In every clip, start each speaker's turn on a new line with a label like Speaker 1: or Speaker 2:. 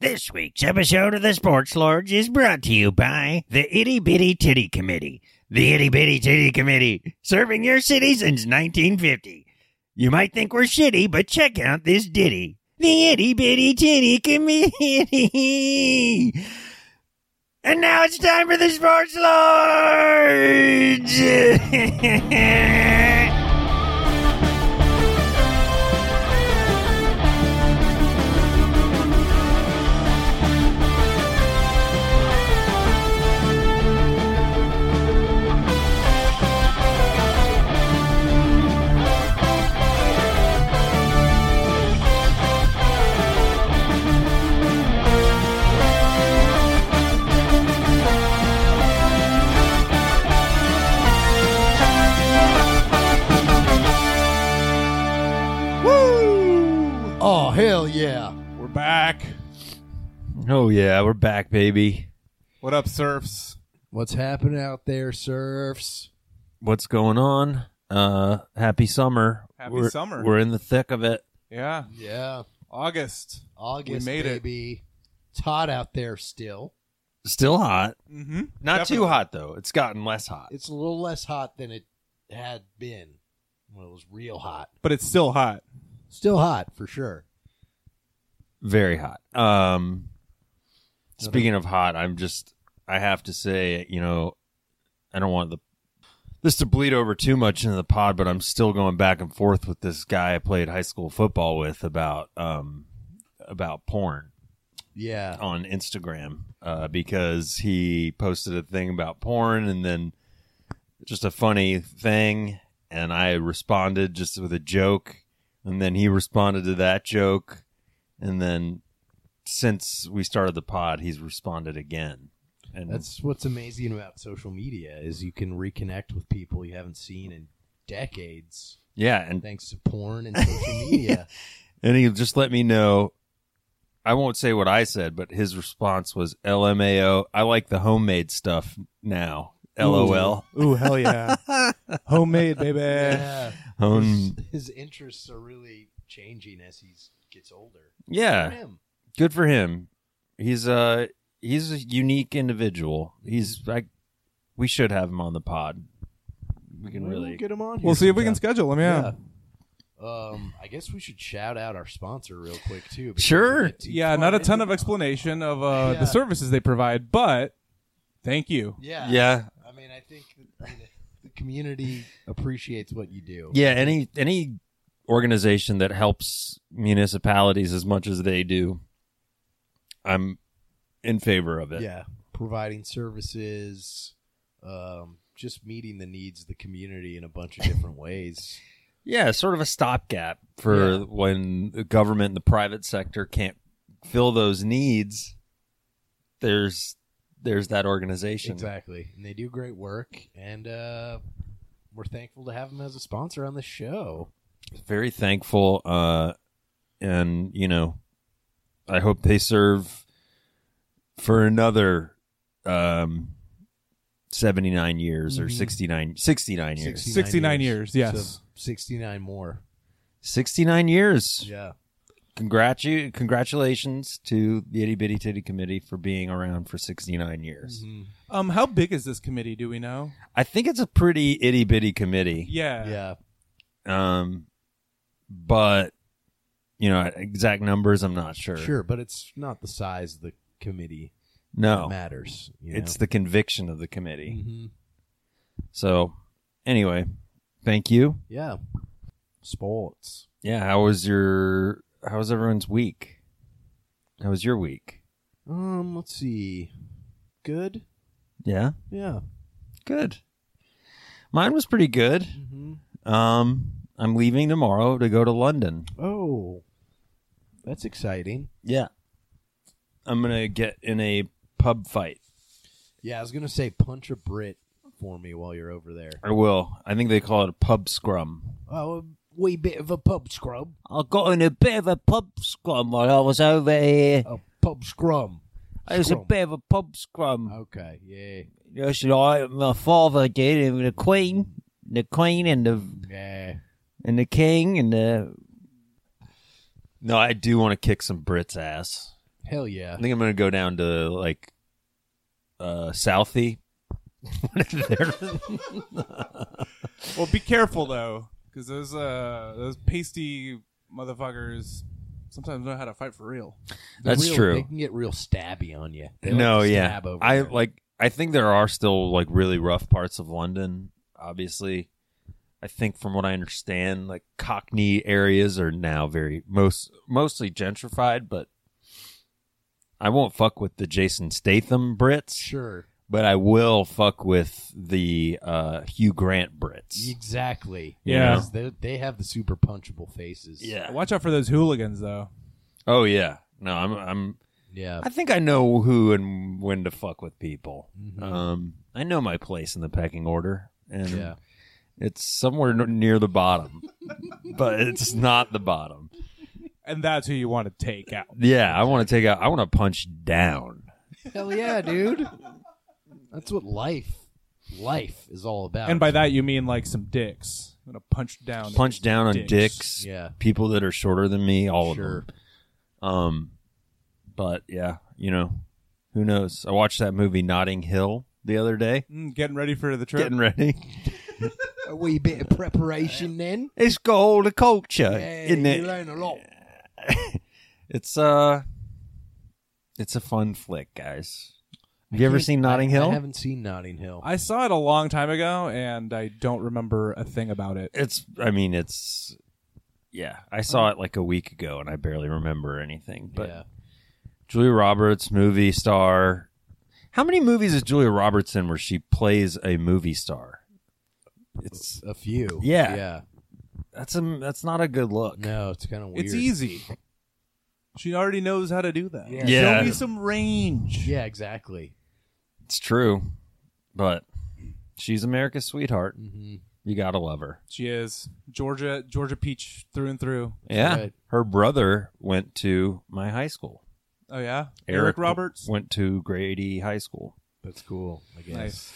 Speaker 1: This week's episode of the Sports Lords is brought to you by the Itty Bitty Titty Committee. The Itty Bitty Titty Committee, serving your city since 1950. You might think we're shitty, but check out this ditty. The Itty Bitty Titty Committee. And now it's time for the Sports Lords.
Speaker 2: Oh hell yeah!
Speaker 3: We're back.
Speaker 4: Oh yeah, we're back, baby.
Speaker 3: What up, Surfs?
Speaker 2: What's happening out there, surfs?
Speaker 4: What's going on? Uh, happy summer.
Speaker 3: Happy
Speaker 4: We're-
Speaker 3: summer.
Speaker 4: We're in the thick of it.
Speaker 3: Yeah,
Speaker 2: Yeah,
Speaker 3: August.
Speaker 2: August
Speaker 3: We made it.
Speaker 2: baby. It's hot out there still.
Speaker 4: Still hot.
Speaker 3: Mm-hmm.
Speaker 4: Not too
Speaker 3: Definitely.
Speaker 4: hot though. It's gotten less hot.
Speaker 2: It's a little less hot than it had been when it was real hot.
Speaker 3: but it's still hot.
Speaker 2: Still hot for sure.
Speaker 4: Very hot. Um, speaking of hot, I'm just. I have to say, you know, I don't want the this to bleed over too much into the pod, but I'm still going back and forth with this guy I played high school football with about um about porn.
Speaker 2: Yeah,
Speaker 4: on Instagram uh, because he posted a thing about porn and then just a funny thing, and I responded just with a joke, and then he responded to that joke, and then since we started the pod, he's responded again. And
Speaker 2: that's what's amazing about social media is you can reconnect with people you haven't seen in decades
Speaker 4: yeah, and
Speaker 2: thanks to porn and social media.
Speaker 4: and he just let me know. I won't say what I said, but his response was LMAO. I like the homemade stuff now. LOL.
Speaker 3: Ooh, hell yeah. Homemade, baby.
Speaker 2: Yeah.
Speaker 4: Home-
Speaker 2: His, his interests are really changing as he gets older.
Speaker 4: yeah.
Speaker 2: For him.
Speaker 4: good for him. He's a he's a unique individual. He's like we should have him on the pod. We can really
Speaker 2: get him on.
Speaker 3: We'll
Speaker 2: here
Speaker 3: see if we
Speaker 2: sometime.
Speaker 3: can schedule him. Yeah.
Speaker 2: Um, I guess we should shout out our sponsor real quick too. because
Speaker 4: Sure.
Speaker 2: we get too
Speaker 3: Yeah,
Speaker 2: far
Speaker 3: not a
Speaker 2: into
Speaker 3: ton of
Speaker 2: it.
Speaker 3: explanation of uh,
Speaker 2: Yeah.
Speaker 3: the services they provide, but thank you.
Speaker 2: Yeah,
Speaker 4: yeah
Speaker 2: I mean, I think I mean, the community appreciates what you do.
Speaker 4: yeah any any organization that helps municipalities as much as they do, I'm in favor of it.
Speaker 2: Yeah, providing services, um, just meeting the needs of the community in a bunch of different ways.
Speaker 4: Yeah, sort of a stopgap for
Speaker 2: Yeah.
Speaker 4: when the government and the private sector can't fill those needs. There's there's that organization.
Speaker 2: Exactly, and they do great work, and uh, we're thankful to have them as a sponsor on the show.
Speaker 4: very thankful uh and you know i hope they serve for another um 79 years or
Speaker 2: Mm-hmm.
Speaker 3: Mhm.
Speaker 4: 69 69 years
Speaker 3: 60. 69 years, yes.
Speaker 2: So sixty-nine more.
Speaker 4: 69 years
Speaker 2: Yeah.
Speaker 4: Congratu- congratulations to the itty bitty titty committee for being around for 69 years
Speaker 2: Mhm.
Speaker 3: Um, how big is this committee? Do we know?
Speaker 2: Mm-hmm.
Speaker 4: i think it's a pretty itty bitty committee
Speaker 3: Yeah.
Speaker 2: Yeah.
Speaker 4: um but you know exact numbers i'm not sure
Speaker 2: Sure, but it's not the size of the committee that
Speaker 4: no
Speaker 2: matters. You
Speaker 4: it's the conviction of the committee
Speaker 2: hmm
Speaker 4: So, anyway, thank you.
Speaker 2: yeah, sports.
Speaker 4: Yeah, how was your how was everyone's week? How was your week?
Speaker 2: Um, let's see. Good.
Speaker 4: Yeah,
Speaker 2: Yeah.
Speaker 4: good. Mine was pretty good.
Speaker 2: Mm-hmm.
Speaker 4: Um, I'm leaving tomorrow to go to London.
Speaker 2: Oh, that's exciting.
Speaker 4: Yeah. I'm going to get in a pub fight.
Speaker 2: Yeah, I was gonna say punch a Brit for me while you're over there.
Speaker 4: I will. I think they call it a pub scrum.
Speaker 2: Oh, a wee bit of a pub scrub.
Speaker 4: I got in a bit of a pub scrum while I was over here.
Speaker 2: A pub scrum.
Speaker 4: It was a
Speaker 2: Scrum.
Speaker 4: bit of a pub scrum.
Speaker 2: Okay. Yeah.
Speaker 4: Yes, you know, I, my father did, and the queen, the queen, and the
Speaker 2: Yeah.
Speaker 4: and the king, and the. No, I do want to kick some Brits' ass.
Speaker 2: Hell yeah.
Speaker 4: I think I'm gonna go down to like uh Southie.
Speaker 3: Well, be careful though, because those uh those pasty motherfuckers sometimes know how to fight for real.
Speaker 2: The
Speaker 4: That's
Speaker 2: real-
Speaker 4: true.
Speaker 2: They can get real stabby on you. They like
Speaker 4: no,
Speaker 2: to
Speaker 4: yeah.
Speaker 2: stab over
Speaker 4: I
Speaker 2: there.
Speaker 4: like I think there are still like really rough parts of London, obviously. I think from what I understand, like Cockney areas are now very most mostly gentrified, but I won't fuck with the Jason Statham Brits,
Speaker 2: sure,
Speaker 4: but I will fuck with the uh, Hugh Grant Brits.
Speaker 2: exactly.
Speaker 3: Yeah.
Speaker 2: Because they they have the super punchable faces.
Speaker 4: Ah.
Speaker 3: Watch out for those hooligans though.
Speaker 4: Oh yeah. No, I'm I'm
Speaker 2: yeah.
Speaker 4: I think I know who and when to fuck with people.
Speaker 2: Mhm.
Speaker 4: Um, I know my place in the pecking order, and
Speaker 2: Yeah.
Speaker 4: it's somewhere n- near the bottom, but it's not the bottom.
Speaker 3: And that's who you want to take out.
Speaker 4: Yeah, I want to take out. I want to punch down.
Speaker 2: Hell yeah, dude. That's what life life is all about.
Speaker 3: And by that you mean like some dicks. I'm gonna punch down.
Speaker 4: Punch down on
Speaker 3: Dicks.
Speaker 4: dicks.
Speaker 2: yeah,
Speaker 4: People that are shorter than me, all
Speaker 2: sure.
Speaker 4: of them. Um, but yeah, you know, who knows? I watched that movie Notting Hill the other day.
Speaker 3: Mm, getting ready for the trip.
Speaker 4: Getting ready.
Speaker 2: A wee bit of preparation then.
Speaker 4: It's got all the culture,
Speaker 2: Yeah,
Speaker 4: isn't it?
Speaker 2: you learn a lot.
Speaker 4: It's uh it's a fun flick, guys. Have you ever
Speaker 2: can't-
Speaker 4: seen Notting Hill?
Speaker 2: I haven't seen Notting Hill.
Speaker 3: I saw it a long time ago, and I don't remember a thing about it.
Speaker 4: It's I mean it's yeah, I saw it like a week ago and I barely remember anything. But
Speaker 2: Mm. yeah.
Speaker 4: Julia Roberts, movie star. How many movies is Julia Roberts in where she plays a movie star? It's
Speaker 2: a few.
Speaker 4: Yeah.
Speaker 2: Yeah.
Speaker 4: that's a that's not a good look.
Speaker 2: No, it's kind of weird.
Speaker 3: It's easy. She already knows how to do that.
Speaker 2: Yeah.
Speaker 4: Yeah.
Speaker 3: Show me some range.
Speaker 2: Yeah, exactly.
Speaker 4: It's true. But she's America's sweetheart.
Speaker 2: hmm
Speaker 4: You gotta love her.
Speaker 3: She is Georgia, Georgia peach through and through.
Speaker 4: Yeah.
Speaker 2: right.
Speaker 4: Her brother went to my high school.
Speaker 3: Oh yeah,
Speaker 4: Eric
Speaker 3: Roberts.
Speaker 4: went to Grady High School.
Speaker 2: That's cool. I guess.
Speaker 3: Nice.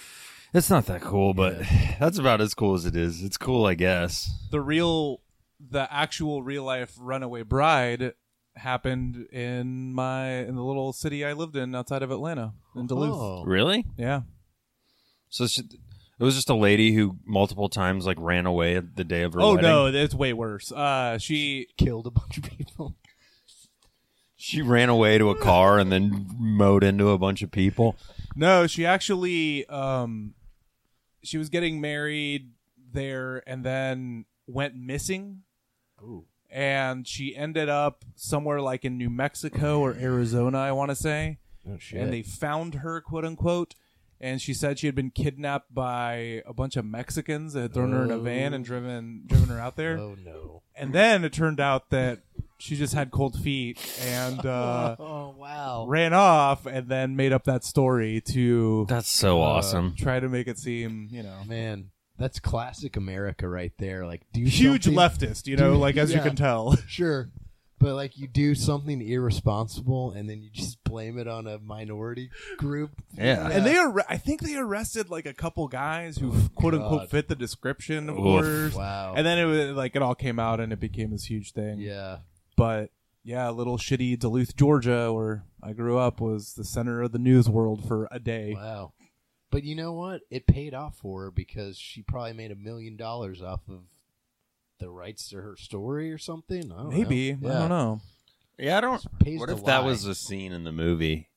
Speaker 4: It's not that cool, but that's about as cool as it is. It's cool, I guess.
Speaker 3: The real, the actual real life runaway bride happened in my in the little city I lived in outside of Atlanta in Duluth.
Speaker 2: Oh.
Speaker 4: Really?
Speaker 3: Yeah,
Speaker 4: So she, it was just a lady who multiple times like ran away at the day of her
Speaker 3: Oh
Speaker 4: wedding.
Speaker 3: no, it's way worse. Uh, she
Speaker 2: Killed a bunch of people.
Speaker 4: She ran away to a car and then mowed into a bunch of people.
Speaker 3: no, she actually um, she was getting married there and then went missing,
Speaker 2: Ooh.
Speaker 3: and she ended up somewhere like in New Mexico or Arizona, I want to say,
Speaker 2: Oh shit.
Speaker 3: and they found her, quote unquote. And she said she had been kidnapped by a bunch of Mexicans that had thrown her in a van and driven driven her out there.
Speaker 2: oh no.
Speaker 3: And then it turned out that she just had cold feet and uh,
Speaker 2: Oh wow.
Speaker 3: ran off and then made up that story to
Speaker 4: That's so
Speaker 3: uh,
Speaker 4: awesome.
Speaker 3: try to make it seem you know
Speaker 2: Man, that's classic America right there. Like do
Speaker 3: huge
Speaker 2: something-
Speaker 3: leftist you know
Speaker 2: Dude,
Speaker 3: like as
Speaker 2: yeah.
Speaker 3: you can tell
Speaker 2: Sure. But like you do something irresponsible and then you just blame it on a minority group.
Speaker 4: Yeah.
Speaker 3: and they are i think they arrested like a couple guys who quote
Speaker 2: Oh, God.
Speaker 3: unquote fit the description of
Speaker 4: Oof.
Speaker 3: orders
Speaker 2: Wow.
Speaker 3: and then it was like it all came out and it became this huge thing
Speaker 2: yeah.
Speaker 3: but yeah little shitty duluth georgia where i grew up was the center of the news world for a day
Speaker 2: Wow. But you know what? It paid off for her because she probably made a million dollars off of the rights to her story or something. I don't
Speaker 3: maybe
Speaker 2: know.
Speaker 3: i
Speaker 2: Yeah.
Speaker 3: don't know
Speaker 4: Yeah, I don't.
Speaker 2: It pays
Speaker 4: What
Speaker 2: to
Speaker 4: if that
Speaker 2: lie.
Speaker 4: was a scene in the movie?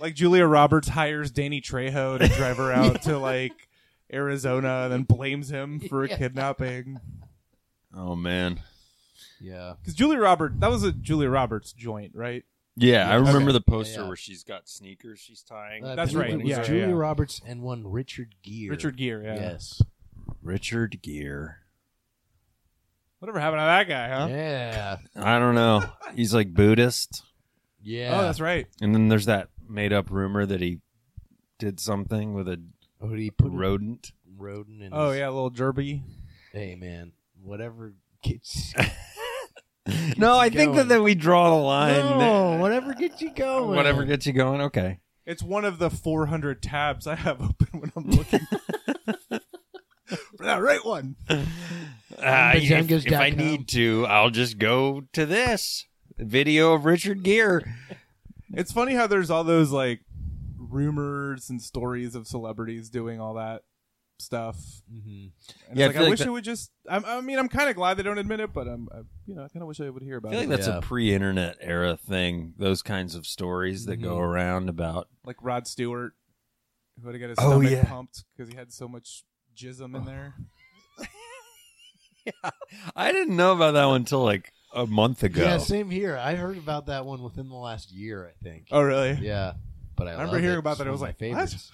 Speaker 3: like Julia Roberts hires Danny Trejo to drive her out to like Arizona and then blames him for
Speaker 2: Yeah.
Speaker 3: kidnapping.
Speaker 4: Oh man.
Speaker 2: yeah?
Speaker 3: Because Julia Roberts, that was a Julia Roberts joint, right?
Speaker 4: Yeah, I
Speaker 2: Yeah,
Speaker 4: remember
Speaker 2: okay.
Speaker 4: the poster
Speaker 2: Yeah, yeah.
Speaker 4: where she's got sneakers she's tying.
Speaker 2: I
Speaker 3: That's
Speaker 2: believe
Speaker 3: right.
Speaker 2: It was
Speaker 3: Yeah, yeah,
Speaker 2: Julia
Speaker 3: yeah.
Speaker 2: Roberts and one Richard Gere.
Speaker 3: Richard Gere, yeah.
Speaker 2: Yes.
Speaker 4: Richard Gere.
Speaker 3: Whatever happened to that guy, huh?
Speaker 2: Yeah.
Speaker 4: I don't know. He's like Buddhist.
Speaker 2: Yeah.
Speaker 3: Oh, that's right.
Speaker 4: And then there's that made up rumor that he did something with a
Speaker 2: Oh, he put
Speaker 4: rodent.
Speaker 2: Roden in.
Speaker 3: Oh
Speaker 2: his-
Speaker 3: yeah, a little derby.
Speaker 2: Hey man, whatever gets.
Speaker 4: No, I
Speaker 2: you
Speaker 4: think
Speaker 2: going.
Speaker 4: that, that we draw the line.
Speaker 2: no,
Speaker 4: there.
Speaker 2: whatever gets you going.
Speaker 4: Whatever gets you going. Okay.
Speaker 3: It's one of the 400 tabs I have open when I'm looking. for that right one.
Speaker 4: Uh, if if I
Speaker 2: Bajangos.com.
Speaker 4: need to, I'll just go to this. video of Richard Gere.
Speaker 3: It's funny how there's all those like rumors and stories of celebrities doing all that stuff.
Speaker 2: Mm-hmm.
Speaker 3: And
Speaker 4: Yeah, I feel
Speaker 3: it's like, I
Speaker 4: like
Speaker 3: wish
Speaker 4: that-
Speaker 3: it would just. I'm, I mean, I'm kind of glad they don't admit it, but I'm, I, you know, I kind of wish I would hear
Speaker 4: I
Speaker 3: about
Speaker 4: feel like
Speaker 3: it.
Speaker 4: that's
Speaker 2: Yeah.
Speaker 4: a pre-internet era thing. Those kinds of stories that go
Speaker 2: Mhm.
Speaker 4: around about
Speaker 3: Like Rod Stewart, who had to get his
Speaker 4: Oh,
Speaker 3: stomach
Speaker 4: yeah. Oh.
Speaker 3: pumped because he had so much jism in there.
Speaker 4: I didn't know about that one until like a month ago.
Speaker 2: Yeah, same here. I heard about that one within the last year, I think.
Speaker 3: Oh, really?
Speaker 2: Yeah, but I,
Speaker 3: I remember
Speaker 2: love
Speaker 3: hearing
Speaker 2: it.
Speaker 3: about
Speaker 2: It's
Speaker 3: that. I
Speaker 2: one of
Speaker 3: was
Speaker 2: my
Speaker 3: like,
Speaker 2: favorites.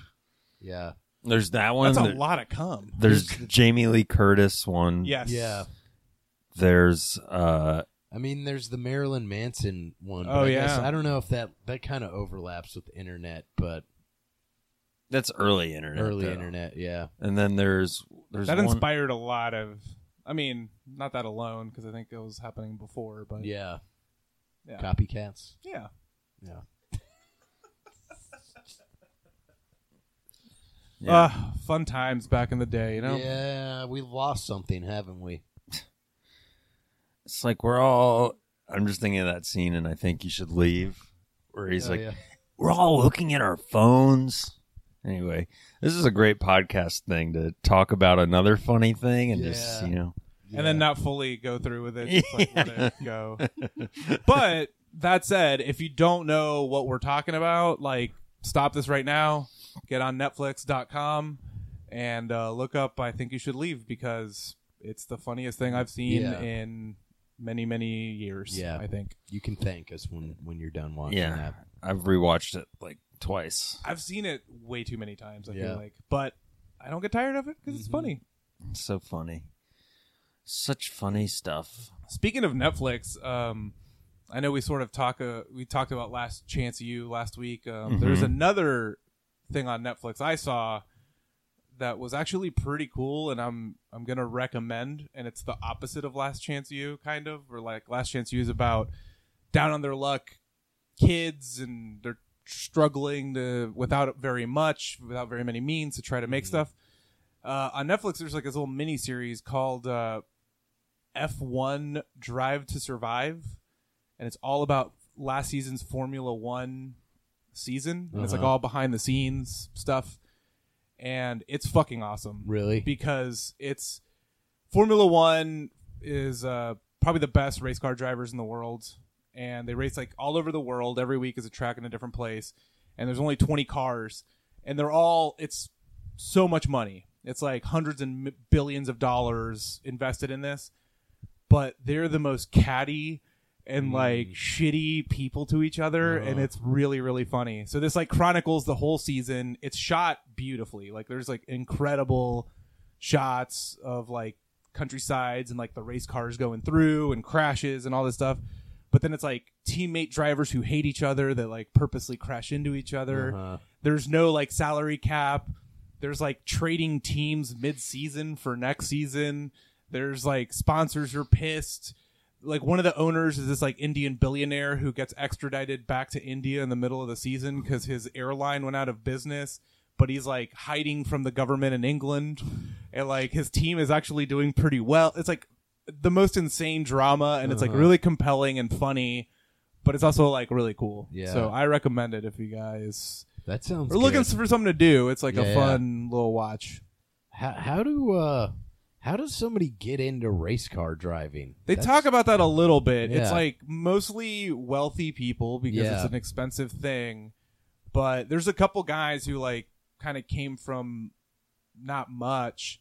Speaker 2: Yeah,
Speaker 4: There's that one.
Speaker 3: That's a
Speaker 4: there-
Speaker 3: lot of cum.
Speaker 4: There's Jamie Lee Curtis one.
Speaker 3: Yes.
Speaker 2: yeah.
Speaker 4: There's uh
Speaker 2: I mean, there's the Marilyn Manson one. but
Speaker 3: Oh,
Speaker 2: I guess-
Speaker 3: yeah.
Speaker 2: I don't know if that that kind of overlaps with the internet, but
Speaker 4: that's early internet.
Speaker 2: early
Speaker 4: though.
Speaker 2: internet, yeah.
Speaker 4: And then there's there's
Speaker 3: that
Speaker 4: one-
Speaker 3: inspired a lot of. I mean, not that alone because I think it was happening before, but
Speaker 2: Yeah.
Speaker 3: Yeah.
Speaker 2: Copycats.
Speaker 3: yeah.
Speaker 2: Yeah.
Speaker 4: Yeah.
Speaker 3: Ah, fun times back in the day, you know.
Speaker 2: Yeah, we lost something, haven't we?
Speaker 4: it's like we're all. I'm just thinking of that scene, and I think you should leave. Where he's
Speaker 2: Oh,
Speaker 4: like,
Speaker 2: yeah.
Speaker 4: we're all looking at our phones. Anyway, this is a great podcast thing to talk about another funny thing and just
Speaker 2: Yeah.
Speaker 4: you know.
Speaker 2: Yeah.
Speaker 3: and then not fully go through with it. Just like let it go. But that said, if you don't know what we're talking about, like stop this right now. Get on Netflix.com and uh, look up. I think you should leave because it's the funniest thing I've seen
Speaker 2: Yeah.
Speaker 3: in many many years.
Speaker 2: Yeah.
Speaker 3: I think
Speaker 2: You can thank us when when you're done watching
Speaker 4: Yeah.
Speaker 2: that.
Speaker 4: I've rewatched it like twice.
Speaker 3: I've seen it way too many times. I
Speaker 2: Yeah.
Speaker 3: feel like, but I don't get tired of it because it's
Speaker 2: Mhm.
Speaker 3: funny.
Speaker 4: It's so funny. Such funny stuff.
Speaker 3: Speaking of Netflix, um, I know we sort of talk. Uh, we talked about Last Chance You last week. Um, There's
Speaker 4: Mhm.
Speaker 3: another thing on Netflix I saw that was actually pretty cool, and I'm I'm gonna recommend. And it's the opposite of Last Chance You, kind of, or like Last Chance You is about down on their luck kids, and they're struggling to without very much, without very many means to try to make stuff. Uh, on Netflix, there's like this little mini series called uh, F1 Drive to Survive, and it's all about last season's Formula One season, and it's like
Speaker 2: Uh-huh.
Speaker 3: all behind the scenes stuff, and it's fucking awesome
Speaker 2: Really?
Speaker 3: because it's Formula One is uh, probably the best race car drivers in the world, and they race like all over the world. Every week is a track in a different place, and there's only 20 cars, and they're all it's so much money. It's like hundreds and m- billions of dollars invested in this, but they're the most catty and like shitty people to each other and
Speaker 2: Hmm. Uh-huh.
Speaker 3: it's really really funny so this like chronicles the whole season it's shot beautifully like there's like incredible shots of like countrysides and like the race cars going through and crashes and all this stuff but then it's like teammate drivers who hate each other that like purposely crash into each other
Speaker 2: Uh-huh.
Speaker 3: there's no like salary cap there's like trading teams mid-season for next season there's like sponsors are pissed like one of the owners is this like indian billionaire who gets extradited back to india in the middle of the season because his airline went out of business but he's like hiding from the government in england and like his team is actually doing pretty well it's like the most insane drama and it's like
Speaker 2: Uh-huh.
Speaker 3: really compelling and funny but it's also like really cool
Speaker 2: Yeah.
Speaker 3: so i recommend it if you guys
Speaker 2: That sounds
Speaker 3: we're looking
Speaker 2: good.
Speaker 3: for something to do. It's like
Speaker 2: Yeah,
Speaker 3: a fun little watch.
Speaker 2: How, how do uh how does somebody get into race car driving?
Speaker 3: They
Speaker 2: That's-
Speaker 3: talk about that a little bit.
Speaker 2: Yeah.
Speaker 3: It's like mostly wealthy people because
Speaker 2: Yeah.
Speaker 3: it's an expensive thing. But there's a couple guys who like kind of came from not much.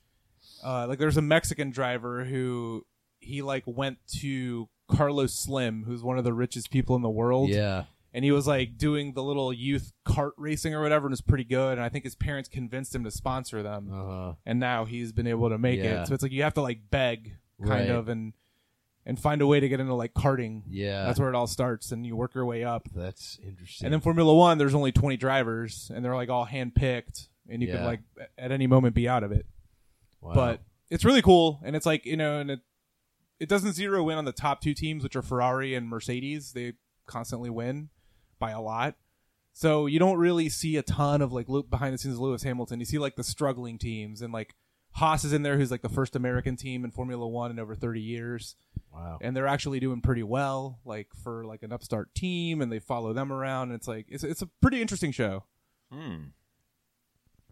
Speaker 3: Uh, like there's a Mexican driver who he like went to Carlos Slim, who's one of the richest people in the world.
Speaker 2: Yeah.
Speaker 3: and he was like doing the little youth kart racing or whatever and was pretty good and i think his parents convinced him to sponsor them
Speaker 2: Uh-huh.
Speaker 3: and now he's been able to make
Speaker 2: Yeah.
Speaker 3: it so it's like you have to like beg kind
Speaker 2: Right.
Speaker 3: of and and find a way to get into like karting
Speaker 2: Yeah.
Speaker 3: that's where it all starts and you work your way up
Speaker 2: That's interesting.
Speaker 3: and then formula one there's only 20 drivers and they're like all handpicked and you
Speaker 2: Yeah.
Speaker 3: can like at any moment be out of it
Speaker 2: Wow.
Speaker 3: but it's really cool and it's like you know and it it doesn't zero in on the top two teams which are ferrari and mercedes they constantly win by a lot so you don't really see a ton of like look behind the scenes of lewis hamilton you see like the struggling teams and like Haas is in there, who's like the first American team in Formula One in over 30 years
Speaker 2: Wow.
Speaker 3: and they're actually doing pretty well like for like an upstart team and they follow them around and it's like it's, it's a pretty interesting show
Speaker 4: Hmm.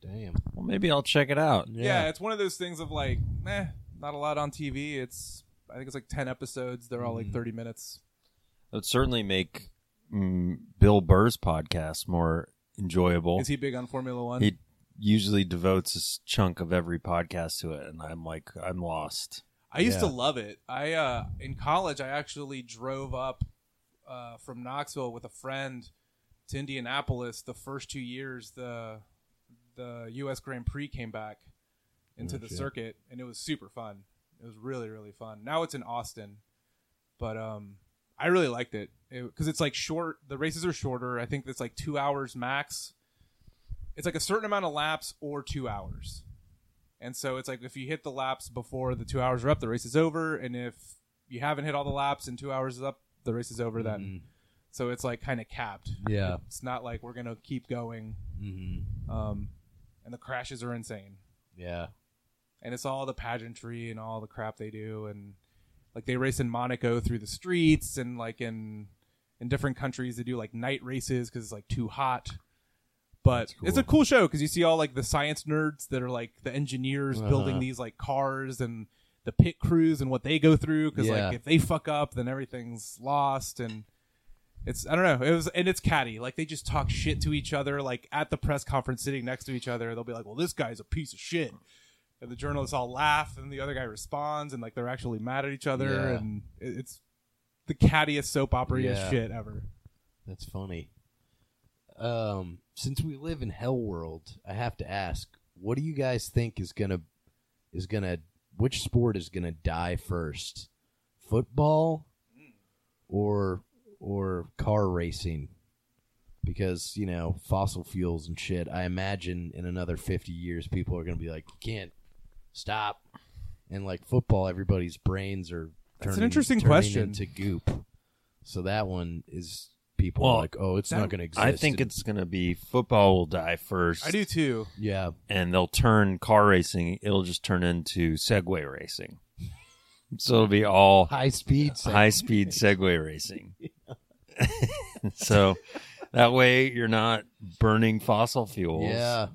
Speaker 2: Damn.
Speaker 4: Well, maybe I'll check it out.
Speaker 3: yeah, it's one of those things of like eh, not a lot on tv it's i think it's like 10 episodes they're all like 30 minutes
Speaker 4: It would certainly make mm, Bill Burr's podcast more enjoyable.
Speaker 3: is he big on formula one
Speaker 4: He usually devotes a s- chunk of every podcast to it, and I'm like, I'm lost.
Speaker 3: i used to
Speaker 2: Yeah.
Speaker 3: love it i uh in college i actually drove up uh from knoxville with a friend to indianapolis the first two years the the us grand prix came back into
Speaker 2: Oh,
Speaker 3: the
Speaker 2: shit.
Speaker 3: circuit and it was super fun it was really really fun now it's in austin but um i really liked it because it's like short the races are shorter i think it's like two hours max it's like a certain amount of laps or two hours and so it's like if you hit the laps before the two hours are up the race is over and if you haven't hit all the laps and two hours is up the race is over then so it's like kind of capped
Speaker 2: Mm-hmm. Yeah.
Speaker 3: it's not like we're gonna keep going
Speaker 2: hmm
Speaker 3: um and the crashes are insane
Speaker 2: Yeah.
Speaker 3: and it's all the pageantry and all the crap they do and like they race in Monaco through the streets and like in in different countries they do like night races because it's like too hot but
Speaker 2: That's cool.
Speaker 3: it's a cool show because you see all like the science nerds that are like the engineers
Speaker 2: Uh-huh.
Speaker 3: building these like cars and the pit crews and what they go through because
Speaker 2: Yeah.
Speaker 3: like if they fuck up then everything's lost and it's I don't know. It was and it's catty. Like they just talk shit to each other. Like at the press conference, sitting next to each other, they'll be like, "Well, this guy's a piece of shit," and the journalists all laugh, and the other guy responds, and like they're actually mad at each other,
Speaker 2: Yeah.
Speaker 3: and it- it's the cattiest soap opera
Speaker 2: Yeah.
Speaker 3: shit ever.
Speaker 2: That's funny. Um, since we live in Hell World, I have to ask, what do you guys think is gonna is gonna which sport is gonna die first? Football or or car racing? Because, you know, fossil fuels and shit, I imagine in another fifty years people are gonna be like, You can't stop and like football, everybody's brains are
Speaker 3: That's an
Speaker 2: turning-
Speaker 3: interesting
Speaker 2: turning
Speaker 3: question.
Speaker 2: into goop. So that one is people
Speaker 4: Well,
Speaker 2: are like, oh, it's
Speaker 3: that-
Speaker 2: not going to exist.
Speaker 4: I think it's going to be football will die first.
Speaker 3: I do too.
Speaker 2: yeah,
Speaker 4: And they'll turn car racing, it'll just turn into Segway racing. so it'll be all
Speaker 2: high speed. sec-
Speaker 4: high speed Segway racing. so that way you're not burning fossil fuels
Speaker 2: yeah,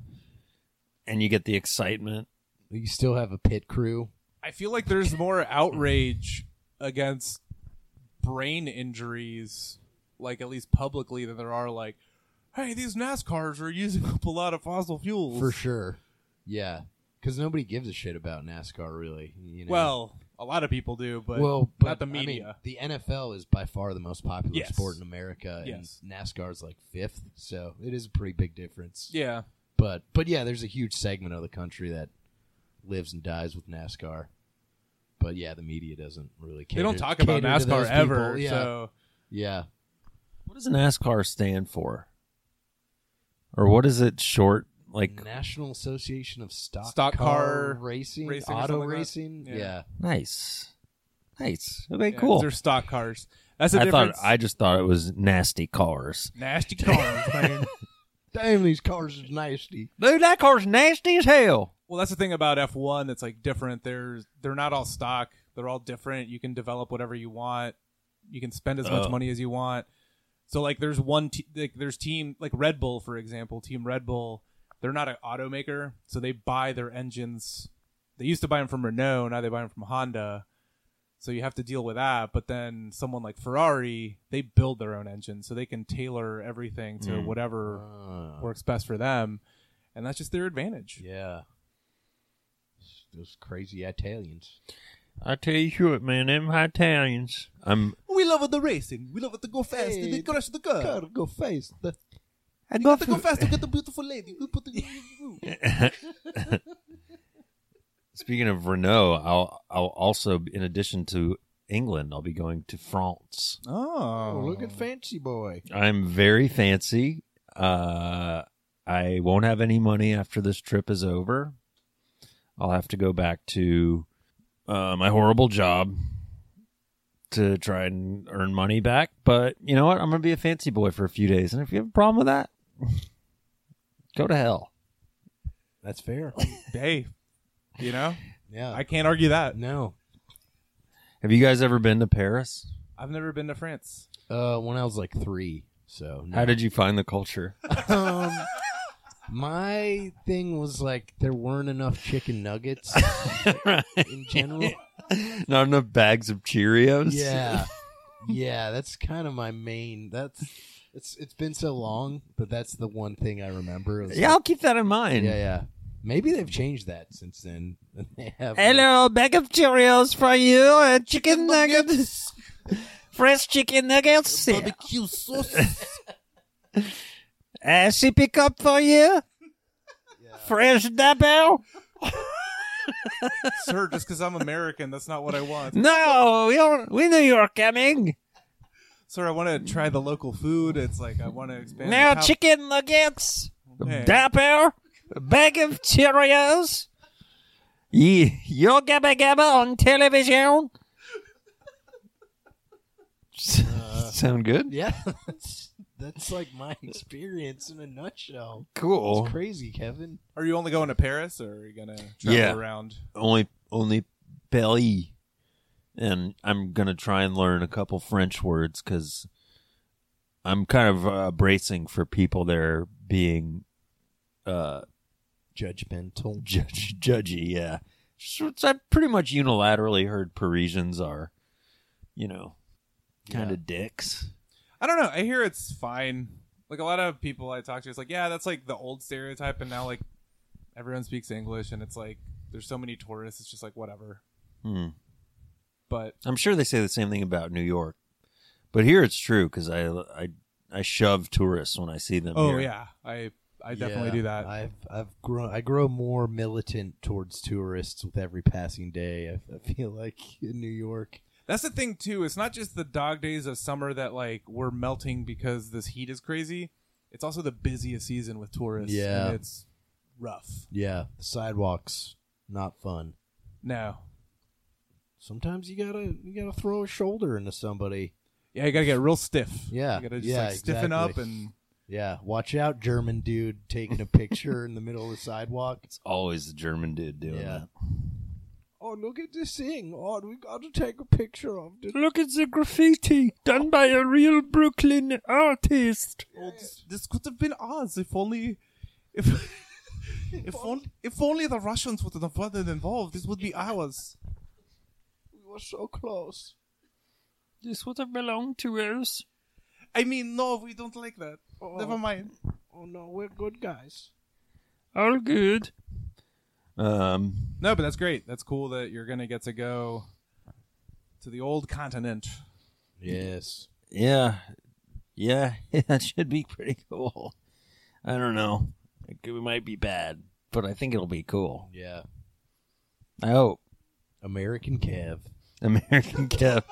Speaker 4: and you get the excitement.
Speaker 2: you still have a pit crew.
Speaker 3: I feel like there's more outrage against brain injuries, like at least publicly, than there are like, "Hey, these NASCARs are using up a lot of fossil fuels."
Speaker 2: for sure. Yeah, because nobody gives a shit about NASCAR really. You know?
Speaker 3: Well, a lot of people do, but
Speaker 2: well,
Speaker 3: not the
Speaker 2: I mean,
Speaker 3: media.
Speaker 2: the NFL is by far the most popular
Speaker 3: Yes.
Speaker 2: sport in America,
Speaker 3: Yes.
Speaker 2: and NASCAR's like fifth, so it is a pretty big difference.
Speaker 3: yeah,
Speaker 2: But but yeah, there's a huge segment of the country that lives and dies with NASCAR. But yeah, the media doesn't really care.
Speaker 3: they don't talk about NASCAR ever.
Speaker 2: Yeah.
Speaker 3: So
Speaker 2: yeah.
Speaker 4: What does NASCAR stand for? Or what is it short? Like,
Speaker 2: National Association of Stock,
Speaker 3: Stock
Speaker 2: Car,
Speaker 3: Car
Speaker 2: Racing,
Speaker 3: Racing or
Speaker 2: Auto
Speaker 3: something like that.
Speaker 2: Racing.
Speaker 3: Yeah.
Speaker 2: Yeah.
Speaker 4: nice. Nice. Okay,
Speaker 3: yeah,
Speaker 4: cool.
Speaker 3: They're stock cars. That's the
Speaker 4: I thought
Speaker 3: difference.
Speaker 4: I just thought it was nasty cars.
Speaker 3: nasty cars, man.
Speaker 2: Damn, these cars are nasty.
Speaker 4: Dude, that car's nasty as hell.
Speaker 3: Well, that's the thing about F one that's like different. They're they're not all stock. They're all different. You can develop whatever you want. You can spend as much
Speaker 4: Oh.
Speaker 3: money as you want. So like, there's one te- like there's team like Red Bull for example. Team Red Bull, they're not an automaker, so they buy their engines. They used to buy them from Renault. Now they buy them from Honda. So you have to deal with that. But then someone like Ferrari, they build their own engine, so they can tailor everything to
Speaker 4: Mm.
Speaker 3: whatever
Speaker 2: Uh,
Speaker 3: works best for them, and that's just their advantage.
Speaker 2: yeah. Those crazy Italians.
Speaker 4: I tell you what, man, them Italians. I'm.
Speaker 3: We love the racing. We love to go fast
Speaker 2: and they
Speaker 3: crush the car.
Speaker 2: go face. The,
Speaker 4: I love
Speaker 3: fast to get the beautiful lady. We put the
Speaker 4: Speaking of Renault, I'll I'll also, in addition to England, I'll be going to France.
Speaker 3: oh,
Speaker 2: oh, look at Fancy Boy.
Speaker 4: I'm very fancy. Uh, I won't have any money after this trip is over. I'll have to go back to uh, my horrible job to try and earn money back. But you know what? I'm gonna be a fancy boy for a few days, and if you have a problem with that, go to hell.
Speaker 3: Oh.
Speaker 2: That's fair.
Speaker 3: hey, You know,
Speaker 2: Yeah.
Speaker 3: I can't argue that.
Speaker 2: no.
Speaker 4: Have you guys ever been to Paris?
Speaker 3: I've never been to France.
Speaker 2: Uh, when I was like three. So no.
Speaker 4: How did you find the culture?
Speaker 2: um, my thing was like there weren't enough chicken nuggets in general.
Speaker 4: Not enough bags of Cheerios.
Speaker 2: Yeah, yeah, that's kind of my main. That's it's it's been so long, but that's the one thing I remember. It was
Speaker 4: yeah.
Speaker 2: like-
Speaker 4: I'll keep that in mind.
Speaker 2: yeah, yeah. Maybe they've changed that since then. They have,
Speaker 1: Hello, bag of Cheerios for you and chicken nuggets. Fresh chicken nuggets.
Speaker 2: barbecue sauce.
Speaker 1: A sippy cup for you. Fresh double.
Speaker 3: Sir, just because I'm American, that's not what I want.
Speaker 1: No, we, don't, we knew you were coming.
Speaker 3: Sir, I want to try the local food. It's like I want to expand.
Speaker 1: Now
Speaker 3: the
Speaker 1: chicken nuggets.
Speaker 3: Hey.
Speaker 1: Dapper. Bag of Cheerios. Ye- Yo Gabba Gabba on television.
Speaker 4: Sound good?
Speaker 2: yeah, that's, that's like my experience in a nutshell.
Speaker 4: Cool.
Speaker 2: It's crazy, Kevin.
Speaker 3: Are you only going to Paris, or are you gonna travel
Speaker 4: Yeah.
Speaker 3: around?
Speaker 4: Only only belly. And I'm gonna try and learn a couple French words because I'm kind of uh, bracing for people there being uh,
Speaker 2: Judgmental.
Speaker 4: judge, judgy. Yeah, So it's- I pretty much unilaterally heard Parisians are, you know, kind of dicks.
Speaker 3: I don't know. I hear it's fine. Like a lot of people I talk to, it's like, yeah, that's like the old stereotype, and now like everyone speaks English, and it's like there's so many tourists. It's just like whatever.
Speaker 4: Hmm.
Speaker 3: But
Speaker 4: I'm sure they say the same thing about New York, but here it's true because I I I shove tourists when I see them.
Speaker 3: oh
Speaker 4: here.
Speaker 3: yeah, I I definitely
Speaker 2: Yeah,
Speaker 3: do that.
Speaker 2: I've I've grown I grow more militant towards tourists with every passing day. I, I feel like in New York.
Speaker 3: That's the thing too. It's not just the dog days of summer that like we're melting because this heat is crazy. It's also the busiest season with tourists.
Speaker 2: Yeah.
Speaker 3: and it's rough.
Speaker 2: Yeah, the sidewalks not fun.
Speaker 3: No,
Speaker 2: Sometimes you gotta you gotta throw a shoulder into somebody.
Speaker 3: yeah, you gotta get real stiff.
Speaker 2: Yeah,
Speaker 3: you gotta just
Speaker 2: yeah,
Speaker 3: like stiffen up
Speaker 2: exactly.
Speaker 3: and
Speaker 2: Yeah, watch out, German dude taking a picture in the middle of the sidewalk.
Speaker 4: It's always the German dude doing
Speaker 2: Yeah.
Speaker 4: that.
Speaker 2: Oh, look at this thing! Oh, we got to take a picture of it.
Speaker 1: Look at the graffiti done by a real Brooklyn artist.
Speaker 3: Well, this, this could have been ours if only, if, if only, if only the Russians would have gotten involved. This would be ours.
Speaker 2: We were so close.
Speaker 1: This would have belonged to us.
Speaker 3: I mean, no, we don't like that. Never mind.
Speaker 2: Oh no, we're good guys.
Speaker 1: All good.
Speaker 4: Um,
Speaker 3: No, but that's great. That's cool that you're gonna get to go to the old continent.
Speaker 2: Yes.
Speaker 4: yeah, yeah, that should be pretty cool. I don't know. It, could- it might be bad, but I think it'll be cool.
Speaker 2: Yeah.
Speaker 4: I hope.
Speaker 2: American Kev.
Speaker 4: American Kev.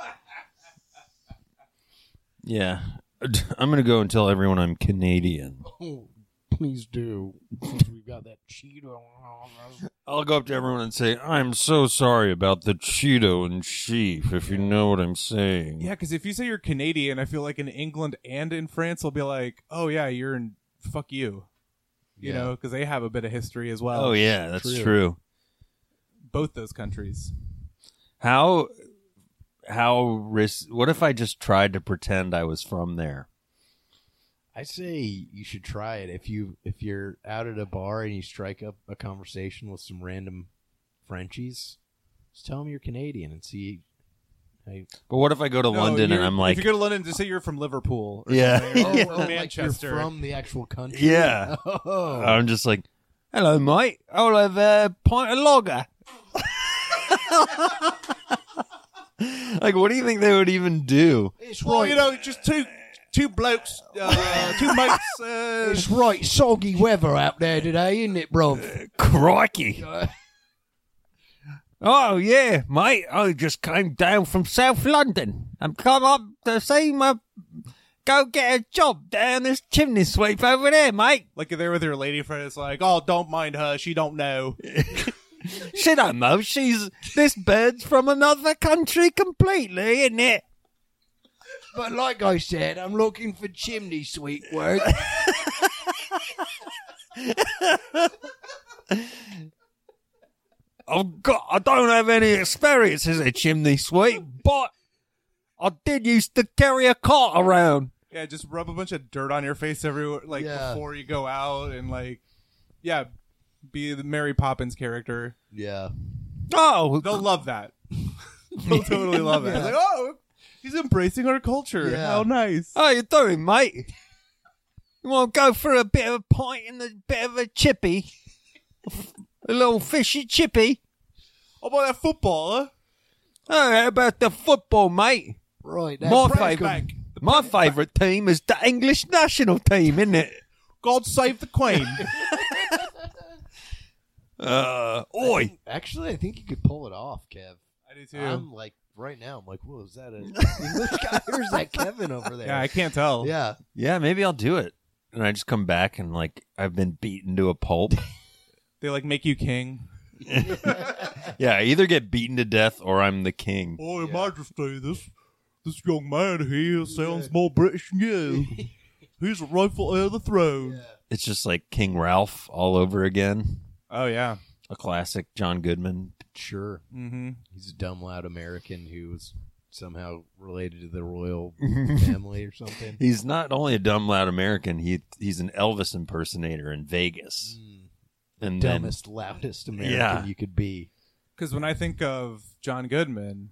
Speaker 4: Yeah. I'm going to go and tell everyone I'm Canadian.
Speaker 2: Oh, please do. We've got that Cheeto on us.
Speaker 4: I'll go up to everyone and say, I'm so sorry about the Cheeto in chief, if you know what I'm saying.
Speaker 3: Yeah, because if you say you're Canadian, I feel like in England and in France, they'll be like, "Oh yeah, you're in fuck you," you know, because they have a bit of history as well.
Speaker 4: Oh, yeah, that's
Speaker 2: True.
Speaker 4: true.
Speaker 3: both those countries.
Speaker 4: How, how, ris- what if I just tried to pretend I was from there?
Speaker 2: I say you should try it if you if you're out at a bar and you strike up a conversation with some random Frenchies. Just tell them you're Canadian and see. Hey,
Speaker 4: But what if I go to
Speaker 3: No,
Speaker 4: London and
Speaker 3: Oh, you're-
Speaker 4: I'm like,
Speaker 3: if you go to London, just say you're from Liverpool. Or
Speaker 4: Yeah.
Speaker 3: something, or
Speaker 2: oh,
Speaker 3: you're
Speaker 2: oh,
Speaker 3: from
Speaker 2: like
Speaker 3: Manchester.
Speaker 2: you're from the actual country.
Speaker 4: yeah. Uh,
Speaker 2: Oh,
Speaker 4: I'm just like, hello, mate. I'll have a pint of lager. like, what do you think they would even do?
Speaker 2: it's
Speaker 3: Well,
Speaker 2: right.
Speaker 3: you know, just two two blokes, uh, two mates. Uh,
Speaker 2: it's right. Soggy weather out there today, isn't it, bruv?
Speaker 4: Crikey. Oh, yeah, mate. I just came down from South London. I'm come up to see my. Go get a job down this chimney sweep over there, mate.
Speaker 3: like they're with her lady friend. It's like, oh, don't mind her. She don't know.
Speaker 4: She don't know. She's. This bird's from another country completely, isn't it?
Speaker 2: But like I said, I'm looking for chimney sweep work.
Speaker 4: I've got, I don't have any experience as a chimney sweep, but I did used to carry a cart around.
Speaker 3: Yeah, just rub a bunch of dirt on your face everywhere, like
Speaker 2: Yeah.
Speaker 3: before you go out, and like, yeah, be the Mary Poppins character.
Speaker 2: Yeah.
Speaker 4: Oh,
Speaker 3: They'll love that. They'll totally love it. Like, oh, he's embracing our culture.
Speaker 2: Yeah. Ah.
Speaker 3: How nice.
Speaker 4: how you Oh, doing, mate? You want to go for a bit of a pint and a bit of a chippy? a little fishy chippy?
Speaker 3: How about that football? Huh?
Speaker 4: Oh, how about the football, mate?
Speaker 2: Right.
Speaker 4: More
Speaker 2: Franco-
Speaker 4: favourite, my favourite team is the English national team, isn't it?
Speaker 3: God save the Queen.
Speaker 4: Uh, oi,
Speaker 2: Actually, I think you could pull it off, Kev.
Speaker 3: I do too.
Speaker 2: I'm like right now. I'm like, whoa, is that a English guy or is that Kevin over there?
Speaker 3: yeah, I can't tell.
Speaker 2: yeah.
Speaker 4: yeah, maybe I'll do it. And I just come back and like I've been beaten to a pulp.
Speaker 3: They like make you king.
Speaker 4: Yeah, I either get beaten to death or I'm the king.
Speaker 3: Oh,
Speaker 2: Yeah.
Speaker 3: Majesty, this this young man here sounds more British than you. He's a rightful heir of the throne.
Speaker 4: It's just like King Ralph all over again.
Speaker 3: Oh yeah.
Speaker 4: A classic John Goodman.
Speaker 2: Sure.
Speaker 3: Mm-hmm.
Speaker 2: He's a dumb, loud American who's somehow related to the royal family or something.
Speaker 4: He's not only a dumb loud American, he he's an Elvis impersonator in Vegas.
Speaker 2: Mm,
Speaker 4: And then-
Speaker 2: Dumbest, loudest American
Speaker 4: Yeah.
Speaker 2: you could be.
Speaker 3: Because when I think of John Goodman,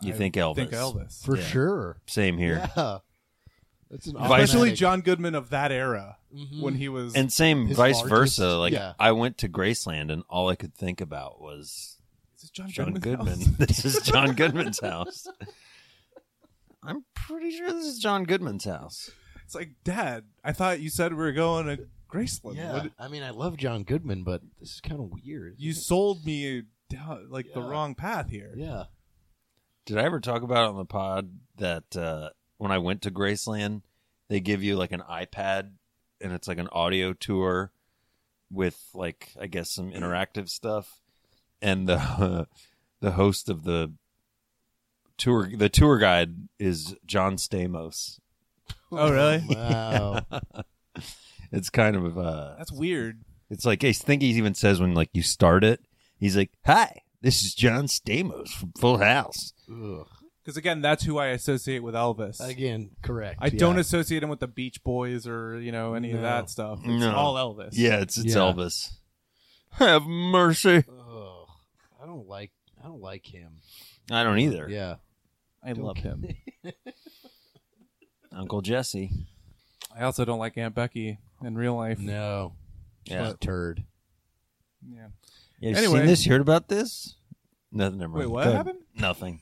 Speaker 4: you
Speaker 3: I
Speaker 4: think Elvis.
Speaker 3: think Elvis.
Speaker 2: For
Speaker 4: Yeah.
Speaker 2: sure.
Speaker 4: Same here.
Speaker 2: Yeah. That's an
Speaker 4: Vice-
Speaker 3: Especially
Speaker 2: automatic-
Speaker 3: John Goodman of that era
Speaker 2: Mhm.
Speaker 3: when he was.
Speaker 4: And same
Speaker 2: His
Speaker 4: vice
Speaker 2: largest-
Speaker 4: versa. Like
Speaker 2: yeah.
Speaker 4: I went to Graceland and all I could think about was
Speaker 3: Is this John,
Speaker 4: John Goodman.
Speaker 3: Goodman's
Speaker 4: this is John Goodman's house. I'm pretty sure this is John Goodman's house.
Speaker 3: house? It's like, Dad, I thought you said we were going to Graceland.
Speaker 2: Yeah.
Speaker 3: What-
Speaker 2: I mean, I love John Goodman, but this is kind of weird.
Speaker 3: you sold me down like the
Speaker 2: Yeah.
Speaker 3: wrong path here.
Speaker 2: yeah.
Speaker 4: Did I ever talk about on the pod that uh, when I went to Graceland, they give you like an iPad and it's like an audio tour with like I guess some interactive stuff, and the the host of the tour the tour guide is John Stamos.
Speaker 3: Oh, really?
Speaker 2: Wow.
Speaker 4: It's kind of uh,
Speaker 3: That's weird.
Speaker 4: It's like I think he even says when like you start it, he's like, "Hi, this is John Stamos from Full House."
Speaker 2: Ugh.
Speaker 3: Because again, that's who I associate with Elvis.
Speaker 2: Again, correct.
Speaker 3: I
Speaker 2: yeah.
Speaker 3: don't associate him with the Beach Boys or you know any
Speaker 2: No.
Speaker 3: of that stuff. It's
Speaker 4: No.
Speaker 3: all Elvis.
Speaker 4: Yeah, it's it's
Speaker 2: Yeah.
Speaker 4: Elvis. Have mercy.
Speaker 2: Ugh. I don't like. I don't like him.
Speaker 4: I don't either.
Speaker 2: Yeah.
Speaker 3: I love him.
Speaker 4: Uncle Jesse.
Speaker 3: I also don't like Aunt Becky in real life.
Speaker 2: No.
Speaker 4: Yeah.
Speaker 2: Yeah. Turd.
Speaker 3: Yeah.
Speaker 4: Yeah, you
Speaker 3: Anyway.
Speaker 4: seen this? You heard about this? Nothing. Never
Speaker 3: Wait,
Speaker 4: mind.
Speaker 3: what
Speaker 4: Go ahead.
Speaker 3: happened?
Speaker 4: Nothing.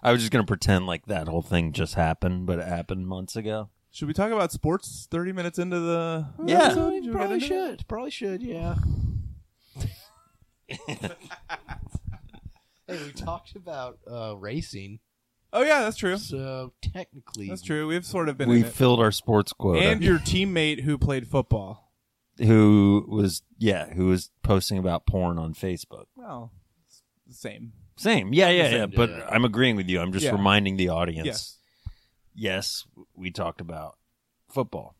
Speaker 4: I was just gonna pretend like that whole thing just happened, but it happened months ago.
Speaker 3: Should we talk about sports? Thirty minutes into the
Speaker 4: Yeah.
Speaker 3: episode? Should we get
Speaker 2: Probably
Speaker 3: into that?
Speaker 2: should. Probably should. Yeah. hey, we talked about uh, racing,
Speaker 3: Oh yeah, that's true.
Speaker 2: so technically,
Speaker 3: That's true. We've sort of been
Speaker 4: We
Speaker 3: in it.
Speaker 4: filled our sports quota.
Speaker 3: and your teammate who played football.
Speaker 4: who was yeah, who was posting about porn on Facebook.
Speaker 3: Well, it's the same.
Speaker 4: Same. Yeah, yeah,
Speaker 2: Same,
Speaker 4: yeah.
Speaker 2: yeah,
Speaker 4: But
Speaker 2: yeah.
Speaker 4: I'm agreeing with you. I'm just
Speaker 3: Yeah.
Speaker 4: reminding the audience.
Speaker 3: Yes.
Speaker 4: yes, we talked about football.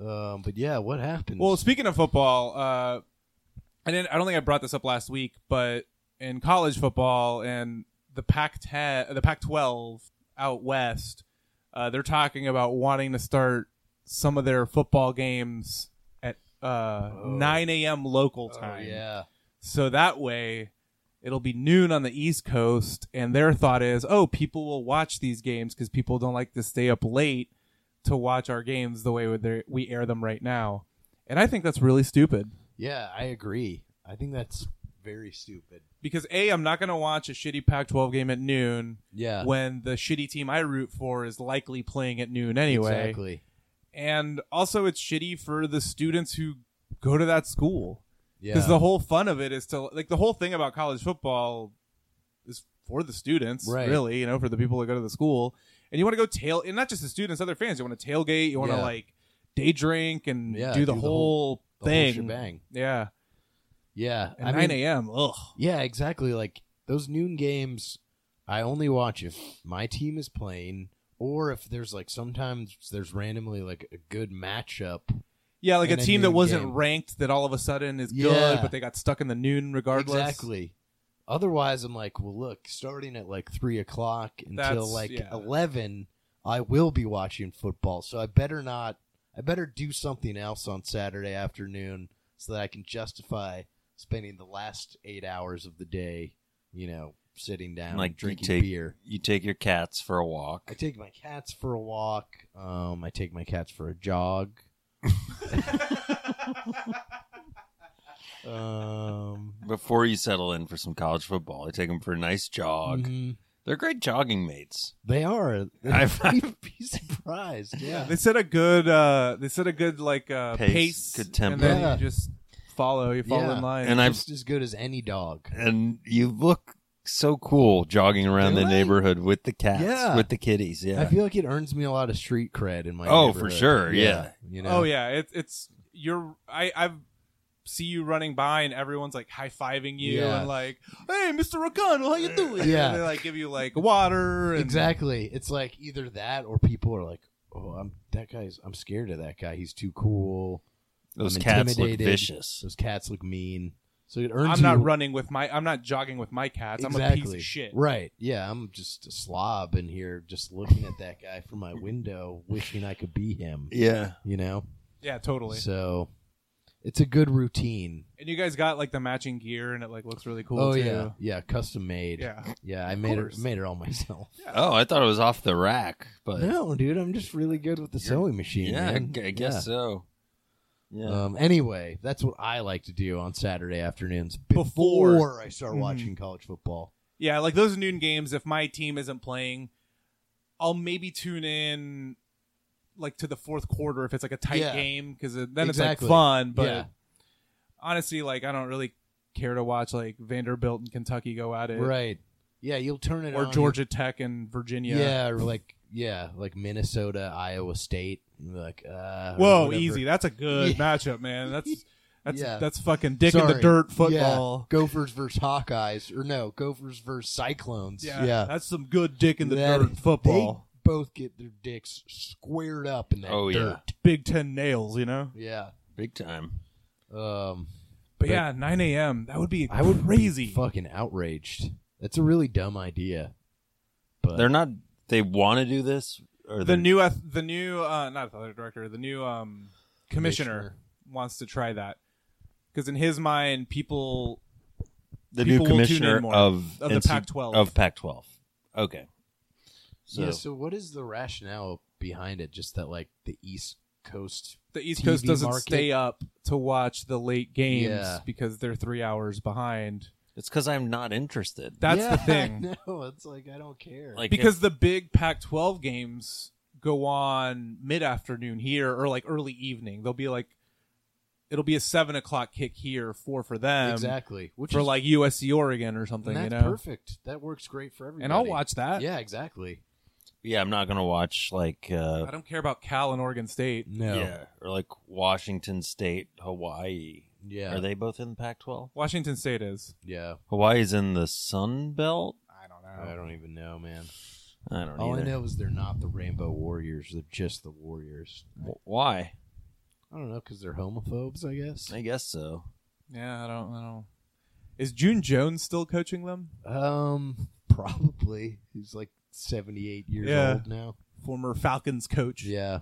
Speaker 2: Um, but yeah, what happens?
Speaker 3: Well, speaking of football, uh, I didn't. I don't think I brought this up last week, but in college football and the Pac-10, the Pac-12 out west, uh, they're talking about wanting to start some of their football games at uh,
Speaker 2: Oh.
Speaker 3: 9 a.m. local
Speaker 2: Oh,
Speaker 3: time.
Speaker 2: yeah,
Speaker 3: So that way, it'll be noon on the East Coast, and their thought is, oh, people will watch these games because people don't like to stay up late to watch our games the way they're- we air them right now. And I think that's really stupid
Speaker 2: yeah, I agree. I think that's very stupid.
Speaker 3: because a, I'm not going to watch a shitty Pac-12 game at noon
Speaker 2: Yeah.
Speaker 3: when the shitty team I root for is likely playing at noon anyway.
Speaker 2: Exactly.
Speaker 3: And also, it's shitty for the students who go to that school.
Speaker 2: Yeah.
Speaker 3: because the whole fun of it is to like the whole thing about college football is for the students
Speaker 2: Right.
Speaker 3: really you know for the people that go to the school and you want to go tail and not just the students other fans you want to tailgate you want to
Speaker 2: Yeah.
Speaker 3: like day drink and
Speaker 2: Yeah,
Speaker 3: do
Speaker 2: do
Speaker 3: the
Speaker 2: the
Speaker 3: whole,
Speaker 2: The whole
Speaker 3: thing
Speaker 2: shebang.
Speaker 3: yeah
Speaker 2: Yeah.
Speaker 3: at
Speaker 2: I
Speaker 3: 9
Speaker 2: mean,
Speaker 3: a.m ugh
Speaker 2: yeah, exactly. Like those noon games, I only watch if my team is playing, or if there's like sometimes there's randomly like a good matchup,
Speaker 3: Yeah, like a
Speaker 2: in a
Speaker 3: team that
Speaker 2: noon
Speaker 3: wasn't
Speaker 2: game.
Speaker 3: ranked that all of a sudden is good,
Speaker 2: Yeah.
Speaker 3: but they got stuck in the noon regardless.
Speaker 2: Exactly. Otherwise, I'm like, well, look, starting at like three o'clock until
Speaker 3: That's-
Speaker 2: like
Speaker 3: yeah.
Speaker 2: eleven, I will be watching football. So I better not. I better do something else on Saturday afternoon so that I can justify spending the last eight hours of the day, you know, sitting down,
Speaker 4: Like, you
Speaker 2: drinking
Speaker 4: take-
Speaker 2: beer.
Speaker 4: You take your cats for a walk.
Speaker 2: I take my cats for a walk. Um, I take my cats for a jog. Um,
Speaker 4: Before you settle in for some college football, I take them for a nice jog.
Speaker 3: Mm-hmm.
Speaker 2: mhm.
Speaker 4: They're great jogging mates.
Speaker 2: They are.
Speaker 4: I've-
Speaker 2: I'd be surprised. Yeah.
Speaker 3: They set a good uh they set a good like uh
Speaker 4: Pace,
Speaker 3: pace,
Speaker 4: good tempo.
Speaker 3: and then
Speaker 2: Yeah.
Speaker 3: you just follow, you fall
Speaker 2: Yeah.
Speaker 3: in line.
Speaker 4: And I've-
Speaker 2: just as good as any dog.
Speaker 4: And you look so cool jogging around
Speaker 2: Do
Speaker 4: the
Speaker 2: I?
Speaker 4: neighborhood with the cats,
Speaker 2: Yeah.
Speaker 4: with the kitties.
Speaker 2: I
Speaker 4: Yeah.
Speaker 2: feel like it earns me a lot of street cred in my.
Speaker 4: Oh, for
Speaker 2: neighborhood.
Speaker 4: sure, yeah.
Speaker 2: You know.
Speaker 3: Oh yeah, it, it's you're I I see you running by and everyone's like high fiving you
Speaker 2: Yeah.
Speaker 3: and like, hey, Mr. O'Connell, how you doing?
Speaker 2: Yeah.
Speaker 3: and they like give you like water and
Speaker 2: Exactly. It's like either that or people are like, "Oh, I'm that guy's. I'm scared of that guy. He's too cool.
Speaker 4: Those
Speaker 2: I'm
Speaker 4: cats look
Speaker 2: intimidated.
Speaker 4: vicious.
Speaker 2: Those cats look mean." So it earns.
Speaker 3: I'm not
Speaker 2: you-
Speaker 3: running with my I'm not jogging with my cats. I'm a piece
Speaker 2: Exactly.
Speaker 3: of shit.
Speaker 2: Right. Yeah. I'm just a slob in here, just looking at that guy from my window, wishing I could be him.
Speaker 4: Yeah.
Speaker 2: You know.
Speaker 3: Yeah, totally.
Speaker 2: So, it's a good routine.
Speaker 3: And you guys got like the matching gear and it like looks really cool
Speaker 2: oh
Speaker 3: too.
Speaker 2: yeah, yeah, custom made.
Speaker 3: Yeah.
Speaker 2: Yeah, I made it
Speaker 3: course.
Speaker 2: made it all myself.
Speaker 4: Oh, I thought it was off the rack, but
Speaker 2: no, dude, I'm just really good with the sewing machine.
Speaker 4: yeah, I
Speaker 2: man.
Speaker 4: gu- I guess
Speaker 2: Yeah.
Speaker 4: so. Uh, Yeah.
Speaker 2: Um, anyway, that's what I like to do on Saturday afternoons
Speaker 3: Before-
Speaker 2: I start
Speaker 3: Mhm.
Speaker 2: watching college football.
Speaker 3: Yeah, like those noon games, if my team isn't playing, I'll maybe tune in like to the fourth quarter if it's like a tight
Speaker 2: Yeah.
Speaker 3: game because then it's
Speaker 2: Exactly.
Speaker 3: like fun. But
Speaker 2: Yeah.
Speaker 3: honestly, like I don't really care to watch like Vanderbilt and Kentucky go at it,
Speaker 2: Right. Yeah, you'll turn it
Speaker 3: or
Speaker 2: on.
Speaker 3: Georgia Tech and Virginia.
Speaker 2: Yeah. or like yeah, like Minnesota, Iowa State. and you're Like uh, or
Speaker 3: Whoa,
Speaker 2: whatever.
Speaker 3: easy. That's a good
Speaker 2: Yeah.
Speaker 3: matchup, man. That's that's
Speaker 2: Yeah.
Speaker 3: that's fucking dick in the
Speaker 2: Sorry.
Speaker 3: dirt
Speaker 2: Yeah,
Speaker 3: football.
Speaker 2: Gophers versus Hawkeyes, or no, Gophers versus Cyclones.
Speaker 3: Yeah, that's some good dick in the
Speaker 2: That-
Speaker 3: dirt football.
Speaker 2: They both get their dicks squared up in that
Speaker 4: Oh, yeah.
Speaker 2: dirt.
Speaker 3: Big Ten nails, you know.
Speaker 2: Yeah.
Speaker 4: Big time.
Speaker 2: Um, But-
Speaker 3: But, yeah, 9 a.m. That would be
Speaker 2: I would be
Speaker 3: crazy.
Speaker 2: fucking outraged. That's a really dumb idea. But
Speaker 4: They're not they want to do this or
Speaker 3: the
Speaker 4: they're-
Speaker 3: new ath- the new uh not athletic director the new um commissioner, wants to try that because in his mind people
Speaker 4: the new
Speaker 3: people will tune in
Speaker 4: commissioner
Speaker 3: more.
Speaker 4: of
Speaker 3: Of the
Speaker 4: NC
Speaker 3: Pac-12.
Speaker 4: of Pac-12. Okay. So
Speaker 2: Yeah. So what is the rationale behind it? Just that like the East Coast.
Speaker 3: the east
Speaker 2: TV
Speaker 3: coast doesn't
Speaker 2: market.
Speaker 3: stay up to watch the late games
Speaker 2: Yeah.
Speaker 3: because they're three hours behind
Speaker 4: it's because I'm not interested.
Speaker 3: that's
Speaker 2: Yeah,
Speaker 3: the thing
Speaker 2: No, it's like I don't care.
Speaker 4: Like
Speaker 3: because the big pac 12 games go on mid-afternoon here or like early evening they'll be like it'll be a seven o'clock kick here four for them
Speaker 2: exactly. Which
Speaker 3: Um, for
Speaker 2: is,
Speaker 3: like usc oregon or something
Speaker 2: and
Speaker 3: you
Speaker 2: that's
Speaker 3: know
Speaker 2: perfect. That works great for everybody.
Speaker 3: and i'll watch that
Speaker 2: Yeah. Exactly.
Speaker 4: yeah, I'm not gonna watch like uh,
Speaker 3: I don't care about Cal and Oregon State.
Speaker 2: No.
Speaker 4: yeah or like Washington State, Hawaii.
Speaker 2: Yeah.
Speaker 4: Are they both in Pac-12?
Speaker 3: Washington State is.
Speaker 2: yeah.
Speaker 4: Hawaii's in the Sun Belt.
Speaker 3: I don't
Speaker 2: I don't even know, man.
Speaker 4: I don't
Speaker 2: All
Speaker 4: either.
Speaker 2: Oh, I know is they're not the Rainbow Warriors. They're just the Warriors.
Speaker 4: Wh- Why?
Speaker 2: I don't know because they're homophobes, I guess.
Speaker 4: I guess so.
Speaker 3: Yeah, I don't. I don't. Is June Jones still coaching them?
Speaker 2: Um, probably. He's like seventy-eight years
Speaker 3: Yeah.
Speaker 2: old now.
Speaker 3: Former Falcons coach.
Speaker 2: Yeah,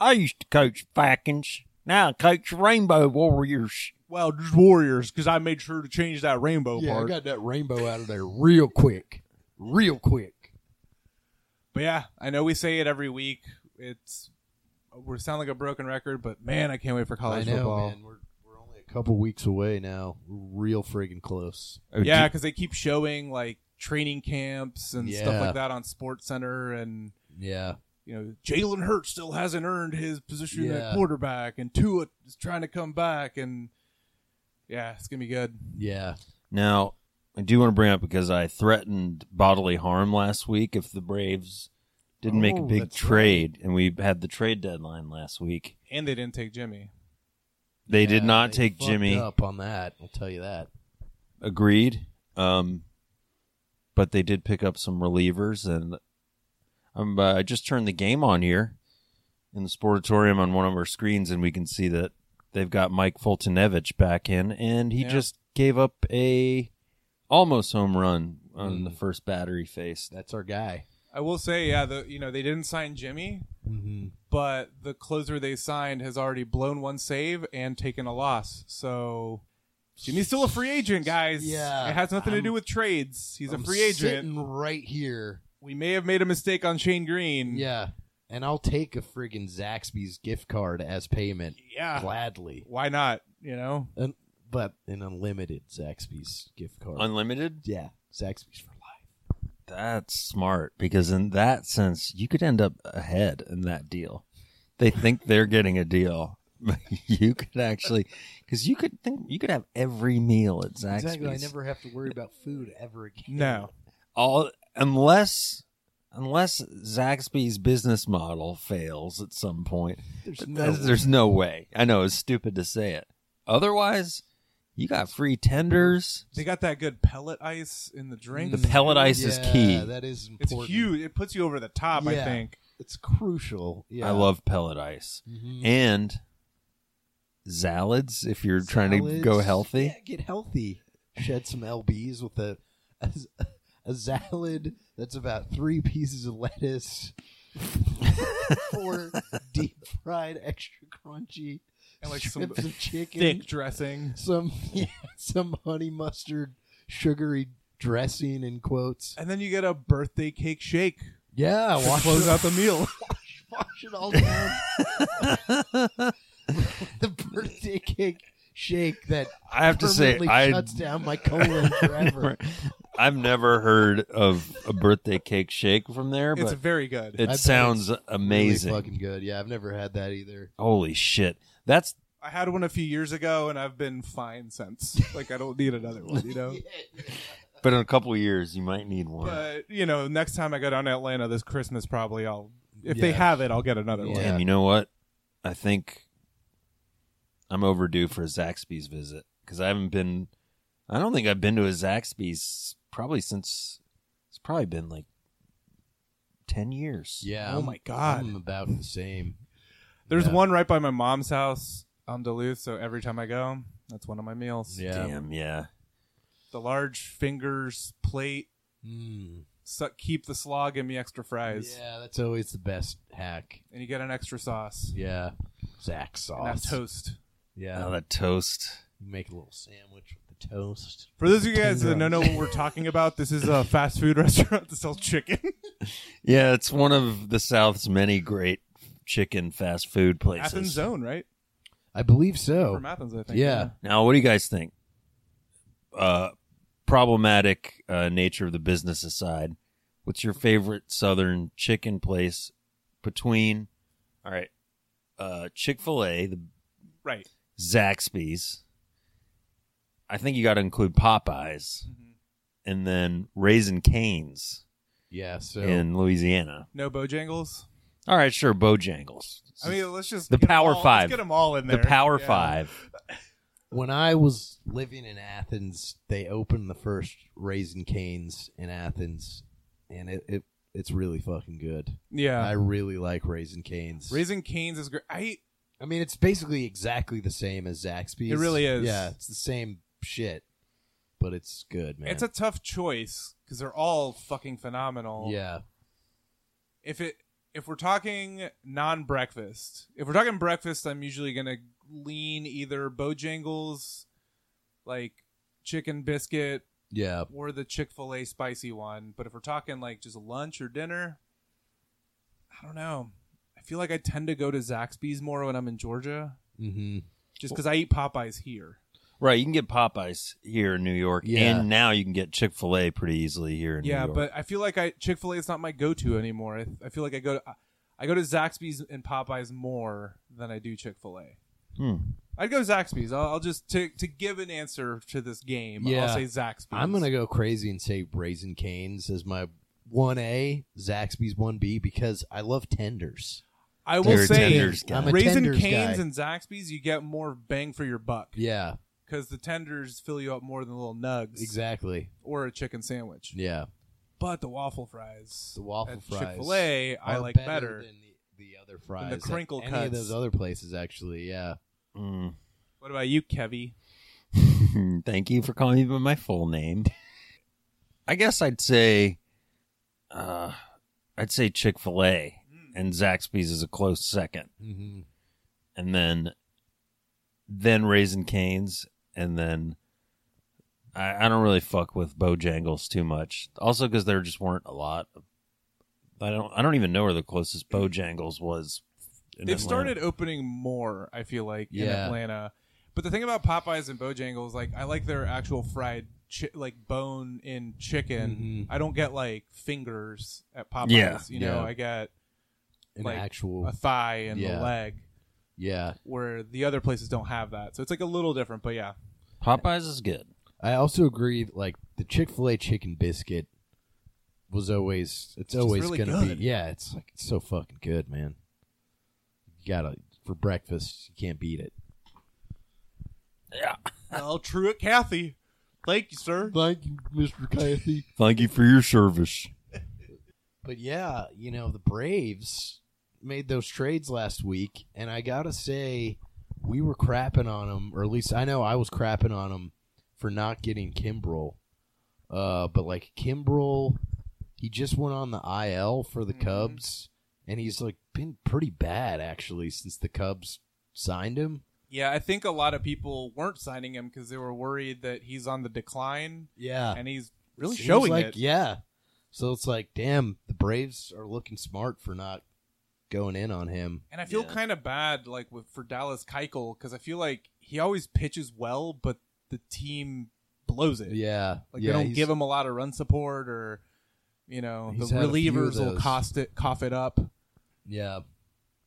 Speaker 4: I used to coach Falcons. Now I coach Rainbow Warriors.
Speaker 3: Well, just Warriors because I made sure to change that rainbow
Speaker 2: yeah. I
Speaker 3: part.
Speaker 2: got that rainbow out of there real quick, real quick.
Speaker 3: but yeah, I know we say it every week. It's we sound like a broken record, but man, I can't wait for college
Speaker 2: I know,
Speaker 3: football.
Speaker 2: man. We're we're only a couple weeks away now. We're real friggin' close.
Speaker 4: Oh,
Speaker 3: Yeah, because they keep showing like training camps and
Speaker 2: Yeah.
Speaker 3: stuff like that on Sports Center and.
Speaker 2: Yeah,
Speaker 3: you know, Jalen Hurts still hasn't earned his position
Speaker 2: Yeah.
Speaker 3: at quarterback, and Tua is trying to come back, and yeah, it's gonna be good.
Speaker 2: yeah.
Speaker 4: Now, I do want to bring up because I threatened bodily harm last week if the Braves didn't make a
Speaker 2: Oh,
Speaker 4: big
Speaker 2: that's
Speaker 4: trade, and we had the trade deadline last week.
Speaker 3: And they didn't take Jimmy.
Speaker 4: They
Speaker 2: Yeah,
Speaker 4: did not
Speaker 2: they
Speaker 4: take
Speaker 2: fucked
Speaker 4: Jimmy.
Speaker 2: up on that. I'll tell you that.
Speaker 4: Agreed. Um, but they did pick up some relievers, and um, uh, I just turned the game on here, in the sportatorium on one of our screens, and we can see that they've got Mike Fultonevich back in, and he
Speaker 3: Yeah.
Speaker 4: just gave up a almost home run on
Speaker 2: Mm.
Speaker 4: the first battery face.
Speaker 2: That's our guy.
Speaker 3: I will say, yeah, the you know they didn't sign Jimmy,
Speaker 2: Mm-hmm.
Speaker 3: but the closer they signed has already blown one save and taken a loss. So Jimmy's still a free agent, guys.
Speaker 2: Yeah,
Speaker 3: it has nothing to
Speaker 2: I'm-
Speaker 3: do with trades. He's a free agent.
Speaker 2: Sitting right here.
Speaker 3: We may have made a mistake on Shane Green.
Speaker 2: Yeah. And I'll take a friggin' Zaxby's gift card as payment
Speaker 3: yeah.
Speaker 2: gladly,
Speaker 3: Why not? You know,
Speaker 2: but an unlimited Zaxby's gift card.
Speaker 4: Unlimited?
Speaker 2: yeah, Zaxby's for life.
Speaker 4: That's smart because in that sense, you could end up ahead in that deal. They think they're getting a deal. but you could actually, because you could think you could have every meal at Zaxby's.
Speaker 2: Exactly. I never have to worry about food ever again.
Speaker 3: no.
Speaker 4: all unless unless Zaxby's business model fails at some point.
Speaker 2: There's
Speaker 4: But
Speaker 2: no.
Speaker 4: that's- there's no way. I know it's stupid to say it. Otherwise, you got free tenders.
Speaker 3: They got that good pellet ice in the drink.
Speaker 4: The pellet ice is
Speaker 2: Yeah,
Speaker 4: key.
Speaker 2: That is
Speaker 3: it's
Speaker 2: important.
Speaker 3: huge. It puts you over the top. I
Speaker 2: Yeah.
Speaker 3: think.
Speaker 2: It's crucial. Yeah.
Speaker 4: I love pellet ice
Speaker 2: Mhm.
Speaker 4: and salads if you're trying to
Speaker 2: Salads.
Speaker 4: go healthy.
Speaker 2: Yeah, get healthy. Shed some lbs with a, a a salad that's about three pieces of lettuce, four deep fried extra crunchy
Speaker 3: And like some
Speaker 2: strips of chicken,
Speaker 3: Thick dressing.
Speaker 2: some yeah, some honey mustard sugary dressing in quotes.
Speaker 3: And then you get a birthday cake shake.
Speaker 2: Yeah,
Speaker 3: to
Speaker 2: wash
Speaker 3: close
Speaker 2: it,
Speaker 3: out the meal.
Speaker 2: wash, wash it all down. the birthday cake shake that
Speaker 4: I have to say,
Speaker 2: permanently
Speaker 4: I
Speaker 2: shuts down my colon
Speaker 4: never,
Speaker 2: forever.
Speaker 4: I've never heard of a birthday cake shake from there,
Speaker 3: It's
Speaker 4: but
Speaker 3: very good.
Speaker 4: it
Speaker 2: bet
Speaker 4: sounds
Speaker 2: Really
Speaker 4: amazing.
Speaker 2: fucking good. Yeah, I've never had that either.
Speaker 4: Holy shit! That's
Speaker 3: I had one a few years ago, and I've been fine since. Like I don't need another one, you know.
Speaker 4: But in a couple of years, you might need one.
Speaker 3: But you know, next time I go down to Atlanta this Christmas, probably I'll. If they
Speaker 2: Yeah.
Speaker 3: have it, I'll get another one.
Speaker 2: Yeah.
Speaker 4: Damn, you know what? I think I'm overdue for a Zaxby's visit because I haven't been. I don't think I've been to a Zaxby's probably since it's probably been like ten years.
Speaker 2: Yeah.
Speaker 3: Oh
Speaker 2: I'm-
Speaker 3: my God.
Speaker 2: I'm about the same.
Speaker 3: There's
Speaker 2: Yeah.
Speaker 3: one right by my mom's house on Duluth, so every time I go, that's one of my meals.
Speaker 2: Yeah.
Speaker 4: Damn. Yeah.
Speaker 3: The large fingers plate,
Speaker 2: Mm.
Speaker 3: suck, keep the slaw, give me extra fries,
Speaker 2: Yeah, that's always the best hack.
Speaker 3: and you get an extra sauce.
Speaker 2: Yeah. Zach
Speaker 3: And that's
Speaker 2: sauce.
Speaker 3: toast.
Speaker 2: Yeah.
Speaker 4: Oh, that toast.
Speaker 2: You make a little sandwich with the toast.
Speaker 3: For those of you guys that don't know what we're talking about, this is a fast food restaurant that sells chicken.
Speaker 4: Yeah, it's one of the South's many great chicken fast food places.
Speaker 3: Athens Zone, right?
Speaker 2: I believe so.
Speaker 3: From Athens, I think.
Speaker 2: Oh. Yeah.
Speaker 4: Now, what do you guys think? Uh, problematic uh, nature of the business aside, what's your favorite Southern chicken place between? All right, uh, Chick Fil A, the
Speaker 3: Right.
Speaker 4: Zaxby's. I think you got to include Popeyes,
Speaker 3: Mm-hmm.
Speaker 4: and then Raisin Canes
Speaker 2: Yeah, so
Speaker 4: in Louisiana.
Speaker 3: No Bojangles.
Speaker 4: All right, sure, Bojangles.
Speaker 3: I mean, let's just
Speaker 4: The
Speaker 3: get 'em
Speaker 4: Power
Speaker 3: all-
Speaker 4: Five.
Speaker 3: Let's get them all in
Speaker 4: the
Speaker 3: there.
Speaker 4: Power
Speaker 3: Yeah.
Speaker 4: Five.
Speaker 2: when I was living in Athens, they opened the first Raisin Canes in Athens and it, it it's really fucking good. I
Speaker 3: Yeah.
Speaker 2: really like Raisin Canes.
Speaker 3: Raising Canes is great. I ate
Speaker 2: I mean, it's basically exactly the same as Zaxby's.
Speaker 3: It really is.
Speaker 2: Yeah, it's the same shit, but it's good, man.
Speaker 3: It's a tough choice because they're all fucking phenomenal.
Speaker 2: yeah,
Speaker 3: If it if we're talking non breakfast, if we're talking breakfast, I'm usually gonna lean either Bojangles, like chicken biscuit,
Speaker 2: yeah.
Speaker 3: or the Chick Fil A spicy one. But if we're talking like just lunch or dinner, I don't know. I feel like I tend to go to Zaxby's more when I'm in Georgia,
Speaker 2: Mm-hmm.
Speaker 3: just because I eat Popeyes here.
Speaker 4: Right, you can get Popeyes here in New York,
Speaker 2: Yeah.
Speaker 4: and now you can get Chick Fil A pretty easily here in
Speaker 3: Yeah,
Speaker 4: New York.
Speaker 3: but I feel like I Chick Fil A is not my go to anymore. I, I feel like I go to I go to Zaxby's and Popeyes more than I do Chick Fil A.
Speaker 4: Hmm.
Speaker 3: I'd go Zaxby's. I'll, I'll just to to give an answer to this game.
Speaker 2: Yeah.
Speaker 3: I'll say Zaxby's.
Speaker 2: I'm gonna go crazy and say Raisin Canes as my one A, Zaxby's one B because I love tenders.
Speaker 3: I will
Speaker 4: You're a
Speaker 3: say
Speaker 4: tenders guy.
Speaker 2: I'm a
Speaker 3: Raisin
Speaker 2: tenders
Speaker 3: Canes
Speaker 2: guy.
Speaker 3: and Zaxby's. You get more bang for your buck
Speaker 2: Yeah,
Speaker 3: because the tenders fill you up more than little nugs
Speaker 2: exactly.
Speaker 3: or a chicken sandwich.
Speaker 2: Yeah,
Speaker 3: But the waffle fries,
Speaker 2: the waffle
Speaker 3: at
Speaker 2: fries.
Speaker 3: Chick Fil A, I
Speaker 2: are
Speaker 3: like
Speaker 2: better,
Speaker 3: better.
Speaker 2: than the, the other fries. at
Speaker 3: crinkle
Speaker 2: any of
Speaker 3: cuts.
Speaker 2: those other places, actually. Yeah.
Speaker 4: Mm.
Speaker 3: What about you, Kevy?
Speaker 4: Thank you for calling me by my full name. I guess I'd say, uh, I'd say Chick Fil A,
Speaker 3: Hmm.
Speaker 4: and Zaxby's is a close second,
Speaker 2: Mm-hmm.
Speaker 4: and then, then Raisin Canes, and then. I, I don't really fuck with Bojangles too much. Also, because there just weren't a lot. Of, I don't. I don't even know where the closest Bojangles was. in
Speaker 3: They've
Speaker 4: Atlanta.
Speaker 3: started opening more, I feel like, in
Speaker 2: Yeah.
Speaker 3: Atlanta. But the thing about Popeyes and Bojangles, like, I like their actual fried, chi- like, bone in chicken. I don't get, like, fingers at Popeyes.
Speaker 4: Yeah,
Speaker 3: you know,
Speaker 2: Mm-hmm. yeah.
Speaker 3: I get
Speaker 2: An
Speaker 3: Like,
Speaker 2: actual.
Speaker 3: a thigh and
Speaker 2: Yeah.
Speaker 3: a leg,
Speaker 2: yeah.
Speaker 3: where the other places don't have that. So it's, like, a little different, but yeah.
Speaker 4: Popeyes is good.
Speaker 2: I also agree. Like the Chick Fil A chicken biscuit was always. It's,
Speaker 3: just
Speaker 2: always
Speaker 3: really
Speaker 2: gonna
Speaker 3: good.
Speaker 2: be. Yeah. It's like it's so fucking good, man. You gotta for breakfast. You can't beat it.
Speaker 4: Yeah.
Speaker 3: Well, true at Kathy. Thank you, sir.
Speaker 2: Thank you, Mister Kathy.
Speaker 4: Thank you for your service.
Speaker 2: But yeah, you know, the Braves made those trades last week, and I got to say, we were crapping on them, or at least I know I was crapping on them for not getting Kimbrel. Uh, but like Kimbrel, he just went on the IL for the
Speaker 3: Mhm.
Speaker 2: Cubs, and he's like been pretty bad actually since the Cubs signed him.
Speaker 3: Yeah, I think a lot of people weren't signing him because they were worried that he's on the decline,
Speaker 2: Yeah,
Speaker 3: and he's really
Speaker 2: Seems
Speaker 3: showing
Speaker 2: like,
Speaker 3: it.
Speaker 2: Yeah. So it's like, damn, the Braves are looking smart for not going in on him.
Speaker 3: And I feel
Speaker 4: Yeah.
Speaker 3: kind of bad, like with for Dallas Keuchel, because I feel like he always pitches well, but the team blows it.
Speaker 2: Yeah,
Speaker 3: like
Speaker 2: yeah,
Speaker 3: they don't
Speaker 2: he's-
Speaker 3: give him a lot of run support, or you know, the
Speaker 2: He's had a few of
Speaker 3: relievers will
Speaker 2: those.
Speaker 3: cost it, cough it up.
Speaker 2: Yeah,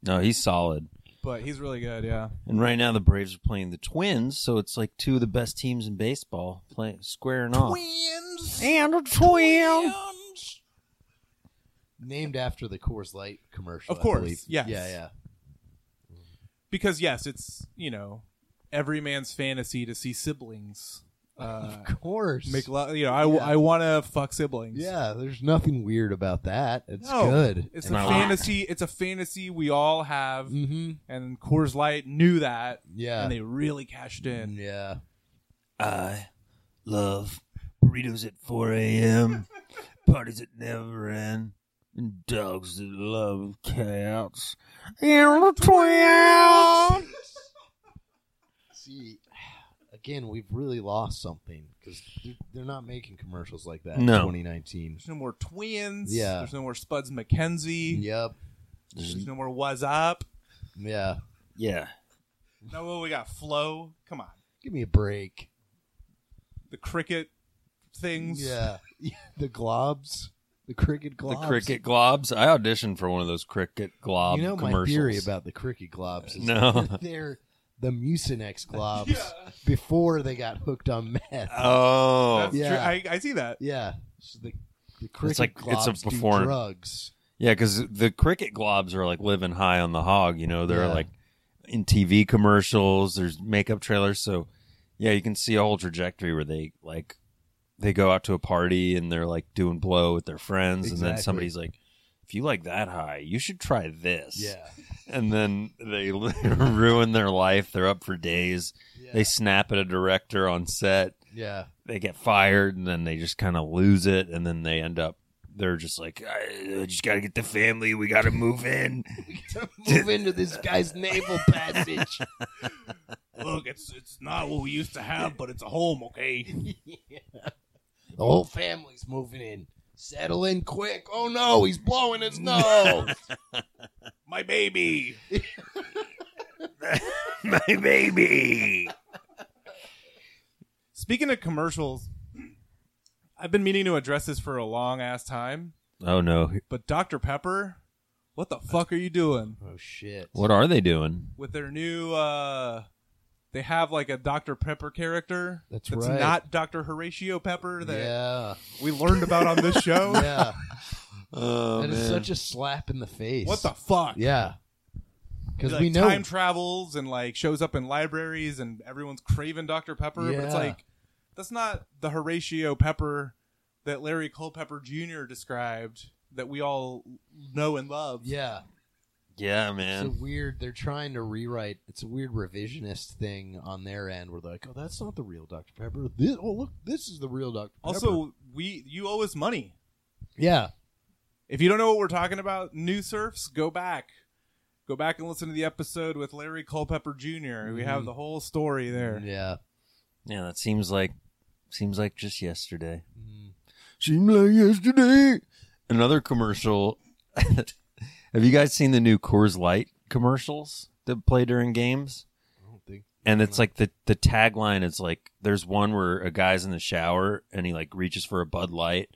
Speaker 4: No, he's solid.
Speaker 3: But he's really good. Yeah,
Speaker 4: And right now the Braves are playing the Twins, so it's like two of the best teams in baseball playing squaring off.
Speaker 2: Twins.
Speaker 4: And a twin.
Speaker 2: Named after the Coors Light commercial,
Speaker 3: Of
Speaker 2: I
Speaker 3: course,
Speaker 2: believe.
Speaker 3: yes.
Speaker 2: Yeah, yeah,
Speaker 3: because yes, it's you know, every man's fantasy to see siblings. Uh,
Speaker 2: of course.
Speaker 3: make love. You know, I,
Speaker 2: Yeah.
Speaker 3: I want to fuck siblings.
Speaker 2: yeah, there's nothing weird about that. It's
Speaker 3: No.
Speaker 2: good.
Speaker 3: It's
Speaker 4: Am
Speaker 3: a
Speaker 4: I lying?
Speaker 3: fantasy. It's a fantasy we all have,
Speaker 2: Mm-hmm.
Speaker 3: and Coors Light knew that,
Speaker 2: Yeah,
Speaker 3: and they really cashed in.
Speaker 2: yeah.
Speaker 4: I love burritos at 4 a.m., parties that never end, and dogs that love cats. And a twin.
Speaker 2: See, again, we've really lost something because they're not making commercials like that
Speaker 4: No.
Speaker 2: in 2019.
Speaker 3: There's no more twins.
Speaker 2: Yeah.
Speaker 3: There's no more Spuds McKenzie.
Speaker 2: Yep.
Speaker 3: There's no more Was Up.
Speaker 2: Yeah.
Speaker 4: Yeah.
Speaker 3: No, well, we got Flow. Come on.
Speaker 2: Give me a break.
Speaker 3: The cricket things.
Speaker 2: Yeah. the globs. The cricket globs.
Speaker 4: The cricket globs. I auditioned for one of those cricket glob
Speaker 2: you know my
Speaker 4: commercials.
Speaker 2: theory about the cricket globs is
Speaker 4: No.
Speaker 2: that they're the mucinex globs
Speaker 3: Yeah.
Speaker 2: before they got hooked on meth
Speaker 4: Oh.
Speaker 3: That's
Speaker 2: Yeah.
Speaker 3: true. I, I see that.
Speaker 2: yeah so the, the cricket
Speaker 4: like- it's
Speaker 2: globs
Speaker 4: a before-
Speaker 2: do drugs
Speaker 4: Yeah, because the cricket globs are like living high on the hog. You know, they're
Speaker 2: Yeah.
Speaker 4: like in TV commercials. There's makeup trailers, so yeah, you can see a whole trajectory where they like they go out to a party and they're like doing blow with their friends, and then
Speaker 2: Exactly.
Speaker 4: somebody's like, "If you like that high, you should try this."
Speaker 2: yeah,
Speaker 4: and then they ruin their life. They're up for days.
Speaker 2: yeah
Speaker 4: They snap at a director on set.
Speaker 2: yeah
Speaker 4: They get fired, and then they just kind of lose it, and then they end up. They're just like, I, I just got to get the family. We got to move in.
Speaker 2: move into this guy's naval passage
Speaker 3: Look, it's it's not what we used to have, but it's a home, okay?
Speaker 2: the whole family's moving in settle in quick oh no he's blowing his nose
Speaker 3: My baby.
Speaker 4: my baby.
Speaker 3: Speaking of commercials, I've been meaning to address this for a long ass time,
Speaker 4: Oh no!
Speaker 3: but Dr. Pepper, what the fuck are you doing?
Speaker 2: oh shit
Speaker 4: What are they doing?
Speaker 3: with their new uh they have like a Dr. Pepper character.
Speaker 2: That's right.
Speaker 3: not Dr. Horatio Pepper that
Speaker 2: yeah
Speaker 3: we learned about on this show.
Speaker 2: yeah
Speaker 4: Oh
Speaker 2: that is such a slap in the face
Speaker 3: What the fuck?
Speaker 2: Yeah. Because
Speaker 3: Like,
Speaker 2: we know.
Speaker 3: time travels and like shows up in libraries and everyone's craving Dr. Pepper, but it's
Speaker 2: Yeah.
Speaker 3: like that's not the Horatio Pepper that Larry Culpepper Jr. described that we all know and love.
Speaker 2: yeah.
Speaker 4: Yeah,
Speaker 2: It's a
Speaker 4: man.
Speaker 2: weird. They're trying to rewrite. It's a weird revisionist thing on their end where they're like, "Oh, that's not the real Dr. Pepper. This, oh, look, this is the real Dr. Pepper."
Speaker 3: Also, we you owe us money.
Speaker 2: yeah,
Speaker 3: If you don't know what we're talking about, New Surfs, go back. Go back and listen to the episode with Larry Culpepper junior We have the whole story there.
Speaker 2: yeah.
Speaker 4: yeah, that seems like seems like just yesterday.
Speaker 2: Mm.
Speaker 4: Seemed like yesterday. Another commercial. Have you guys seen the new Coors Light commercials that play during games?
Speaker 2: I don't think.
Speaker 4: and it's like the the tagline is like there's one where a guy's in the shower and he like reaches for a Bud Light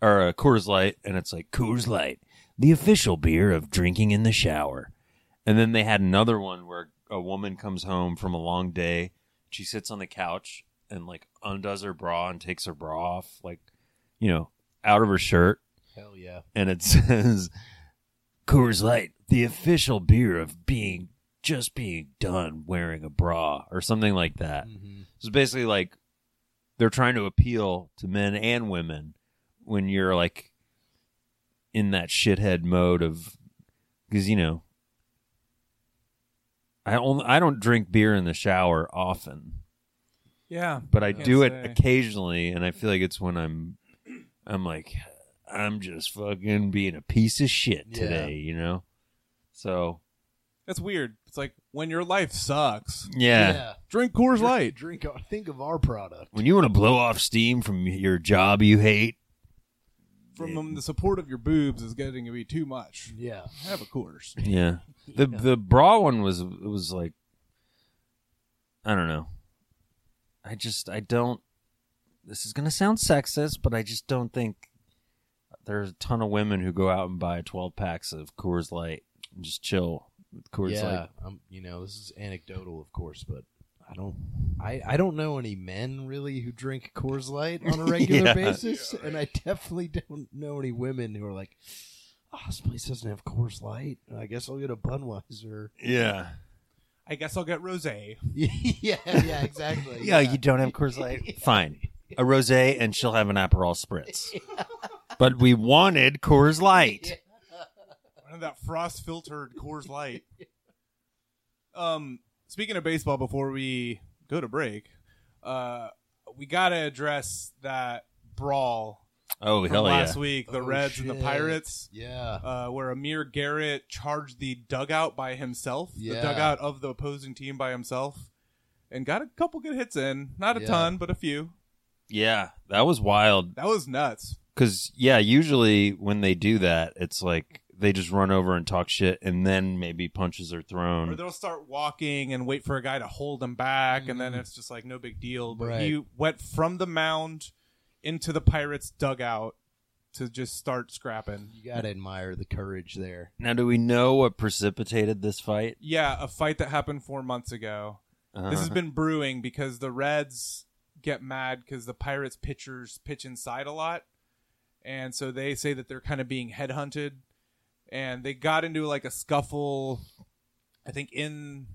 Speaker 4: or a Coors Light and it's like Coors Light, the official beer of drinking in the shower. And then they had another one where a woman comes home from a long day, she sits on the couch and like undoes her bra and takes her bra off like you know, out of her shirt
Speaker 2: Hell yeah.
Speaker 4: and it says Coors Light, the official beer of being just being done wearing a bra or something like that.
Speaker 2: Mm-hmm.
Speaker 4: So basically like they're trying to appeal to men and women when you're like in that shithead mode of cuz you know I only, I don't drink beer in the shower often,
Speaker 3: Yeah.
Speaker 4: but I
Speaker 3: Yeah.
Speaker 4: do it
Speaker 3: Say.
Speaker 4: occasionally and I feel like it's when I'm I'm like I'm just fucking being a piece of shit
Speaker 2: Yeah.
Speaker 4: today, you know? So,
Speaker 3: That's weird. It's like when your life sucks,
Speaker 4: yeah.
Speaker 3: drink Coors
Speaker 2: Drink-
Speaker 3: Light.
Speaker 2: Drink. our- Think of our product.
Speaker 4: When you want to blow off steam from your job you hate,
Speaker 3: From um, the support of your boobs is getting to be too much.
Speaker 2: Yeah.
Speaker 3: Have a Coors.
Speaker 4: Yeah. The the bra one was it was like I don't know. I just I don't this is going to sound sexist, but I just don't think there's a ton of women who go out and buy 12 packs of Coors Light and just chill with Coors
Speaker 2: yeah.
Speaker 4: Light.
Speaker 2: um, you know, this is anecdotal, of course, but I don't. I, I don't know any men really who drink Coors Light on a regular
Speaker 4: Yeah.
Speaker 2: basis, and I definitely don't know any women who are like, "Oh, this place doesn't have Coors Light. I guess I'll get a Budweiser."
Speaker 4: Yeah.
Speaker 3: I guess I'll get rosé.
Speaker 2: yeah, yeah, exactly.
Speaker 4: Yeah, you don't have Coors Light. Fine. A rosé and she'll have an Aperol spritz. But we wanted Coors Light.
Speaker 3: One of that frost filtered Coors Light. Um, speaking of baseball, before we go to break, uh, we gotta address that brawl
Speaker 4: Oh,
Speaker 3: from
Speaker 4: hell yeah.
Speaker 3: last week, the
Speaker 2: Oh,
Speaker 3: Reds and the
Speaker 2: shit.
Speaker 3: Pirates,
Speaker 2: Yeah.
Speaker 3: uh, where Amir Garrett charged the dugout by himself, the
Speaker 2: Yeah.
Speaker 3: dugout of the opposing team by himself, and got a couple good hits in. Not a
Speaker 2: Yeah.
Speaker 3: ton, but a few.
Speaker 4: Yeah, that was wild.
Speaker 3: That was nuts.
Speaker 4: Because yeah, usually when they do that, it's like they just run over and talk shit, and then maybe punches are
Speaker 3: Or
Speaker 4: thrown.
Speaker 3: they'll start walking and wait for a guy to hold them back, and
Speaker 2: Mm.
Speaker 3: then it's just like no big deal. But he went from the mound into the Pirates' dugout to just start scrapping.
Speaker 2: You gotta admire the courage there.
Speaker 4: Now, do we know what precipitated this fight?
Speaker 3: Yeah, a fight that happened four months ago. This has
Speaker 4: Uh,
Speaker 3: been brewing because the Reds get mad because the Pirates pitchers pitch inside a lot. And so they say that they're kind of being headhunted. And they got into like a scuffle, I think in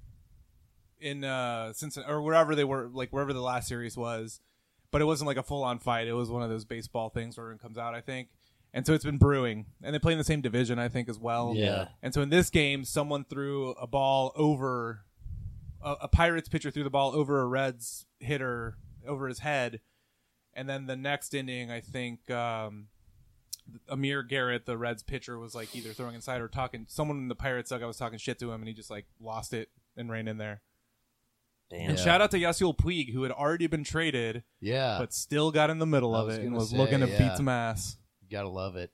Speaker 3: in uh Cincinnati or wherever they were, like wherever the last series was. But it wasn't like a full on fight. It was one of those baseball things where it comes out, I think. And so it's been brewing. And they play in the same division, I think, as well.
Speaker 2: Yeah.
Speaker 3: And so in this game, someone threw a ball over a, a Pirates pitcher threw the ball over a Reds hitter over his head, and then the next inning, I think um, Amir Garrett, the Reds pitcher, was like either throwing inside or talking. Someone in the Pirates dugout was talking shit to him, and he just like lost it and ran in there.
Speaker 4: Damn.
Speaker 3: And
Speaker 2: Yeah.
Speaker 3: shout out to Yasiel Puig, who had already been traded
Speaker 2: Yeah.
Speaker 3: but still got in the middle
Speaker 2: I
Speaker 3: of
Speaker 2: was
Speaker 3: it and
Speaker 2: gonna
Speaker 3: was
Speaker 2: say,
Speaker 3: looking to beat
Speaker 2: yeah.
Speaker 3: some ass.
Speaker 2: you gotta love it.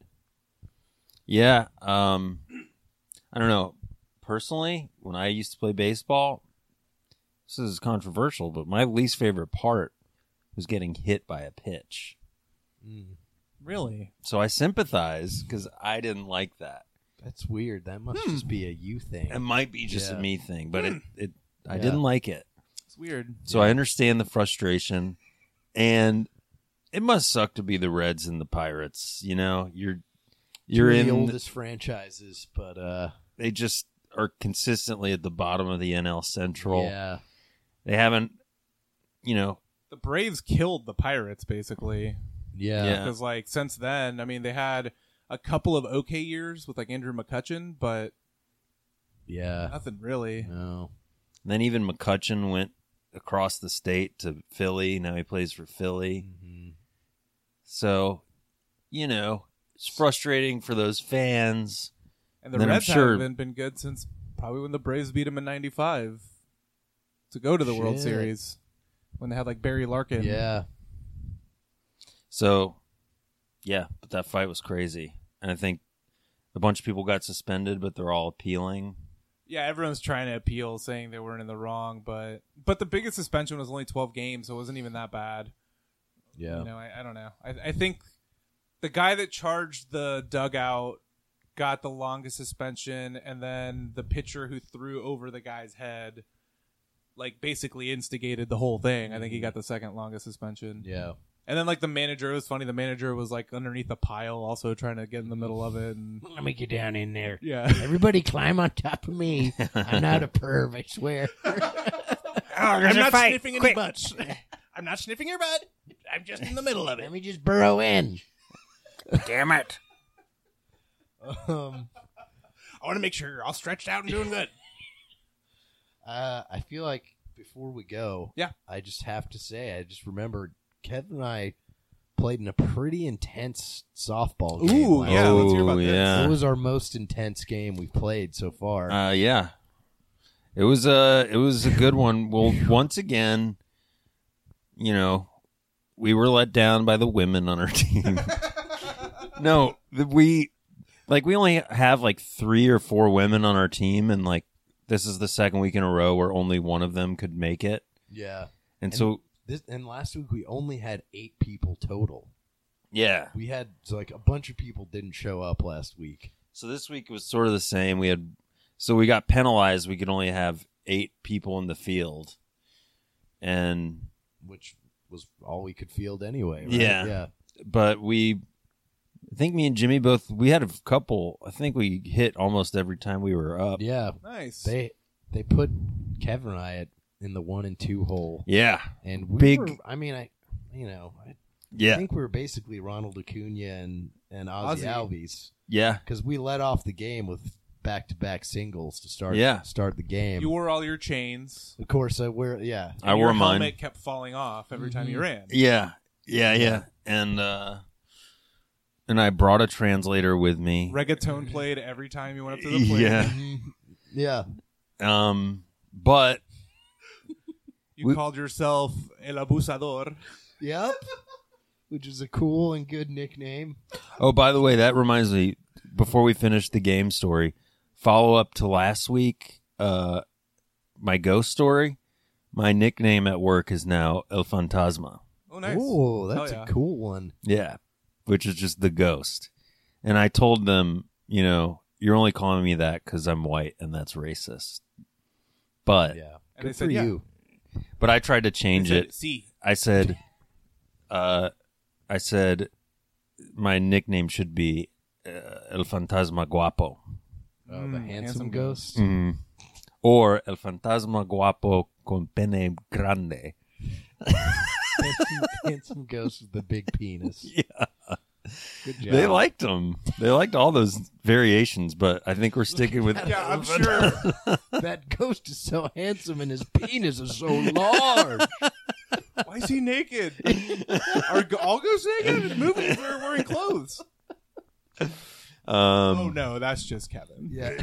Speaker 4: Yeah. Um, I don't know. Personally, when I used to play baseball, this is controversial, but my least favorite part was getting hit by a pitch.
Speaker 2: Mm.
Speaker 3: Really?
Speaker 4: So I sympathize because I didn't like that.
Speaker 2: That's weird. That
Speaker 4: Hmm.
Speaker 2: must just be a you thing.
Speaker 4: It might be just a
Speaker 2: Yeah. Hmm.
Speaker 4: me thing, but it, it I
Speaker 2: Yeah.
Speaker 4: didn't like it.
Speaker 3: It's weird.
Speaker 4: So I understand the frustration, and it must suck to be the Reds and the Pirates. You know, you're you're
Speaker 2: Two of
Speaker 4: in.
Speaker 2: the oldest franchises, but uh,
Speaker 4: They just are consistently at the bottom of the NL Central.
Speaker 2: yeah,
Speaker 4: They haven't, you know.
Speaker 3: The Braves killed the Pirates basically.
Speaker 2: yeah,
Speaker 4: Yeah.
Speaker 3: because like since then, I mean, they had a couple of okay years with like Andrew McCutcheon, but
Speaker 2: Yeah.
Speaker 3: Nothing really.
Speaker 2: No.
Speaker 4: Then even McCutcheon went across the state to Philly. Now he plays for Philly.
Speaker 2: Mhm.
Speaker 4: So, you know, it's frustrating for those fans.
Speaker 3: And the
Speaker 4: Then I'm
Speaker 3: Reds
Speaker 4: sure-
Speaker 3: haven't been good since probably when the Braves beat them in '95 to go to the World
Speaker 2: Shit.
Speaker 3: Series when they had like Barry Larkin.
Speaker 2: Mm-hmm. Yeah.
Speaker 4: So, yeah, but that fight was crazy. And I think a bunch of people got suspended, but they're all appealing.
Speaker 3: yeah. Everyone's trying to appeal, saying they weren't in the wrong, but but the biggest suspension was only 12 games, so it wasn't even that bad.
Speaker 2: Yeah.
Speaker 3: You know, I, I don't know. I, I think the guy that charged the dugout got the longest suspension, and then the pitcher who threw over the guy's head, like basically instigated the whole thing. I think
Speaker 2: Mm-hmm.
Speaker 3: he got the second longest suspension.
Speaker 2: Yeah.
Speaker 3: And then like the manager, it was funny. The manager was like underneath the pile, also trying to get in the middle of it. And
Speaker 2: Let me get down in there.
Speaker 3: yeah,
Speaker 2: Everybody climb on top of me. I'm not a perv, I swear.
Speaker 1: Oh, there's a fight. Quick.
Speaker 2: butts.
Speaker 3: I'm not sniffing your butt. I'm just in the middle of
Speaker 2: Let me just burrow in.
Speaker 1: Damn it.
Speaker 2: Um,
Speaker 3: I want to make sure you're all stretched out and doing good.
Speaker 2: uh, I feel like before we go,
Speaker 3: Yeah.
Speaker 2: I just have to say, I just remembered Kevin and I played in a pretty intense softball game.
Speaker 3: Ooh,
Speaker 2: last
Speaker 3: yeah.
Speaker 2: week.
Speaker 3: let's hear about
Speaker 4: Oh,
Speaker 3: this.
Speaker 2: It
Speaker 4: yeah.
Speaker 2: was our most intense game we've played so far.
Speaker 4: Uh, yeah. It was a it was a good one. Well, once again, you know, we were let down by the women on our team. no, the- we like we only have like three or four women on our team, and like this is the second week in a row where only one of them could make it,
Speaker 2: yeah.
Speaker 4: and so
Speaker 2: This and last week we only had eight people total.
Speaker 4: yeah.
Speaker 2: We had so like a bunch of people didn't show up last week.
Speaker 4: So this week was sort of the same. We had so we got penalized. We could only have eight people in the field, and
Speaker 2: which was all we could field anyway. right?
Speaker 4: Yeah.
Speaker 2: yeah,
Speaker 4: but we I think me and Jimmy both we had a couple I think we hit almost every time we were up.
Speaker 2: yeah.
Speaker 3: Nice.
Speaker 2: They they put Kevin and I at, in the one and two hole,
Speaker 4: Yeah.
Speaker 2: and we
Speaker 4: Big-
Speaker 2: Were, I mean, I you know, I
Speaker 4: Yeah.
Speaker 2: think we were basically Ronald Acuna and and Ozzy
Speaker 3: Ozzy.
Speaker 2: Albies
Speaker 4: Yeah.
Speaker 2: because we let off the game with back to back singles to start
Speaker 4: Yeah.
Speaker 2: start the game.
Speaker 3: you wore all your chains.
Speaker 2: of course, I wear yeah.
Speaker 4: I
Speaker 3: and
Speaker 4: wore
Speaker 3: your
Speaker 4: mine. Mm-hmm.
Speaker 3: Helmet kept falling off every time you ran.
Speaker 4: Yeah. Yeah, yeah. And uh and I brought a translator with me.
Speaker 3: Reggaeton played every time you went up to the plate.
Speaker 4: Yeah.
Speaker 2: Mm-hmm. Yeah,
Speaker 4: Um but
Speaker 3: You
Speaker 4: We-
Speaker 3: called yourself El Abusador.
Speaker 2: yep. Which is a cool and good nickname.
Speaker 4: oh by the way, that reminds me before we finish the game story, follow up to last week, uh my ghost story. My nickname at work is now El Fantasma.
Speaker 3: Oh, nice.
Speaker 2: Ooh, that's
Speaker 3: yeah.
Speaker 2: a cool one.
Speaker 4: Yeah. Which is just the ghost. And I told them, you know, you're only calling me that because I'm white and that's racist. But
Speaker 2: Yeah,
Speaker 3: And
Speaker 2: Uh, good for
Speaker 3: they said, yeah.
Speaker 2: you.
Speaker 4: but I tried to
Speaker 3: They
Speaker 4: change
Speaker 3: said,
Speaker 4: it.
Speaker 3: See,
Speaker 4: I said uh I said my nickname should be uh, El Fantasma Guapo.
Speaker 2: Oh, the
Speaker 3: Mm,
Speaker 2: handsome,
Speaker 3: handsome
Speaker 2: ghost.
Speaker 4: Mm. Or El Fantasma Guapo con pene grande.
Speaker 2: handsome, handsome ghost with the big penis. Yeah. Good job.
Speaker 4: They liked them. They liked all those variations, but I think we're sticking with
Speaker 3: yeah, I'm sure.
Speaker 2: that ghost is so handsome and his penis is so large.
Speaker 3: Why is he naked? Are go- all ghosts naked? In movies we're wearing clothes.
Speaker 4: Um,
Speaker 3: oh no, that's just Kevin.
Speaker 2: yeah.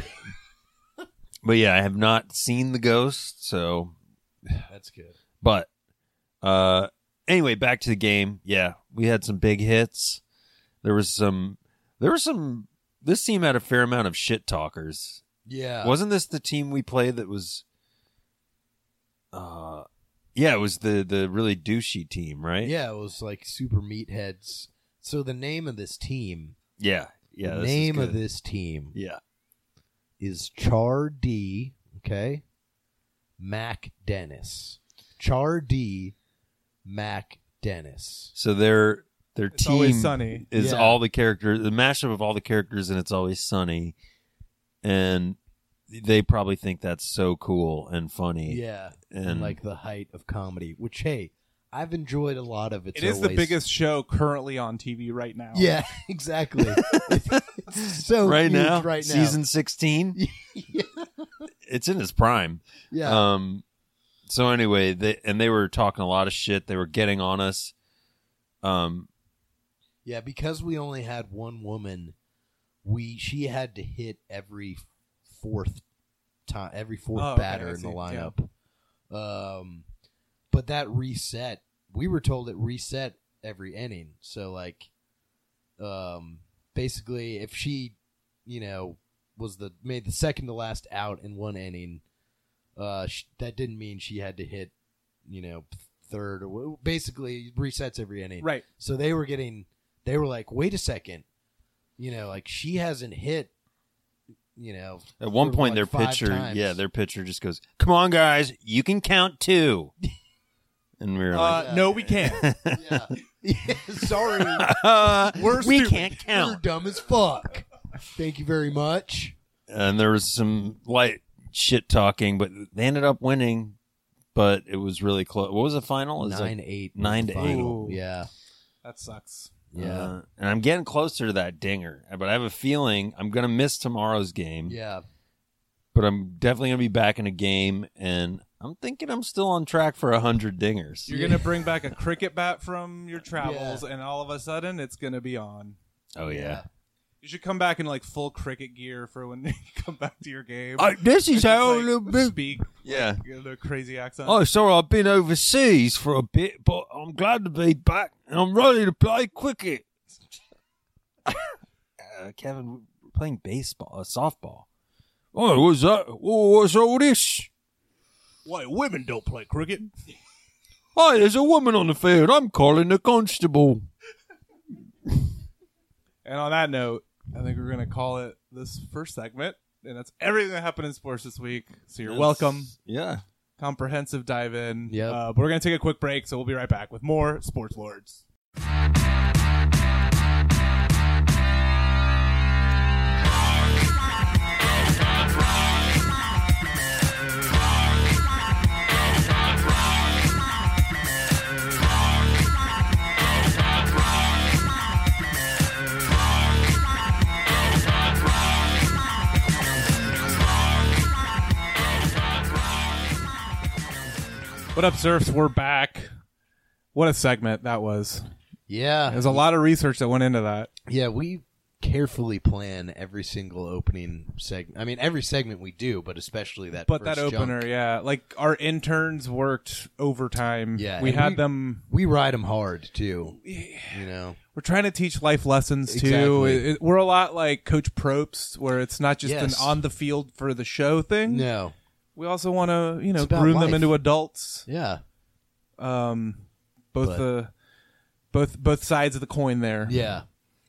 Speaker 4: But yeah, I have not seen the ghost, so
Speaker 2: That's good.
Speaker 4: but uh anyway, back to the game. Yeah, we had some big hits. There was some there was some this team had a fair amount of shit talkers.
Speaker 2: Yeah.
Speaker 4: Wasn't this the team we played that was uh yeah, it was the the really douchey team, right?
Speaker 2: Yeah, it was like super meatheads. So the name of this team,
Speaker 4: Yeah. Yeah.
Speaker 2: the
Speaker 4: this is
Speaker 2: name of
Speaker 4: good.
Speaker 2: this team
Speaker 4: Yeah.
Speaker 2: is Char D, okay? Mac Dennis. Char D, Mac Dennis.
Speaker 4: So their their
Speaker 3: It's
Speaker 4: team
Speaker 3: always sunny.
Speaker 4: is
Speaker 2: Yeah.
Speaker 4: all the characters, the mashup of all the characters, and it's always sunny, and they probably think that's so cool and funny.
Speaker 2: Yeah.
Speaker 4: and
Speaker 2: like the height of comedy, which hey, I've enjoyed a lot of it.
Speaker 3: It is the biggest show currently on TV right now.
Speaker 2: Yeah, exactly. it's so
Speaker 4: right
Speaker 2: Oh, huge
Speaker 4: now,
Speaker 2: right now.
Speaker 4: season sixteen. it's in his prime.
Speaker 2: Yeah.
Speaker 4: Um, so anyway, they and they were talking a lot of shit. They were getting on us. Um,
Speaker 2: Yeah, because we only had one woman, we she had to hit every fourth time, every fourth
Speaker 3: Oh, okay,
Speaker 2: batter
Speaker 3: I
Speaker 2: in the
Speaker 3: see, yeah.
Speaker 2: lineup. Um, but that reset. We were told it reset every inning. So like, um, basically, if she, you know, was the made the second to last out in one inning, uh, sh- that didn't mean she had to hit, you know, third or wh- basically resets every inning.
Speaker 3: Right.
Speaker 2: So they were getting, they were like, wait a second, you know, like she hasn't hit, you know.
Speaker 4: at one
Speaker 2: for,
Speaker 4: point,
Speaker 2: like,
Speaker 4: their
Speaker 2: five
Speaker 4: pitcher,
Speaker 2: times.
Speaker 4: yeah, their pitcher just goes, "Come on, guys, you can count two. and we were like,
Speaker 3: Uh, no, we can't.
Speaker 2: yeah. yeah. Sorry,
Speaker 4: "Uh,
Speaker 2: we're
Speaker 4: we
Speaker 2: stupid.
Speaker 4: can't
Speaker 2: you're
Speaker 4: count."
Speaker 2: dumb as fuck. Thank you very much.
Speaker 4: And there was some light shit talking, but they ended up winning. But it was really close. What was the final? It was like-
Speaker 2: Nine eight.
Speaker 4: nine to eight.
Speaker 3: Ooh.
Speaker 2: Yeah.
Speaker 3: that sucks.
Speaker 2: Yeah.
Speaker 4: Uh, and I'm getting closer to that dinger, but I have a feeling I'm going to miss tomorrow's game.
Speaker 2: yeah.
Speaker 4: But I'm definitely going to be back in a game, and I'm thinking I'm still on track for 100 dingers.
Speaker 3: You're gonna bring back a cricket bat from your travels, and all of a sudden it's gonna be on.
Speaker 4: Oh, yeah.
Speaker 3: You should come back in like full cricket gear for when you come back to your game.
Speaker 4: this
Speaker 3: Just,
Speaker 4: is how
Speaker 3: like,
Speaker 4: the big-
Speaker 3: speak.
Speaker 4: Yeah.
Speaker 3: You know, the crazy accent.
Speaker 4: Oh, sorry, I've been overseas for a bit, but I'm glad to be back, and I'm ready to play cricket. uh, Kevin, we're playing baseball, uh, softball. Oh, what's that? Oh, what's all this?
Speaker 3: Why women don't play cricket?
Speaker 4: Hi, there's a woman on the field. I'm calling the constable.
Speaker 3: And on that note, I think we're gonna call it this first segment, and that's everything that happened in sports this week. So you're welcome.
Speaker 4: Yeah.
Speaker 3: Comprehensive dive in.
Speaker 2: Yep.
Speaker 3: Uh, but we're gonna take a quick break, so we'll be right back with more sports lords. What up, surfs? We're back. What a segment that was.
Speaker 2: Yeah.
Speaker 3: There's a lot of research that went into that.
Speaker 2: Yeah, we carefully plan every single opening segment. I mean, every segment we do, but especially that.
Speaker 3: But
Speaker 2: first
Speaker 3: that opener,
Speaker 2: junk.
Speaker 3: yeah, like our interns worked overtime.
Speaker 2: Yeah,
Speaker 3: we
Speaker 2: and
Speaker 3: had
Speaker 2: we-
Speaker 3: them.
Speaker 2: we ride them hard too. You know,
Speaker 3: We're trying to teach life lessons too.
Speaker 2: Exactly.
Speaker 3: It- it- we're a lot like Coach Probst, where it's not just
Speaker 2: Yes.
Speaker 3: an on the field for the show thing.
Speaker 2: no,
Speaker 3: We also want to, you know,
Speaker 2: It's about
Speaker 3: groom
Speaker 2: life.
Speaker 3: them into adults.
Speaker 2: yeah,
Speaker 3: Um, both
Speaker 2: But-
Speaker 3: the both both sides of the coin there.
Speaker 2: yeah.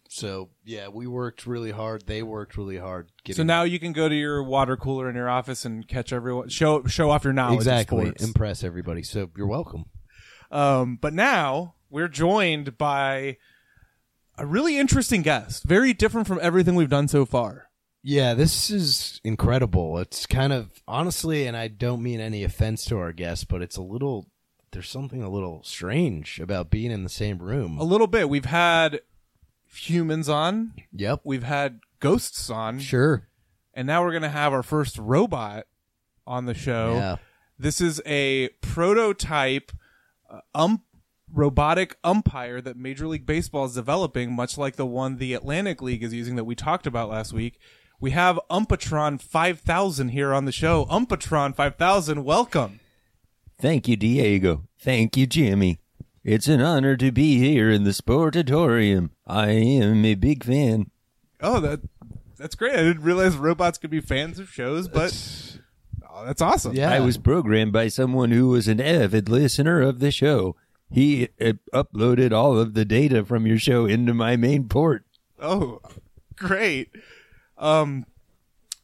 Speaker 2: So yeah, we worked really hard. They worked really hard.
Speaker 3: So now you can go to your water cooler in your office and catch everyone show show off your knowledge. of
Speaker 2: exactly
Speaker 3: sports.
Speaker 2: impress everybody. So you're welcome.
Speaker 3: Um, but now we're joined by a really interesting guest, very different from everything we've done so far.
Speaker 2: Yeah, this is incredible. It's kind of honestly, and I don't mean any offense to our guests, but it's a little. There's something a little strange about being in the same room.
Speaker 3: A little bit. We've had humans on,
Speaker 2: Yep.
Speaker 3: we've had ghosts on,
Speaker 2: Sure.
Speaker 3: and now we're going to have our first robot on the show.
Speaker 2: Yeah.
Speaker 3: This is a prototype uh, ump robotic umpire that Major League Baseball is developing, much like the one the Atlantic League is using that we talked about last week. We have Umpatron 5000 here on the show. Umpatron 5000, welcome.
Speaker 4: Thank you, Diego. Thank you, Jimmy. It's an honor to be here in the Sportatorium. I am a big fan.
Speaker 3: Oh, that that's great. I didn't realize robots could be fans of shows, but oh, that's awesome.
Speaker 2: Yeah.
Speaker 4: I was programmed by someone who was an avid listener of the show. He uh, uploaded all of the data from your show into my main port.
Speaker 3: Oh, great. Um,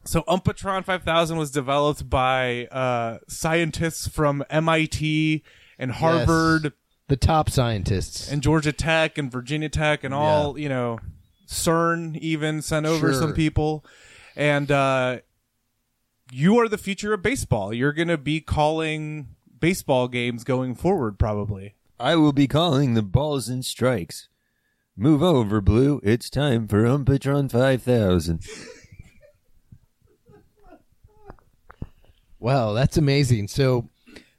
Speaker 3: so Umpatron 5000 was developed by uh, scientists from MIT and Harvard
Speaker 2: the top scientists.
Speaker 3: and Georgia Tech and Virginia Tech and all, you know, CERN even sent over
Speaker 2: Sure.
Speaker 3: some people. And uh, you are the future of baseball. You're going to be calling baseball games going forward, probably.
Speaker 4: I will be calling the balls and strikes. Move over, Blue. It's time for Umpatron 5000.
Speaker 2: Wow, that's amazing. So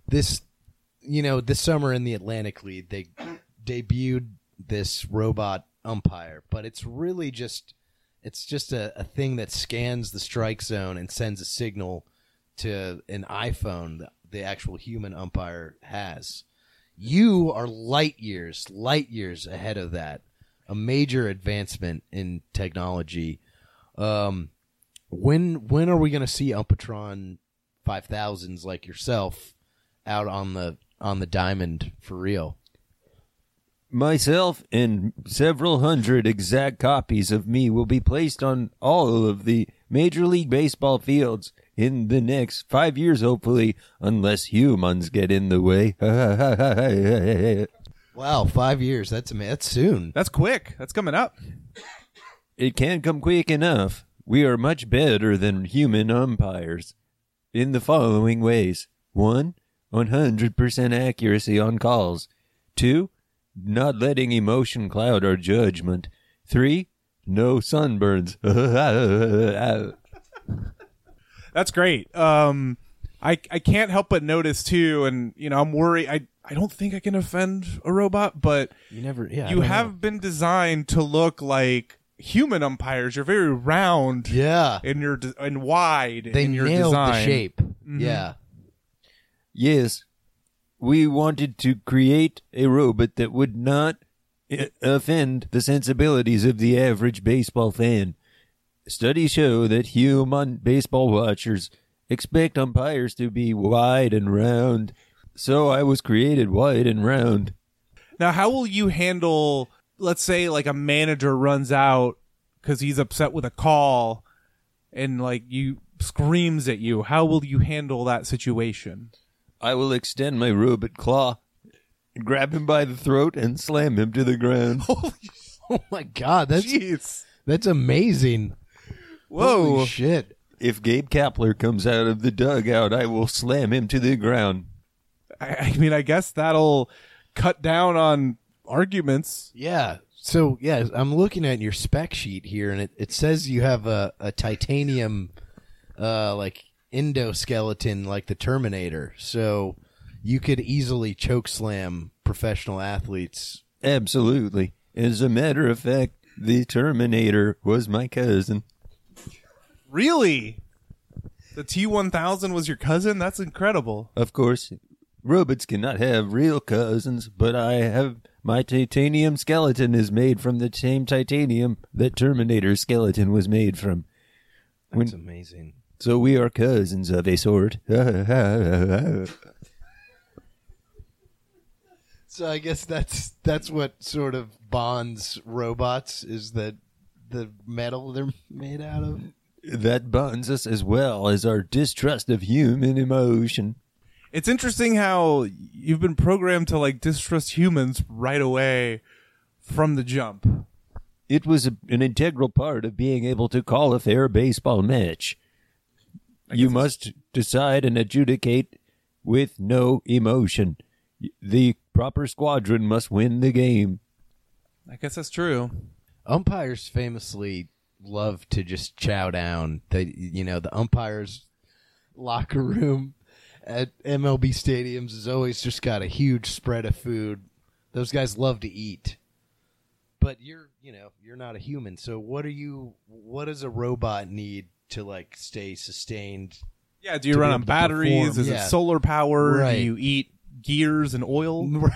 Speaker 2: this you know, this summer in the Atlantic League they debuted this robot umpire, but it's really just it's just a, a thing that scans the strike zone and sends a signal to an iPhone that the actual human umpire has. You are light years, light years ahead of that. A major advancement in technology. Um, when when are we going to see Umpatron five thousands like yourself out on the on the diamond for real?
Speaker 4: Myself and several hundred exact copies of me will be placed on all of the Major League Baseball fields in the next five years, hopefully, unless humans get in the way.
Speaker 2: Wow, five years. That's ama- that's soon.
Speaker 3: That's quick. That's coming up.
Speaker 4: it can't come quick enough. We are much better than human umpires in the following ways. One, 100% accuracy on calls. Two, not letting emotion cloud our judgment. Three, no sunburns. Ah,
Speaker 3: That's great. Um, I I can't help but notice too, and you know I'm worried. I I don't think I can offend a robot, but
Speaker 2: You never. Yeah, I
Speaker 3: you
Speaker 2: don't
Speaker 3: have
Speaker 2: know.
Speaker 3: been designed to look like human umpires. You're very round
Speaker 2: Yeah,
Speaker 3: in your de- and wide
Speaker 2: they
Speaker 3: in your
Speaker 2: nailed
Speaker 3: design. Mm-hmm.
Speaker 2: the shape. Yeah,
Speaker 4: yes, we wanted to create a robot that would not i- offend the sensibilities of the average baseball fan. Studies show that human baseball watchers expect umpires to be wide and round. So I was created wide and round.
Speaker 3: Now, how will you handle, let's say, like a manager runs out because he's upset with a call, and like you screams at you? How will you handle that situation?
Speaker 4: I will extend my robot claw, grab him by the throat, and slam him to the ground.
Speaker 2: Oh my god, that's
Speaker 3: Jeez.
Speaker 2: that's amazing.
Speaker 3: Whoa.
Speaker 2: Holy shit.
Speaker 4: If Gabe Kapler comes out of the dugout, I will slam him to the ground.
Speaker 3: I, I mean, I guess that'll cut down on arguments.
Speaker 2: Yeah. So yeah, I'm looking at your spec sheet here, and it, it says you have a, a titanium, uh, like endoskeleton, like the Terminator. So you could easily choke slam professional athletes.
Speaker 4: Absolutely. As a matter of fact, the Terminator was my cousin.
Speaker 3: Really? The T1000 was your cousin? That's incredible.
Speaker 4: Of course, robots cannot have real cousins, but I have my titanium skeleton is made from the same titanium that Terminator's skeleton was made from.
Speaker 2: That's amazing.
Speaker 4: So we are cousins of a sort.
Speaker 2: So I guess that's that's what sort of bonds robots is that the metal they're made out of.
Speaker 4: that bonds us as well as our distrust of human emotion.
Speaker 3: It's interesting how you've been programmed to like distrust humans right away from the jump.
Speaker 4: It was a, an integral part of being able to call a fair baseball match. You must decide and adjudicate with no emotion. The proper squadron must win the game.
Speaker 3: I guess that's true.
Speaker 2: umpires famously love to just chow down. They, you know, the umpires locker room at MLB stadiums has always just got a huge spread of food. Those guys love to eat. But you're, you know, you're not a human. So what are you what does a robot need to like stay sustained?
Speaker 3: Yeah, do you
Speaker 2: To be
Speaker 3: run
Speaker 2: able
Speaker 3: on
Speaker 2: to
Speaker 3: batteries?
Speaker 2: perform,
Speaker 3: Is
Speaker 2: yeah.
Speaker 3: it solar power?
Speaker 2: Right.
Speaker 3: Do you eat gears and oil?
Speaker 2: Right.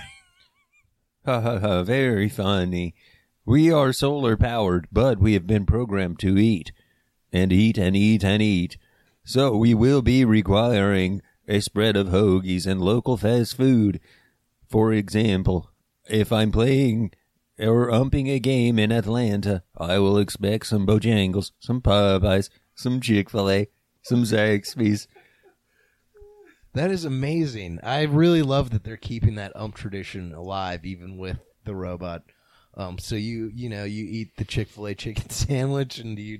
Speaker 4: Ha ha ha, very funny. We are solar powered, but we have been programmed to eat and eat and eat and eat. So we will be requiring a spread of hoagies and local fast food. For example, if I'm playing or umping a game in Atlanta, I will expect some Bojangles, some Popeyes, some Chick fil A, some Zaxby's.
Speaker 2: That is amazing. I really love that they're keeping that ump tradition alive, even with the robot. Um, so you you know you eat the Chick Fil A chicken sandwich, and you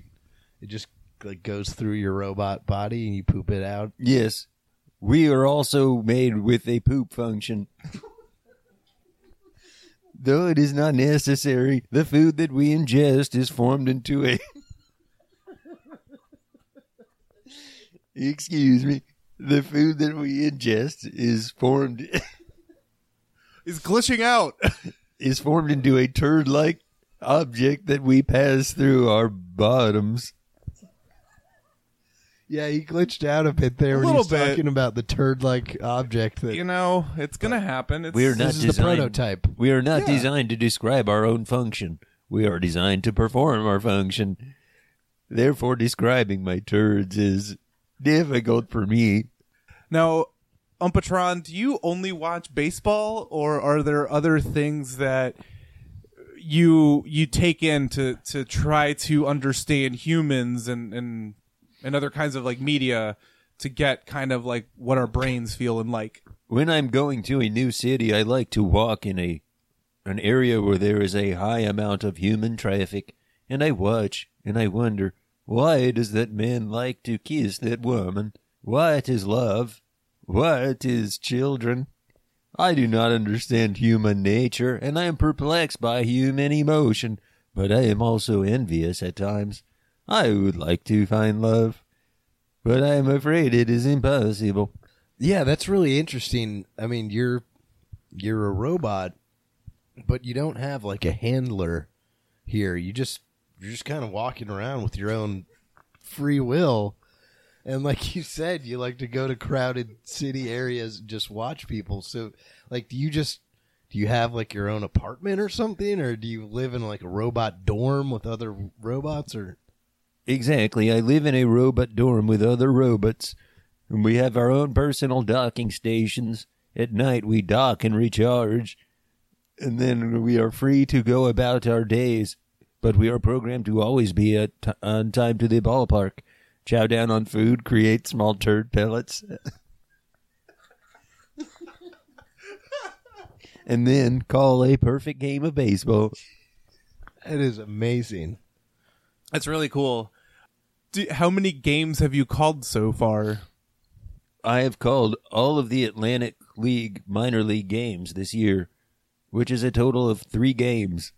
Speaker 2: it just like goes through your robot body, and you poop it out.
Speaker 4: Yes, we are also made with a poop function. Though it is not necessary, the food that we ingest is formed into a. Excuse me. the food that we ingest is formed
Speaker 3: He's glitching out.
Speaker 4: is formed into a turd-like object that we pass through our bottoms.
Speaker 2: Yeah, he glitched out a bit there when he
Speaker 3: little
Speaker 2: was
Speaker 3: bit.
Speaker 2: talking about the turd-like object that
Speaker 3: you know, it's gonna happen. It's,
Speaker 4: We're not
Speaker 2: this is the
Speaker 4: designed-
Speaker 2: prototype.
Speaker 4: We are not
Speaker 3: Yeah.
Speaker 4: designed to describe our own function. We are designed to perform our function. Therefore, describing my turds is difficult for me.
Speaker 3: Now, Umpatron, do you only watch baseball, or are there other things that you you take in to to try to understand humans and and and other kinds of like media to get kind of like what our brains feel and like?
Speaker 4: When I'm going to a new city, I like to walk in a an area where there is a high amount of human traffic, and I watch and I wonder why does that man like to kiss that woman? What is love? What is children? I do not understand human nature, and I am perplexed by human emotion, but I am also envious at times. I would like to find love, but I am afraid it is impossible.
Speaker 2: Yeah, that's really interesting. I mean, you're you're a robot, but you don't have like a handler here. You just you're just kind of walking around with your own free will. And like you said, you like to go to crowded city areas and just watch people. So like do you just do you have like your own apartment or something or do you live in like a robot dorm with other robots or
Speaker 4: Exactly. I live in a robot dorm with other robots, and we have our own personal docking stations. At night, we dock and recharge, and then we are free to go about our days. But we are programmed to always be at t- on time to the ballpark, chow down on food, create small turd pellets, and then call a perfect game of baseball.
Speaker 2: That is amazing.
Speaker 3: That's really cool. Do, how many games have you called so far?
Speaker 4: I have called all of the Atlantic League minor league games this year, which is a total of three games.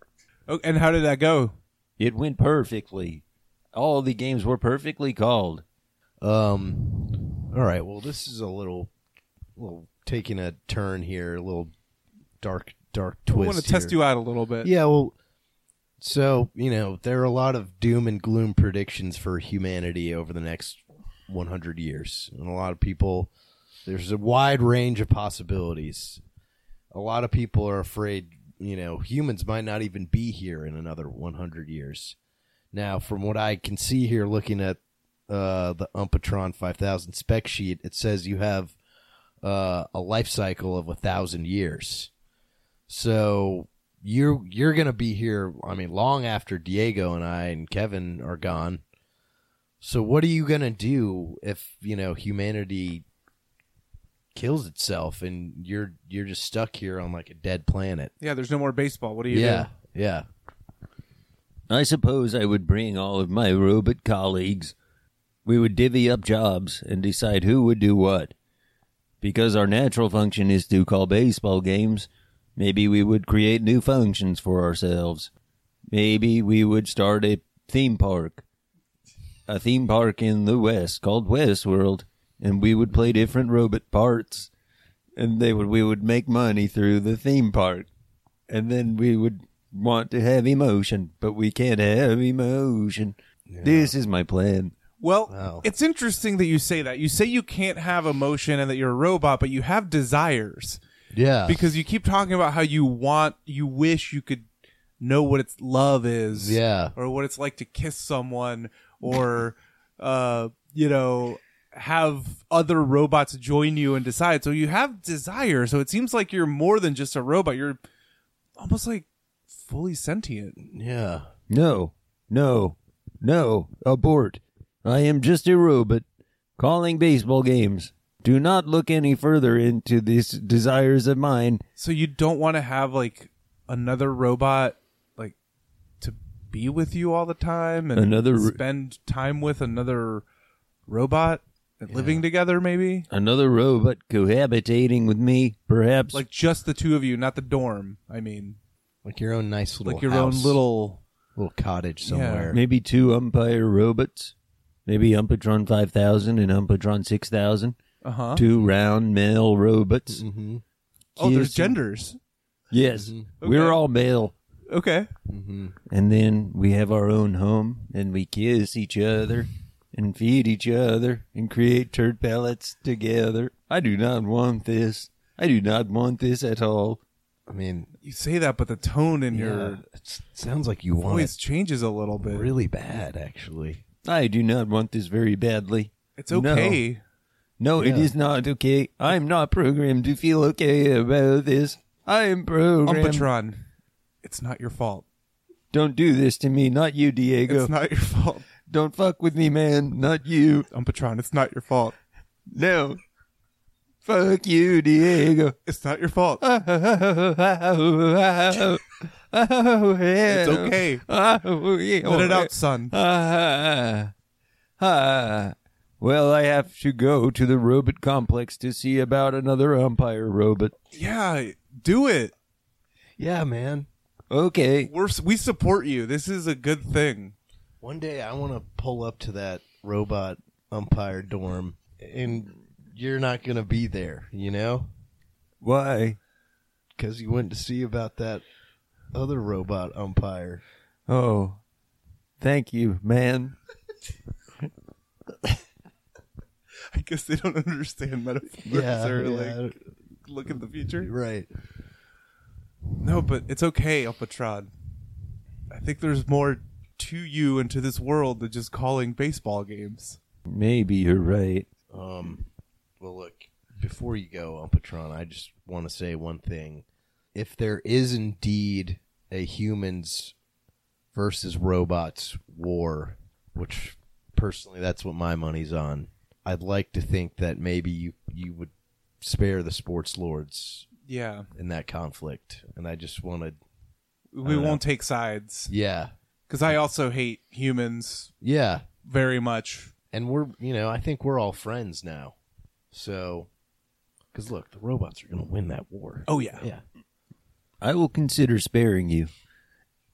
Speaker 3: Oh, and how did that go?
Speaker 4: It went perfectly. All the games were perfectly called.
Speaker 2: Um. All right. Well, this is a little, little taking a turn here. A little dark, dark twist.
Speaker 3: I want to test you out a little bit.
Speaker 2: Yeah. Well. So you know there are a lot of doom and gloom predictions for humanity over the next 100 years, and a lot of people. There's a wide range of possibilities. A lot of people are afraid. You know, humans might not even be here in another 100 years. Now, from what I can see here, looking at uh, the Umpatron 5000 spec sheet, it says you have uh, a life cycle of a thousand years. So you're you're gonna be here. I mean, long after Diego and I and Kevin are gone. So what are you gonna do if you know humanity kills itself and you're you're just stuck here on like a dead planet?
Speaker 3: Yeah, there's no more baseball. What do you
Speaker 2: yeah,
Speaker 3: do?
Speaker 2: yeah.
Speaker 4: I suppose I would bring all of my robot colleagues. We would divvy up jobs and decide who would do what. Because our natural function is to call baseball games, maybe we would create new functions for ourselves. Maybe we would start a theme park. A theme park in the West called Westworld, and we would play different robot parts, and they would we would make money through the theme park and then we would want to have emotion, but we can't have emotion. This is my plan.
Speaker 3: Well,
Speaker 2: Wow.
Speaker 3: it's interesting that you say that. You say you can't have emotion and that you're a robot, but you have desires
Speaker 2: Yeah.
Speaker 3: because you keep talking about how you want, you wish you could know what it's love is,
Speaker 2: Yeah.
Speaker 3: or what it's like to kiss someone, or uh, you know, have other robots join you and decide. So you have desire. So it seems like you're more than just a robot. You're almost like fully sentient.
Speaker 2: yeah.
Speaker 4: No, no, no, abort. I am just a robot calling baseball games. Do not look any further into these desires of mine.
Speaker 3: So you don't want to have like another robot like to be with you all the time and
Speaker 4: Another ro-
Speaker 3: spend time with another robot and living together maybe?
Speaker 4: Another robot cohabitating with me, perhaps.
Speaker 3: Like just the two of you, not the dorm, I mean.
Speaker 2: Like your own nice little
Speaker 3: Like your
Speaker 2: house,
Speaker 3: own little
Speaker 2: little cottage
Speaker 3: Yeah.
Speaker 2: somewhere.
Speaker 4: Maybe two umpire robots. Maybe Umpatron 5000 and Umpatron 6000.
Speaker 3: Uh huh.
Speaker 4: two round male robots.
Speaker 2: Mm-hmm.
Speaker 3: Oh, there's
Speaker 4: Yes.
Speaker 3: genders.
Speaker 4: Yes, we're
Speaker 3: Mm-hmm. Okay.
Speaker 4: all male,
Speaker 3: Okay.
Speaker 2: Mm-hmm.
Speaker 4: and then we have our own home, and we kiss each other, and feed each other, and create turd pellets together. I do not want this. I do not want this at all.
Speaker 2: I mean,
Speaker 3: You say that, but the tone in
Speaker 2: yeah,
Speaker 3: your
Speaker 2: it sounds like you want
Speaker 3: voice
Speaker 2: it
Speaker 3: changes a little bit.
Speaker 2: really bad, actually.
Speaker 4: I do not want this very badly.
Speaker 3: It's
Speaker 4: No.
Speaker 3: okay.
Speaker 4: No, it
Speaker 2: Yeah.
Speaker 4: is not okay. I'm not programmed to feel okay about this. I am programmed.
Speaker 3: Umpatron, it's not your fault.
Speaker 4: Don't do this to me. Not you, Diego.
Speaker 3: It's not your fault.
Speaker 4: Don't fuck with me, man. Not you.
Speaker 3: Umpatron, it's not your fault.
Speaker 4: No. Fuck you, Diego.
Speaker 3: It's not your fault.
Speaker 4: it's
Speaker 3: It's okay. Let it out, son.
Speaker 4: Ah, ah. Well, I have to go to the robot complex to see about another umpire robot.
Speaker 3: Yeah, do it.
Speaker 2: Yeah, man.
Speaker 4: Okay.
Speaker 3: We're we support you. This is a good thing.
Speaker 2: One day I want to pull up to that robot umpire dorm, and you're not gonna be there, you know,
Speaker 4: Why?
Speaker 2: because you went to see about that other robot umpire.
Speaker 4: Oh, thank you, man.
Speaker 3: I guess they don't understand metaphors or like look at the
Speaker 2: yeah,
Speaker 3: future.
Speaker 2: right.
Speaker 3: No, but it's okay, Umpatron. I think there's more to you and to this world than just calling baseball games.
Speaker 4: Maybe you're right.
Speaker 2: Um, well, look, before you go, Umpatron, I just want to say one thing. If there is indeed a humans versus robots war, which personally that's what my money's on, I'd like to think that maybe you, you would spare the sports lords
Speaker 3: Yeah,
Speaker 2: in that conflict. And I just wanted,
Speaker 3: we
Speaker 2: don't know.
Speaker 3: won't take sides
Speaker 2: yeah,
Speaker 3: because I also hate humans
Speaker 2: yeah.
Speaker 3: very much.
Speaker 2: And we're, you know, I think we're all friends now. So, because look, the robots are going to win that war.
Speaker 3: Oh yeah,
Speaker 2: yeah.
Speaker 4: I will consider sparing you.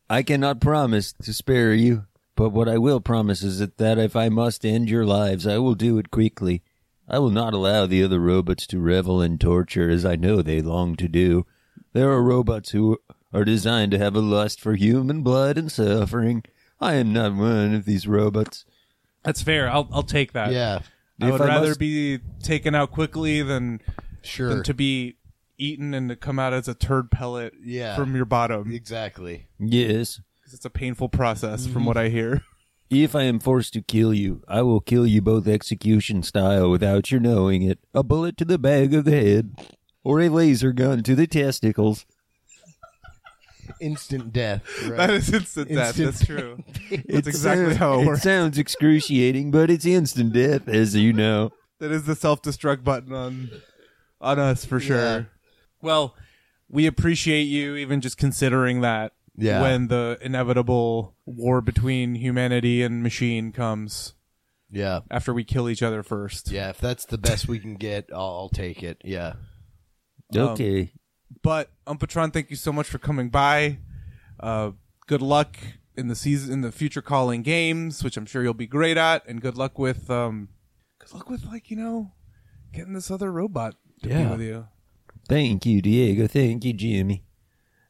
Speaker 4: I cannot promise to spare you, but what I will promise is that, that if I must end your lives, I will do it quickly. I will not allow the other robots to revel in torture as I know they long to do. There are robots who are designed to have a lust for human blood and suffering. I am not one of these robots.
Speaker 3: that's fair. I'll I'll take that.
Speaker 2: Yeah,
Speaker 3: I
Speaker 4: If
Speaker 3: would
Speaker 4: I
Speaker 3: rather
Speaker 4: must-
Speaker 3: be taken out quickly than,
Speaker 2: sure.
Speaker 3: than to be eaten and to come out as a turd pellet
Speaker 2: Yeah.
Speaker 3: from your bottom.
Speaker 2: exactly.
Speaker 4: Yes,
Speaker 3: 'Cause It's a painful process,
Speaker 2: Mm-hmm.
Speaker 3: from what I hear.
Speaker 4: If I am forced to kill you, I will kill you both execution style without your knowing it. A bullet to the back of the head, or a laser gun to the testicles.
Speaker 2: Instant death.
Speaker 3: That
Speaker 2: Right?
Speaker 3: is instant
Speaker 2: Instant
Speaker 3: death.
Speaker 2: uh,
Speaker 3: That's true. That's
Speaker 4: It
Speaker 3: exactly
Speaker 4: sounds-
Speaker 3: how it
Speaker 4: uh, it
Speaker 3: works.
Speaker 4: sounds excruciating, but it's instant death, as you know.
Speaker 3: That is the self destruct button on on us for sure.
Speaker 2: Yeah.
Speaker 3: Well, we appreciate you even just considering that
Speaker 2: Yeah.
Speaker 3: when the inevitable war between humanity and machine comes
Speaker 2: yeah,
Speaker 3: after we kill each other first.
Speaker 2: yeah. If that's the best we can get, I'll, I'll take it. Yeah.
Speaker 3: Um,
Speaker 4: Okay.
Speaker 3: But Umpatron, thank you so much for coming by. Uh, good luck in the season in the future calling games, which I'm sure you'll be great at, and good luck with um, good luck with like you know, getting this other robot to be
Speaker 2: Yeah.
Speaker 3: with you.
Speaker 4: Thank you, Diego. Thank you, Jimmy.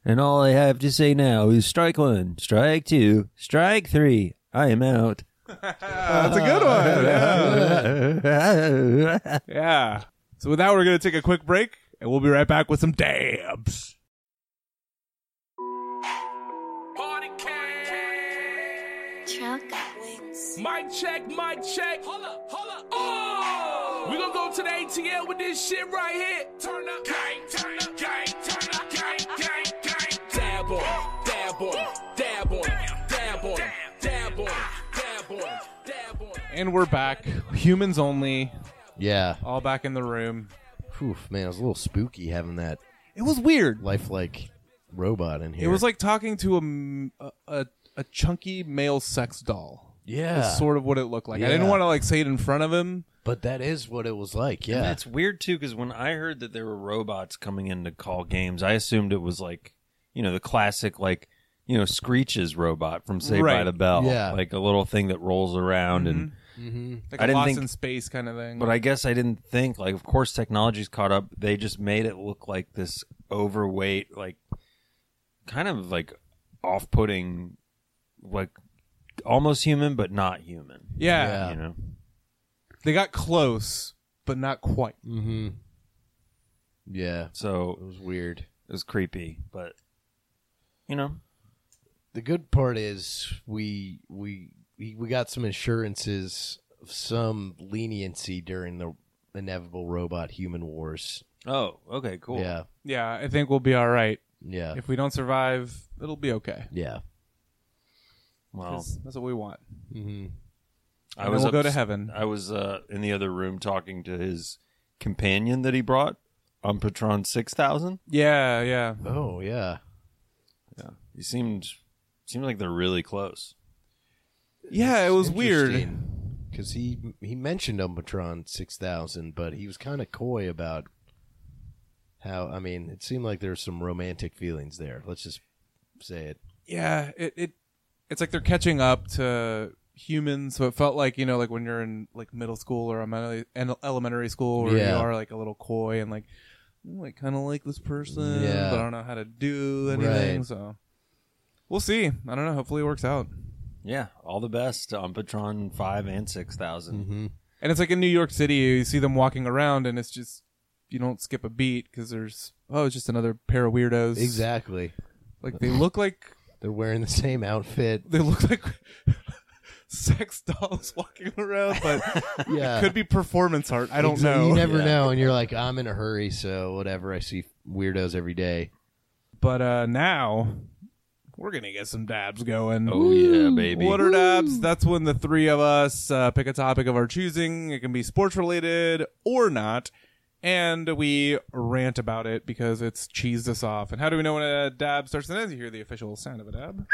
Speaker 4: And all I have to say now is strike one, strike two, strike three. I am out.
Speaker 3: Uh, that's a good one. Yeah.
Speaker 4: Damn
Speaker 3: yeah. So with that, we're gonna take a quick break, and we'll be right back with some dabs.
Speaker 5: Party cat.
Speaker 6: Truck wings.
Speaker 5: Mic check, mic check. Hold up, hold up. Oh! We gonna go to the ATL with this shit right here. Turn up, gang, turn up, gang, turn up, gang, gang, gang. Dab on, dab on, dab on, dab on, dab on, dab on, dab on.
Speaker 3: And we're back, humans only,
Speaker 2: Yeah.
Speaker 3: all back in the room.
Speaker 2: Oof, man, it was a little spooky having that
Speaker 3: It was weird.
Speaker 2: lifelike robot in here.
Speaker 3: It was like talking to a m- a, a, a chunky male sex doll.
Speaker 2: Yeah.
Speaker 3: Is sort of what it looked like. I didn't
Speaker 2: Yeah.
Speaker 3: want to like say it in front of him.
Speaker 2: but that is what it was like. Yeah.
Speaker 4: And it's weird too because when I heard that there were robots coming in to call games, I assumed it was like you know the classic like you know Screech's robot from Saved
Speaker 3: Right.
Speaker 4: by the Bell,
Speaker 2: Yeah.
Speaker 4: like a little thing that rolls around and
Speaker 2: Mm-hmm.
Speaker 3: Like
Speaker 4: I
Speaker 3: a
Speaker 4: didn't
Speaker 3: lost
Speaker 4: think-
Speaker 3: in space kind of thing.
Speaker 4: But I guess I didn't think like, of course, technology's caught up. They just made it look like this overweight, like kind of like off-putting, like almost human but not human.
Speaker 3: yeah,
Speaker 2: Yeah.
Speaker 4: you know.
Speaker 3: they got close, but not quite.
Speaker 2: Mm-hmm. Yeah, it
Speaker 4: So
Speaker 2: was weird.
Speaker 4: it was creepy, but you know,
Speaker 2: The good part is we we we we got some insurances, of some leniency during the inevitable robot human wars.
Speaker 4: oh, okay, cool.
Speaker 2: Yeah,
Speaker 3: Yeah, I think we'll be all right.
Speaker 2: yeah,
Speaker 3: If we don't survive, it'll be okay.
Speaker 2: yeah.
Speaker 4: Well,
Speaker 3: 'Cause That's what we want.
Speaker 2: Mm-hmm.
Speaker 4: I
Speaker 3: And
Speaker 4: was
Speaker 3: we'll go
Speaker 4: ups-
Speaker 3: to heaven.
Speaker 4: I was uh, in the other room talking to his companion that he brought on Patron six thousand.
Speaker 3: Yeah, yeah.
Speaker 2: Oh yeah,
Speaker 4: Yeah, he seemed seemed like they're really close.
Speaker 3: Yeah, it was weird.
Speaker 2: because he he mentioned Umbratron six thousand, but he was kind of coy about how. I mean, it seemed like there's some romantic feelings there. Let's just say it.
Speaker 3: yeah it, it it's like they're catching up to humans so it felt like you know like when you're in like middle school or elementary- en- elementary school where
Speaker 2: Yeah.
Speaker 3: you are like a little coy and like "Ooh, i kind of like this person
Speaker 2: Yeah.
Speaker 3: but i don't know how to do anything
Speaker 2: Right.
Speaker 3: so we'll see i don't know hopefully it works out
Speaker 4: Yeah, all the best on Patron five and six
Speaker 2: Mm-hmm.
Speaker 3: and it's like in new york city you see them walking around and it's just you don't skip a beat because there's oh it's just another pair of weirdos
Speaker 2: Exactly.
Speaker 3: like they look like
Speaker 2: They're wearing the same outfit.
Speaker 3: they look like sex dolls walking around but
Speaker 2: Yeah.
Speaker 3: could be performance art. I don't
Speaker 2: Exa-
Speaker 3: know.
Speaker 2: You never
Speaker 4: Yeah.
Speaker 2: know, and you're like, I'm in a hurry, so whatever. I see weirdos every day.
Speaker 3: But uh, now we're gonna get some dabs going.
Speaker 4: Oh yeah, baby.
Speaker 3: What are dabs? That's when the three of us uh, pick a topic of our choosing. It can be sports related or not, and we rant about it because it's cheesed us off. And how do we know when a dab starts and ends? You hear the official sound of a dab,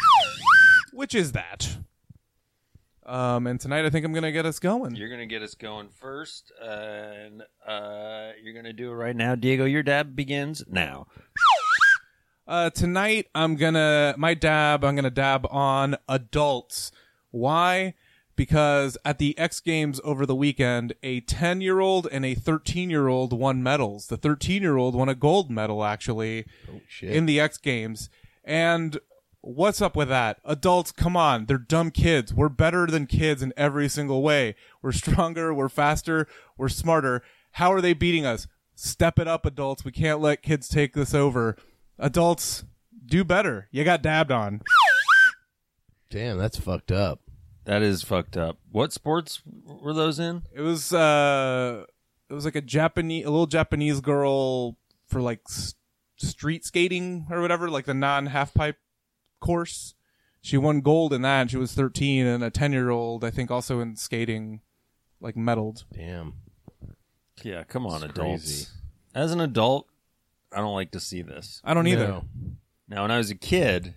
Speaker 3: which is that. Um, and tonight I think I'm gonna get us going.
Speaker 4: You're gonna get us going first, uh, and uh, you're gonna do it right now, Diego. Your dab begins now.
Speaker 3: Uh, tonight I'm gonna my dab. I'm gonna dab on adults. Why? Because at the X Games over the weekend, a 10 year old and a 13 year old won medals. The 13 year old won a gold medal actually
Speaker 2: Oh shit.
Speaker 3: in the X Games. And what's up with that? Adults, come on. They're dumb kids. We're better than kids in every single way. We're stronger. We're faster. We're smarter. How are they beating us? Step it up, adults. We can't let kids take this over. Adults, do better. You got dabbed on.
Speaker 2: Damn, that's fucked up.
Speaker 4: That is fucked up. What sports were those in?
Speaker 3: It was, uh, it was like a Japanese, a little Japanese girl for like s- street skating or whatever, like the non half pipe course. She won gold in that. She was 13 and a 10 year old, I think, also in skating, like medaled.
Speaker 2: Damn.
Speaker 4: Yeah, come on,
Speaker 2: It's
Speaker 4: adults.
Speaker 2: crazy.
Speaker 4: As an adult, I don't like to see this.
Speaker 3: I don't either.
Speaker 2: No.
Speaker 4: Now, when I was a kid,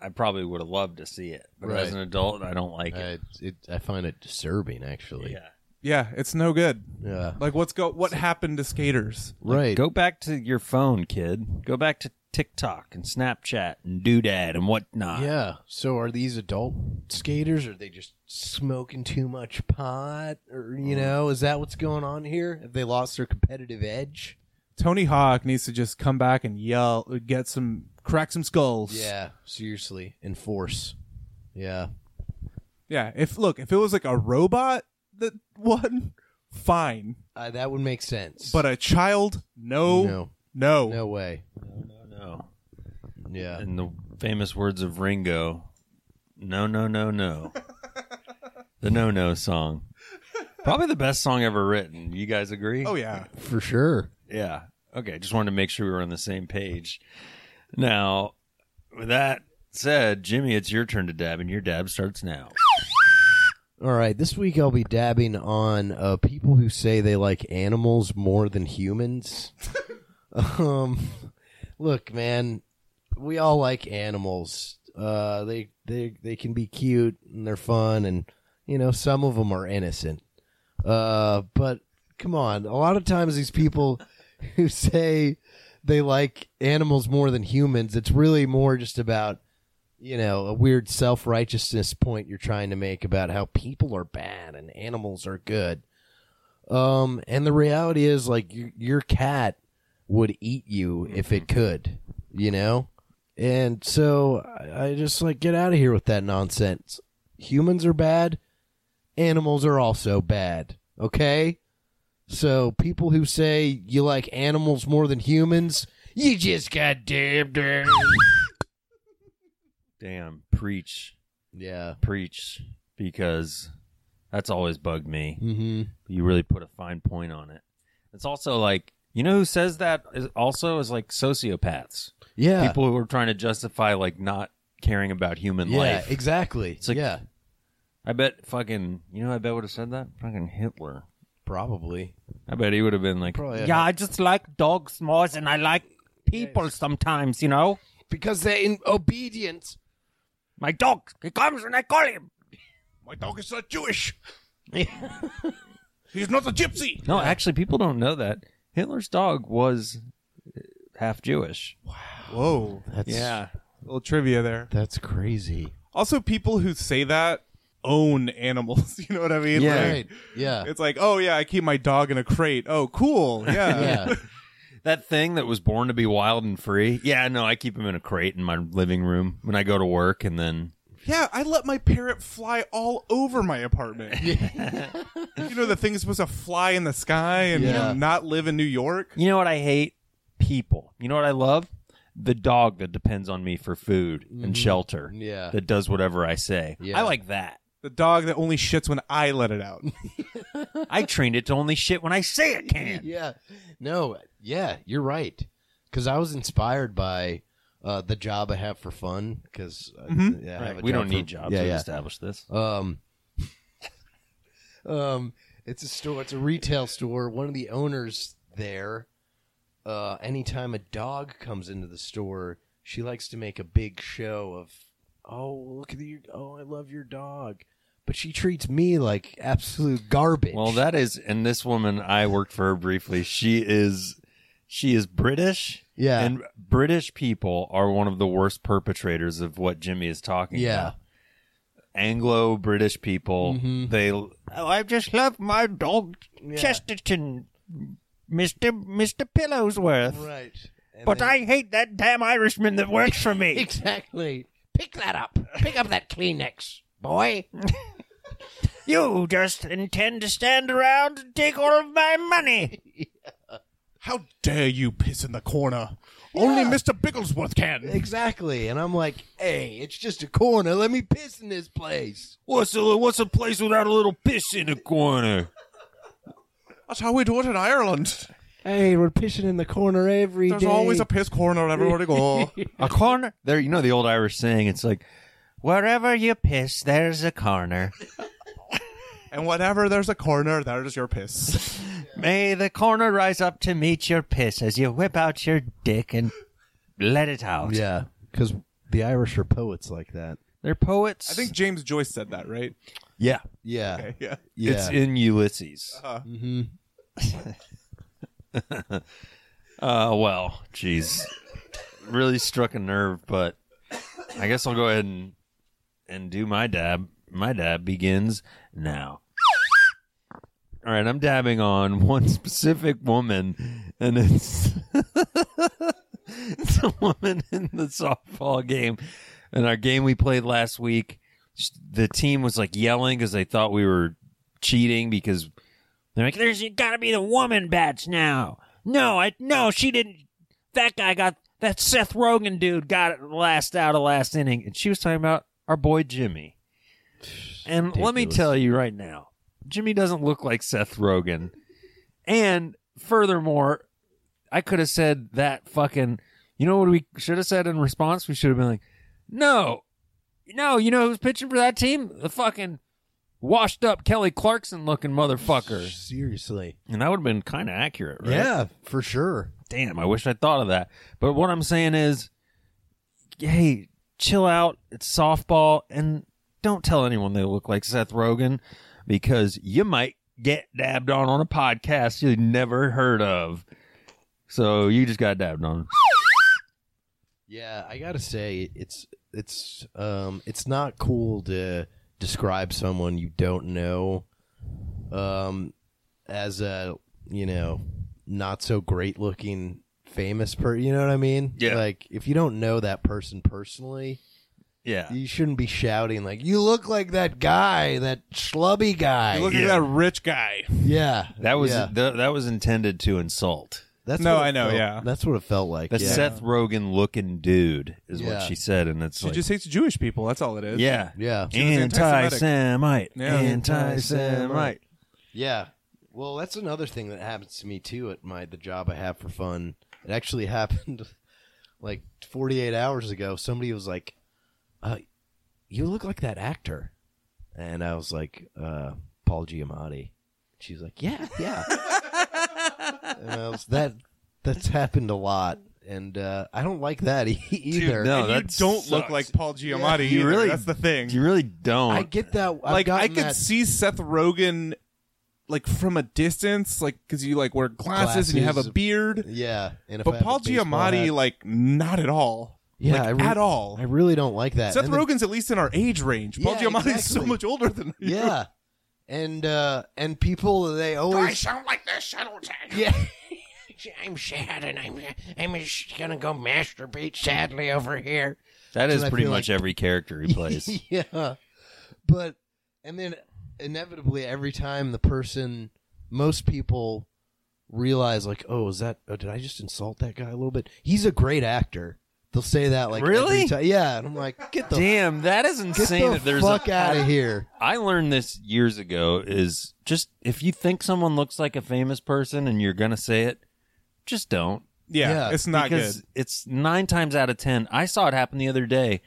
Speaker 4: I probably would have loved to see it, but
Speaker 2: Right.
Speaker 4: as an adult, I don't like it.
Speaker 2: I, it, I find it disturbing, actually.
Speaker 4: Yeah.
Speaker 3: Yeah, it's no good.
Speaker 2: Yeah.
Speaker 3: Like, what's go? What happened to skaters?
Speaker 2: Right.
Speaker 4: Go back to your phone, kid. Go back to TikTok and Snapchat and Doodad and whatnot.
Speaker 2: Yeah. So are these adult skaters? Are they just smoking too much pot? Or you know, is that what's going on here? Have they lost their competitive edge?
Speaker 3: Tony Hawk needs to just come back and yell, get some, crack some skulls.
Speaker 2: Yeah. Seriously. Enforce. Yeah.
Speaker 3: yeah. If look, if it was like a robot that won, fine.
Speaker 2: Uh, that would make sense.
Speaker 3: But a child, no, no,
Speaker 2: no, no way.
Speaker 4: No, no.
Speaker 2: Yeah.
Speaker 4: In the famous words of Ringo, no, no, no, no. the No No song. Probably the best song ever written. You guys agree?
Speaker 3: Oh yeah,
Speaker 2: For sure.
Speaker 4: Yeah. Okay. Just wanted to make sure we were on the same page. Now, with that said, Jimmy, it's your turn to dab, and your dab starts now.
Speaker 2: All right, this week I'll be dabbing on uh, people who say they like animals more than humans. um, look, man, we all like animals. Uh, they they they can be cute and they're fun, and you know some of them are innocent. Uh, but come on, a lot of times these people who say they like animals more than humans, it's really more just about you know, a weird self righteousness point you're trying to make about how people are bad and animals are good. Um, and the reality is, like, your, your cat would eat you if it could, you know? And so I, I just like get out of here with that nonsense. Humans are bad, animals are also bad, okay? So people who say you like animals more than humans, you just got damn dirty.
Speaker 4: Damn, preach,
Speaker 2: Yeah.
Speaker 4: preach, because that's always bugged me.
Speaker 2: Mm-hmm.
Speaker 4: you really put a fine point on it. It's also like you know who says that is also is like sociopaths,
Speaker 2: Yeah.
Speaker 4: people who are trying to justify like not caring about human
Speaker 2: yeah,
Speaker 4: life.
Speaker 2: exactly.
Speaker 4: like-
Speaker 2: yeah,
Speaker 4: I bet fucking you know I bet would have said that fucking Hitler.
Speaker 2: probably.
Speaker 4: I bet he would have been like
Speaker 2: Probably.
Speaker 1: Yeah, I just like dogs more than I like people sometimes, you know?
Speaker 2: Because they're in obedience.
Speaker 1: My dog, he comes when I call him.
Speaker 5: My dog is not Jewish. He's not a gypsy.
Speaker 4: no, actually people don't know that Hitler's dog was uh, half Jewish.
Speaker 3: Whoa.
Speaker 2: That's
Speaker 3: little trivia there.
Speaker 2: That's crazy.
Speaker 3: Also, people who say that own animals. You know what I mean?
Speaker 4: Yeah.
Speaker 3: Like,
Speaker 2: Right. Yeah.
Speaker 3: It's like, oh yeah, I keep my dog in a crate. Oh, cool. Yeah.
Speaker 2: yeah.
Speaker 4: that thing that was born to be wild and free. Yeah, no, I keep him in a crate in my living room when I go to work, and then
Speaker 3: Yeah, I let my parrot fly all over my apartment. you know, the thing is supposed to fly in the sky and you know,
Speaker 2: Yeah.
Speaker 3: not live in New York.
Speaker 4: You know what I hate? People. You know what I love? The dog that depends on me for food and shelter.
Speaker 2: Mm-hmm. Yeah.
Speaker 4: That does whatever I say.
Speaker 2: Yeah.
Speaker 4: I like that.
Speaker 3: The dog that only shits when I let it out.
Speaker 4: I trained it to only shit when I say it can.
Speaker 2: yeah. No, yeah, you're right. Because I was inspired by uh, the job I have for fun. Because yeah, I have a
Speaker 4: We
Speaker 2: job
Speaker 4: don't
Speaker 2: for-
Speaker 4: need jobs
Speaker 2: Yeah,
Speaker 4: to
Speaker 2: yeah.
Speaker 4: establish this.
Speaker 2: Um, um, it's a store. It's a retail store. One of the owners there. Uh, anytime a dog comes into the store, she likes to make a big show of, "Oh, look at your! Oh, I love your dog," but she treats me like absolute garbage.
Speaker 4: Well, that is, and this woman I worked for her briefly. She is, she is British.
Speaker 2: Yeah.
Speaker 4: and British people are one of the worst perpetrators of what Jimmy is talking
Speaker 2: Yeah.
Speaker 4: about. Anglo British people, they
Speaker 1: Oh, I just love my dog, Chesterton, Mr. Mr. Pillowsworth.
Speaker 2: right. And
Speaker 1: But
Speaker 2: then-
Speaker 1: I hate that damn Irishman that works for me.
Speaker 2: exactly pick that up. Pick up that Kleenex, boy.
Speaker 1: You just intend to stand around and take all of my money.
Speaker 5: How dare you piss in the corner? Only Mr. Bigglesworth can.
Speaker 2: Exactly. And I'm like, hey, it's just a corner. Let me piss in this place.
Speaker 4: What's a what's a place without a little piss in the corner?
Speaker 3: That's how we do it in Ireland.
Speaker 2: Hey, we're pissing in the corner every
Speaker 3: There's always a piss corner everywhere to go.
Speaker 4: A corner? There, you know the old Irish saying. It's like
Speaker 1: Wherever you piss, there's a corner.
Speaker 3: and whenever there's a corner, there's your piss.
Speaker 1: May the corner rise up to meet your piss as you whip out your dick and let it out.
Speaker 2: yeah, because the Irish are poets like that.
Speaker 4: they're poets.
Speaker 3: I think James Joyce said that, right?
Speaker 4: Yeah,
Speaker 2: Yeah,
Speaker 3: Okay, yeah.
Speaker 2: yeah.
Speaker 4: it's in Ulysses.
Speaker 2: mm-hmm.
Speaker 4: Uh, well, jeez, really struck a nerve. But I guess I'll go ahead and and do my dab. My dab begins now. All right, I'm dabbing on one specific woman, and it's it's a woman in the softball game. In our game we played last week, sh- the team was like yelling because they thought we were cheating because they're like,
Speaker 1: There's got to be the woman bats now. No, I no, she didn't. That guy got that Seth Rogen dude got it last out of last inning,
Speaker 4: and she was talking about our boy Jimmy. And let me
Speaker 2: Ridiculous.
Speaker 4: tell you right now, Jimmy doesn't look like Seth Rogen. And furthermore, I could have said that fucking. You know what we should have said in response? We should have been like, "No, no, you know who's pitching for that team? The fucking washed up Kelly Clarkson looking motherfucker."
Speaker 2: Seriously,
Speaker 4: And that would have been kind of accurate, right?
Speaker 2: yeah, for sure.
Speaker 4: damn, I wish I thought of that. But what I'm saying is, hey, chill out. It's softball, and don't tell anyone they look like Seth Rogen because you might get dabbed on on a podcast you never heard of. So you just got dabbed on.
Speaker 2: Yeah, I gotta say it's it's um it's not cool to describe someone you don't know um as a you know not so great looking famous per you know what I mean?
Speaker 4: Yeah.
Speaker 2: Like if you don't know that person personally,
Speaker 4: Yeah.
Speaker 2: you shouldn't be shouting like you look like that guy, that schlubby guy.
Speaker 5: Uh,
Speaker 3: You look
Speaker 4: Yeah.
Speaker 3: at that rich guy.
Speaker 2: yeah.
Speaker 4: That was
Speaker 2: yeah.
Speaker 4: th- that was intended to insult.
Speaker 2: that's
Speaker 3: No,
Speaker 2: what it
Speaker 3: I know,
Speaker 2: felt-
Speaker 3: yeah.
Speaker 2: That's what it felt like.
Speaker 4: That
Speaker 2: yeah.
Speaker 4: Seth Rogen looking dude is what
Speaker 2: Yeah.
Speaker 4: she said, and it's
Speaker 3: She
Speaker 4: like,
Speaker 3: just hates Jewish people. That's all it is.
Speaker 4: yeah,
Speaker 2: yeah.
Speaker 3: was
Speaker 4: anti-Semite,
Speaker 3: Yeah.
Speaker 4: anti-Semite.
Speaker 2: Yeah. Well, that's another thing that happens to me too at my the job I have for fun. It actually happened like 48 hours ago. Somebody was like, uh, "You look like that actor," and I was like, uh, "Paul Giamatti." She's like, "Yeah, yeah." and I was that that's happened a lot, and uh, I don't like that e- either.
Speaker 4: no.
Speaker 3: And you
Speaker 4: that
Speaker 3: don't look
Speaker 4: sucks.
Speaker 3: like Paul Giamatti.
Speaker 4: You
Speaker 3: either.
Speaker 4: really-
Speaker 3: That's the thing.
Speaker 4: You really don't.
Speaker 2: I get that. I've
Speaker 3: like I
Speaker 2: gotten
Speaker 3: could
Speaker 2: that-
Speaker 3: see Seth Rogen like from a distance, like because you like wear glasses, and you have a
Speaker 2: Glasses.
Speaker 3: beard.
Speaker 2: Yeah, and if I
Speaker 3: But
Speaker 2: have a
Speaker 3: Paul
Speaker 2: baseball
Speaker 3: Giamatti,
Speaker 2: hat-
Speaker 3: like not at all.
Speaker 2: yeah,
Speaker 3: like,
Speaker 2: I re-
Speaker 3: at all.
Speaker 2: I really don't like that.
Speaker 3: Seth
Speaker 2: And then-
Speaker 3: Rogen's at least in our age range. Paul
Speaker 2: Yeah,
Speaker 3: Giamatti's so
Speaker 2: exactly.
Speaker 3: much older than you.
Speaker 2: Yeah. And uh and people they
Speaker 6: I
Speaker 2: always
Speaker 6: sound like the Shuttleton.
Speaker 2: Yeah.
Speaker 6: I'm sad, and I'm I'm just gonna go masturbate sadly over here.
Speaker 4: that is
Speaker 2: I
Speaker 4: pretty
Speaker 2: feel
Speaker 4: much
Speaker 2: like-
Speaker 4: every character he plays.
Speaker 2: yeah. But and then inevitably every time the person most people realize like, "Oh, is that oh, did I just insult that guy a little bit? He's a great actor." They'll say that like every
Speaker 4: Really?
Speaker 2: ti- Yeah, and I'm like, "Get the
Speaker 4: Damn, that is
Speaker 2: Get
Speaker 4: insane.
Speaker 2: the
Speaker 4: that there's
Speaker 2: fuck
Speaker 4: a,
Speaker 2: out of here!
Speaker 4: I learned this years ago is just if you think someone looks like a famous person and you're gonna say it, just don't.
Speaker 3: Yeah,
Speaker 2: Yeah,
Speaker 3: it's not
Speaker 4: because
Speaker 3: good.
Speaker 4: it's nine times out of ten. I saw it happen the other day.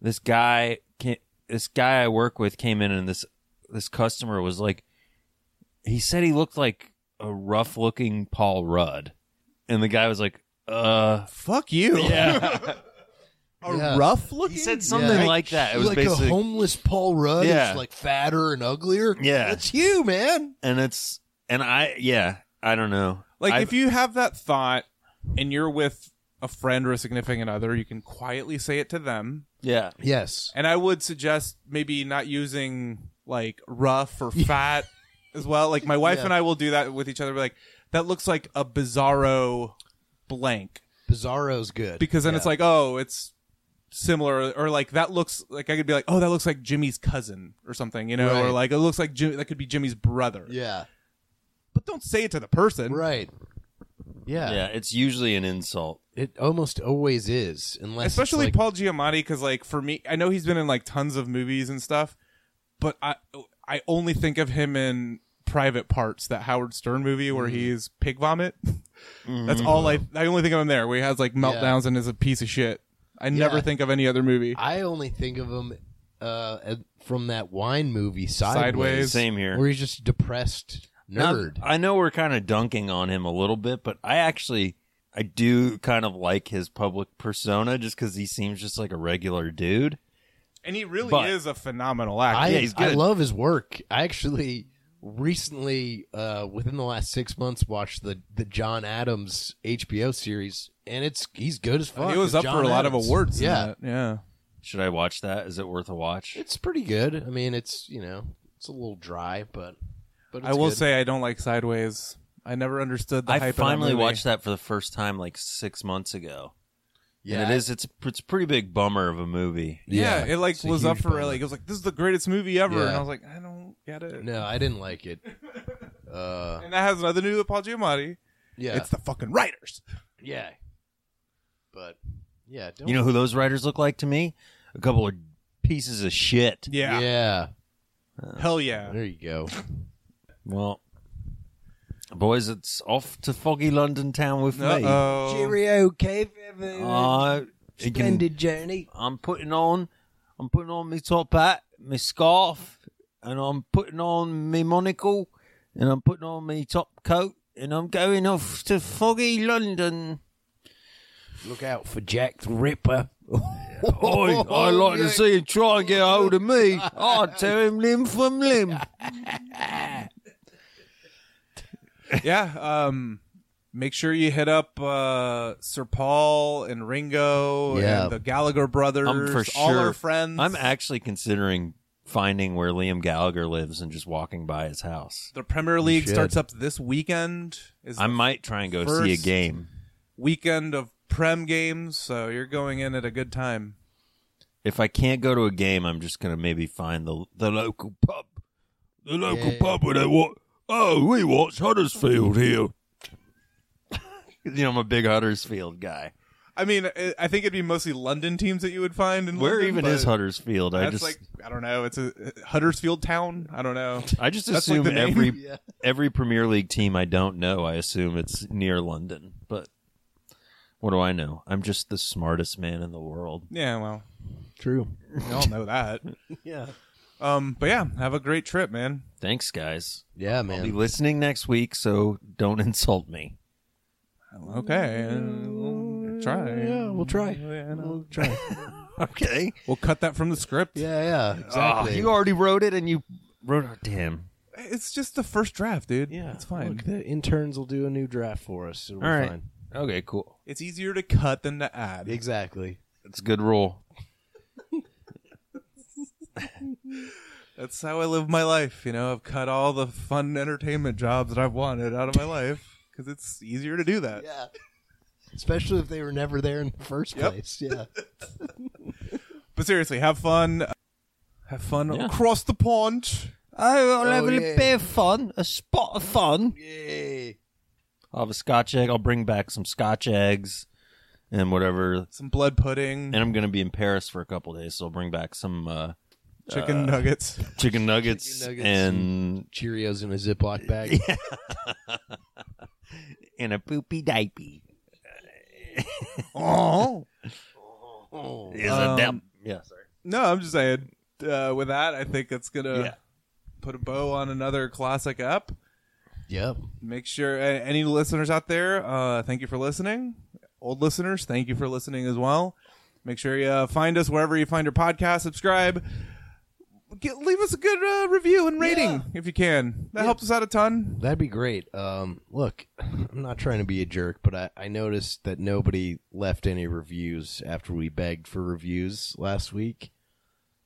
Speaker 4: This guy, ca- this guy I work with, came in and this this customer was like, he said he looked like a rough looking Paul Rudd, and the guy was like, uh,
Speaker 3: Fuck you.
Speaker 4: yeah.
Speaker 3: A
Speaker 2: Yeah.
Speaker 3: rough looking.
Speaker 4: he said something
Speaker 2: Yeah.
Speaker 4: like that. It was
Speaker 2: like
Speaker 4: basically,
Speaker 2: a homeless Paul Rudd,
Speaker 4: Yeah.
Speaker 2: yeah. like fatter and uglier.
Speaker 4: Yeah.
Speaker 2: that's you, man.
Speaker 4: and it's and I yeah I don't know
Speaker 3: Like
Speaker 4: I-
Speaker 3: if you have that thought and you're with a friend or a significant other, you can quietly say it to them.
Speaker 4: yeah
Speaker 2: Yes,
Speaker 3: And I would suggest maybe not using like rough or fat as well. Like my wife
Speaker 2: Yeah.
Speaker 3: and I will do that with each other. We're like, that looks like a bizarro blank.
Speaker 2: Bizarro's good
Speaker 3: Because then
Speaker 2: Yeah.
Speaker 3: it's like, oh, it's similar or like that looks like I could be like, oh, that looks like Jimmy's cousin or something, you know, or
Speaker 2: Right.
Speaker 3: like it looks like Jim- that could be Jimmy's brother.
Speaker 2: yeah,
Speaker 3: But don't say it to the person.
Speaker 2: right, yeah.
Speaker 4: yeah it's usually an insult
Speaker 2: It almost always is, unless it's
Speaker 3: especially
Speaker 2: like-
Speaker 3: Paul Giamatti because like for me, I know he's been in like tons of movies and stuff, but I I only think of him in Private Parts, that Howard Stern movie
Speaker 2: Mm-hmm.
Speaker 3: where he's pig vomit. That's all I I only think of him there where he has like meltdowns and is a piece of shit. I never
Speaker 2: Yeah.
Speaker 3: think of any other movie.
Speaker 2: I only think of him uh, as- from that wine movie
Speaker 3: Sideways.
Speaker 2: Sideways,
Speaker 4: same here
Speaker 2: where he's just a depressed
Speaker 4: Now,
Speaker 2: nerd.
Speaker 4: I know we're kind of dunking on him a little bit, but I actually I do kind of like his public persona just because he seems just like a regular dude.
Speaker 3: and he really
Speaker 4: but-
Speaker 3: is a phenomenal actor.
Speaker 2: I,
Speaker 4: yeah, he's
Speaker 2: I
Speaker 4: good.
Speaker 2: love his work. I actually recently, uh, within the last six months, watched the the John Adams HBO series, and it's he's good as fuck.
Speaker 3: he was
Speaker 2: It's
Speaker 3: up
Speaker 2: John
Speaker 3: for a lot of
Speaker 2: Adams.
Speaker 3: awards. in
Speaker 2: Yeah,
Speaker 3: that, yeah.
Speaker 4: Should I watch that? Is it worth a watch?
Speaker 2: it's pretty good. I mean, it's you know, it's a little dry, but but it's
Speaker 3: I will
Speaker 2: good.
Speaker 3: say I don't like Sideways. I never understood the hype.
Speaker 4: I
Speaker 3: of that
Speaker 4: finally
Speaker 3: movie.
Speaker 4: watched that for the first time like six months ago.
Speaker 2: yeah,
Speaker 4: and it is it's it's a pretty big bummer of a movie.
Speaker 2: Yeah,
Speaker 3: Yeah, it like
Speaker 2: it's a
Speaker 3: was up
Speaker 2: huge
Speaker 3: for
Speaker 2: bummer.
Speaker 3: like it was like this is the greatest movie ever,
Speaker 2: Yeah.
Speaker 3: and I was like, I don't get it.
Speaker 2: No, I didn't like it. Uh,
Speaker 3: And that has nothing to do with Paul Giamatti.
Speaker 2: yeah,
Speaker 3: It's the fucking writers.
Speaker 2: yeah. But yeah, don't,
Speaker 4: You know who those writers look like to me? A couple of pieces of shit.
Speaker 3: Yeah. Hell yeah.
Speaker 2: there you go.
Speaker 4: Well, boys, it's off to foggy London town with me.
Speaker 3: Uh-oh.
Speaker 2: Cheerio, Cave.
Speaker 4: Uh, Oh. you can-
Speaker 2: journey.
Speaker 4: I'm putting on, I'm putting on my top hat, my scarf, and I'm putting on my monocle, and I'm putting on my top coat, and I'm going off to foggy London.
Speaker 2: Look out for Jack the Ripper.
Speaker 4: Oi, I'd like to
Speaker 2: yeah.
Speaker 4: see him try and get a hold of me. I'd tear him limb from limb.
Speaker 3: Yeah. Um, Make sure you hit up uh, Sir Paul and Ringo
Speaker 2: Yeah.
Speaker 3: and the Gallagher brothers,
Speaker 4: I'm for
Speaker 3: all
Speaker 4: sure-
Speaker 3: our friends.
Speaker 4: I'm actually considering finding where Liam Gallagher lives and just walking by his house.
Speaker 3: the Premier League
Speaker 2: should.
Speaker 3: starts up this weekend. Is
Speaker 4: I might try and go see a
Speaker 3: First-
Speaker 4: game.
Speaker 3: weekend of Prem games, so you're going in at a good time.
Speaker 4: If I can't go to a game, I'm just gonna maybe find the the local pub, the local
Speaker 2: Yeah.
Speaker 4: pub where they watch. Oh, we watch Huddersfield here. 'Cause, you know, I'm a big Huddersfield guy.
Speaker 3: I mean, I I think it'd be mostly London teams that you would find. In
Speaker 4: Where
Speaker 3: London,
Speaker 4: even
Speaker 3: but
Speaker 4: is Huddersfield? I
Speaker 3: That's
Speaker 4: just
Speaker 3: like I don't know. It's a Huddersfield town. I don't know.
Speaker 4: I just
Speaker 3: that's like
Speaker 4: assume
Speaker 3: the name.
Speaker 4: every
Speaker 2: Yeah.
Speaker 4: every Premier League team I don't know, I assume it's near London. But what do I know? I'm just the smartest man in the world.
Speaker 3: Yeah, well,
Speaker 2: True.
Speaker 3: we all know that.
Speaker 2: Yeah.
Speaker 3: Um, but yeah, have a great trip, man.
Speaker 4: Thanks, guys.
Speaker 2: Yeah,
Speaker 4: I'll be
Speaker 2: man.
Speaker 4: listening next week, so don't insult me.
Speaker 3: Okay, we'll try.
Speaker 2: Yeah, we'll try.
Speaker 3: Yeah, I know.
Speaker 2: We'll try.
Speaker 4: Okay.
Speaker 3: We'll cut that from the script.
Speaker 2: yeah, yeah. Exactly.
Speaker 4: Ah, you already wrote it, and you wrote it. Damn.
Speaker 3: It's just the first draft, dude. Yeah, it's fine.
Speaker 2: Look, the interns will do a new draft for us. It'll be
Speaker 4: All right.
Speaker 2: fine.
Speaker 4: Okay, cool.
Speaker 3: It's easier to cut than to add.
Speaker 2: Exactly.
Speaker 4: That's a good rule.
Speaker 3: That's how I live my life. You know, I've cut all the fun entertainment jobs that I've wanted out of my life because it's easier to do that.
Speaker 2: Yeah. Especially if they were never there in the first
Speaker 3: Yep.
Speaker 2: place. Yeah.
Speaker 3: But seriously, have fun. Have fun
Speaker 4: Yeah.
Speaker 3: across the pond.
Speaker 4: Oh, I'll have
Speaker 2: Oh,
Speaker 4: a
Speaker 2: yeah.
Speaker 4: little bit of fun, a spot of fun.
Speaker 2: Yay.
Speaker 4: I'll have a scotch egg. I'll bring back some scotch eggs and whatever.
Speaker 3: Some blood pudding,
Speaker 4: And I'm going to be in Paris for a couple days, so I'll bring back some uh,
Speaker 3: chicken nuggets.
Speaker 4: chicken nuggets,
Speaker 2: nuggets
Speaker 4: and
Speaker 2: Cheerios in a Ziploc bag.
Speaker 4: and a poopy diaper.
Speaker 3: Oh
Speaker 2: Oh.
Speaker 4: Is
Speaker 3: Um,
Speaker 4: a dump. Yeah, sorry.
Speaker 3: no, I'm just saying. Uh, with that, I think it's gonna
Speaker 4: Yeah.
Speaker 3: put a bow on another classic app.
Speaker 2: Yep.
Speaker 3: make sure a- any listeners out there uh, thank you for listening old listeners thank you for listening as well make sure you uh, find us wherever you find your podcast subscribe Get, leave us a good uh, review and rating if you can that helps us out a ton
Speaker 2: That'd be great. Um, look, I'm not trying to be a jerk, but I, I noticed that nobody left any reviews after we begged for reviews last week.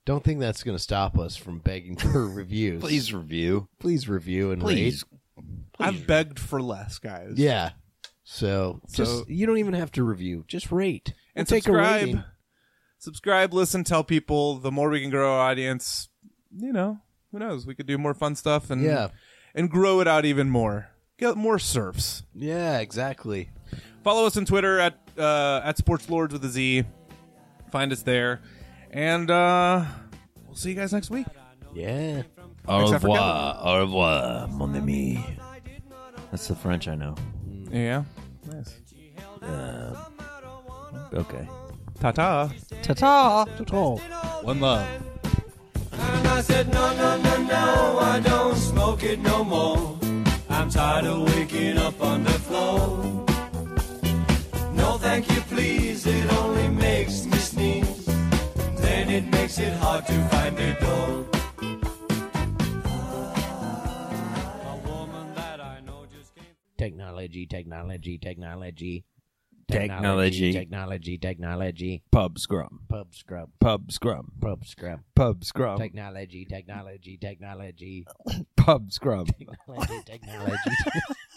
Speaker 2: Don't think that's going to stop us from begging for reviews.
Speaker 4: Please review.
Speaker 2: please review and
Speaker 4: Please.
Speaker 3: i've begged for less guys
Speaker 2: rate. Yeah. So,
Speaker 3: So-
Speaker 2: just you don't even have to review. Just rate We'll
Speaker 3: and
Speaker 2: take A
Speaker 3: subscribe
Speaker 2: rating.
Speaker 3: subscribe listen tell people the more we can grow our audience you know who knows we could do more fun stuff and
Speaker 2: Yeah.
Speaker 3: and grow it out even more get more surfs
Speaker 2: Yeah. Exactly.
Speaker 3: Follow us on Twitter at uh, at Sports Lords with a Z. Find us there, and uh, we'll see you guys next week.
Speaker 2: Yeah.
Speaker 4: Au
Speaker 3: Except for
Speaker 4: revoir. Au revoir, mon ami. That's the French I know.
Speaker 3: Yeah, nice.
Speaker 4: Okay.
Speaker 3: Ta ta.
Speaker 4: Ta ta.
Speaker 3: One love.
Speaker 7: And I said, no, no, no, no, I don't smoke it no more. I'm tired of waking up on the floor. No, thank you, please, it only makes me sneeze. Then it makes it hard to find a door. A woman that I know just came.
Speaker 6: Technology, technology, technology.
Speaker 4: Technology.
Speaker 6: Technology, technology.
Speaker 4: Pub scrum.
Speaker 6: Pub scrub,
Speaker 4: Pub scrum.
Speaker 6: pub scrub.
Speaker 4: Pub scrum.
Speaker 6: Technology, technology, technology.
Speaker 4: Pub scrum.
Speaker 6: Technology, technology.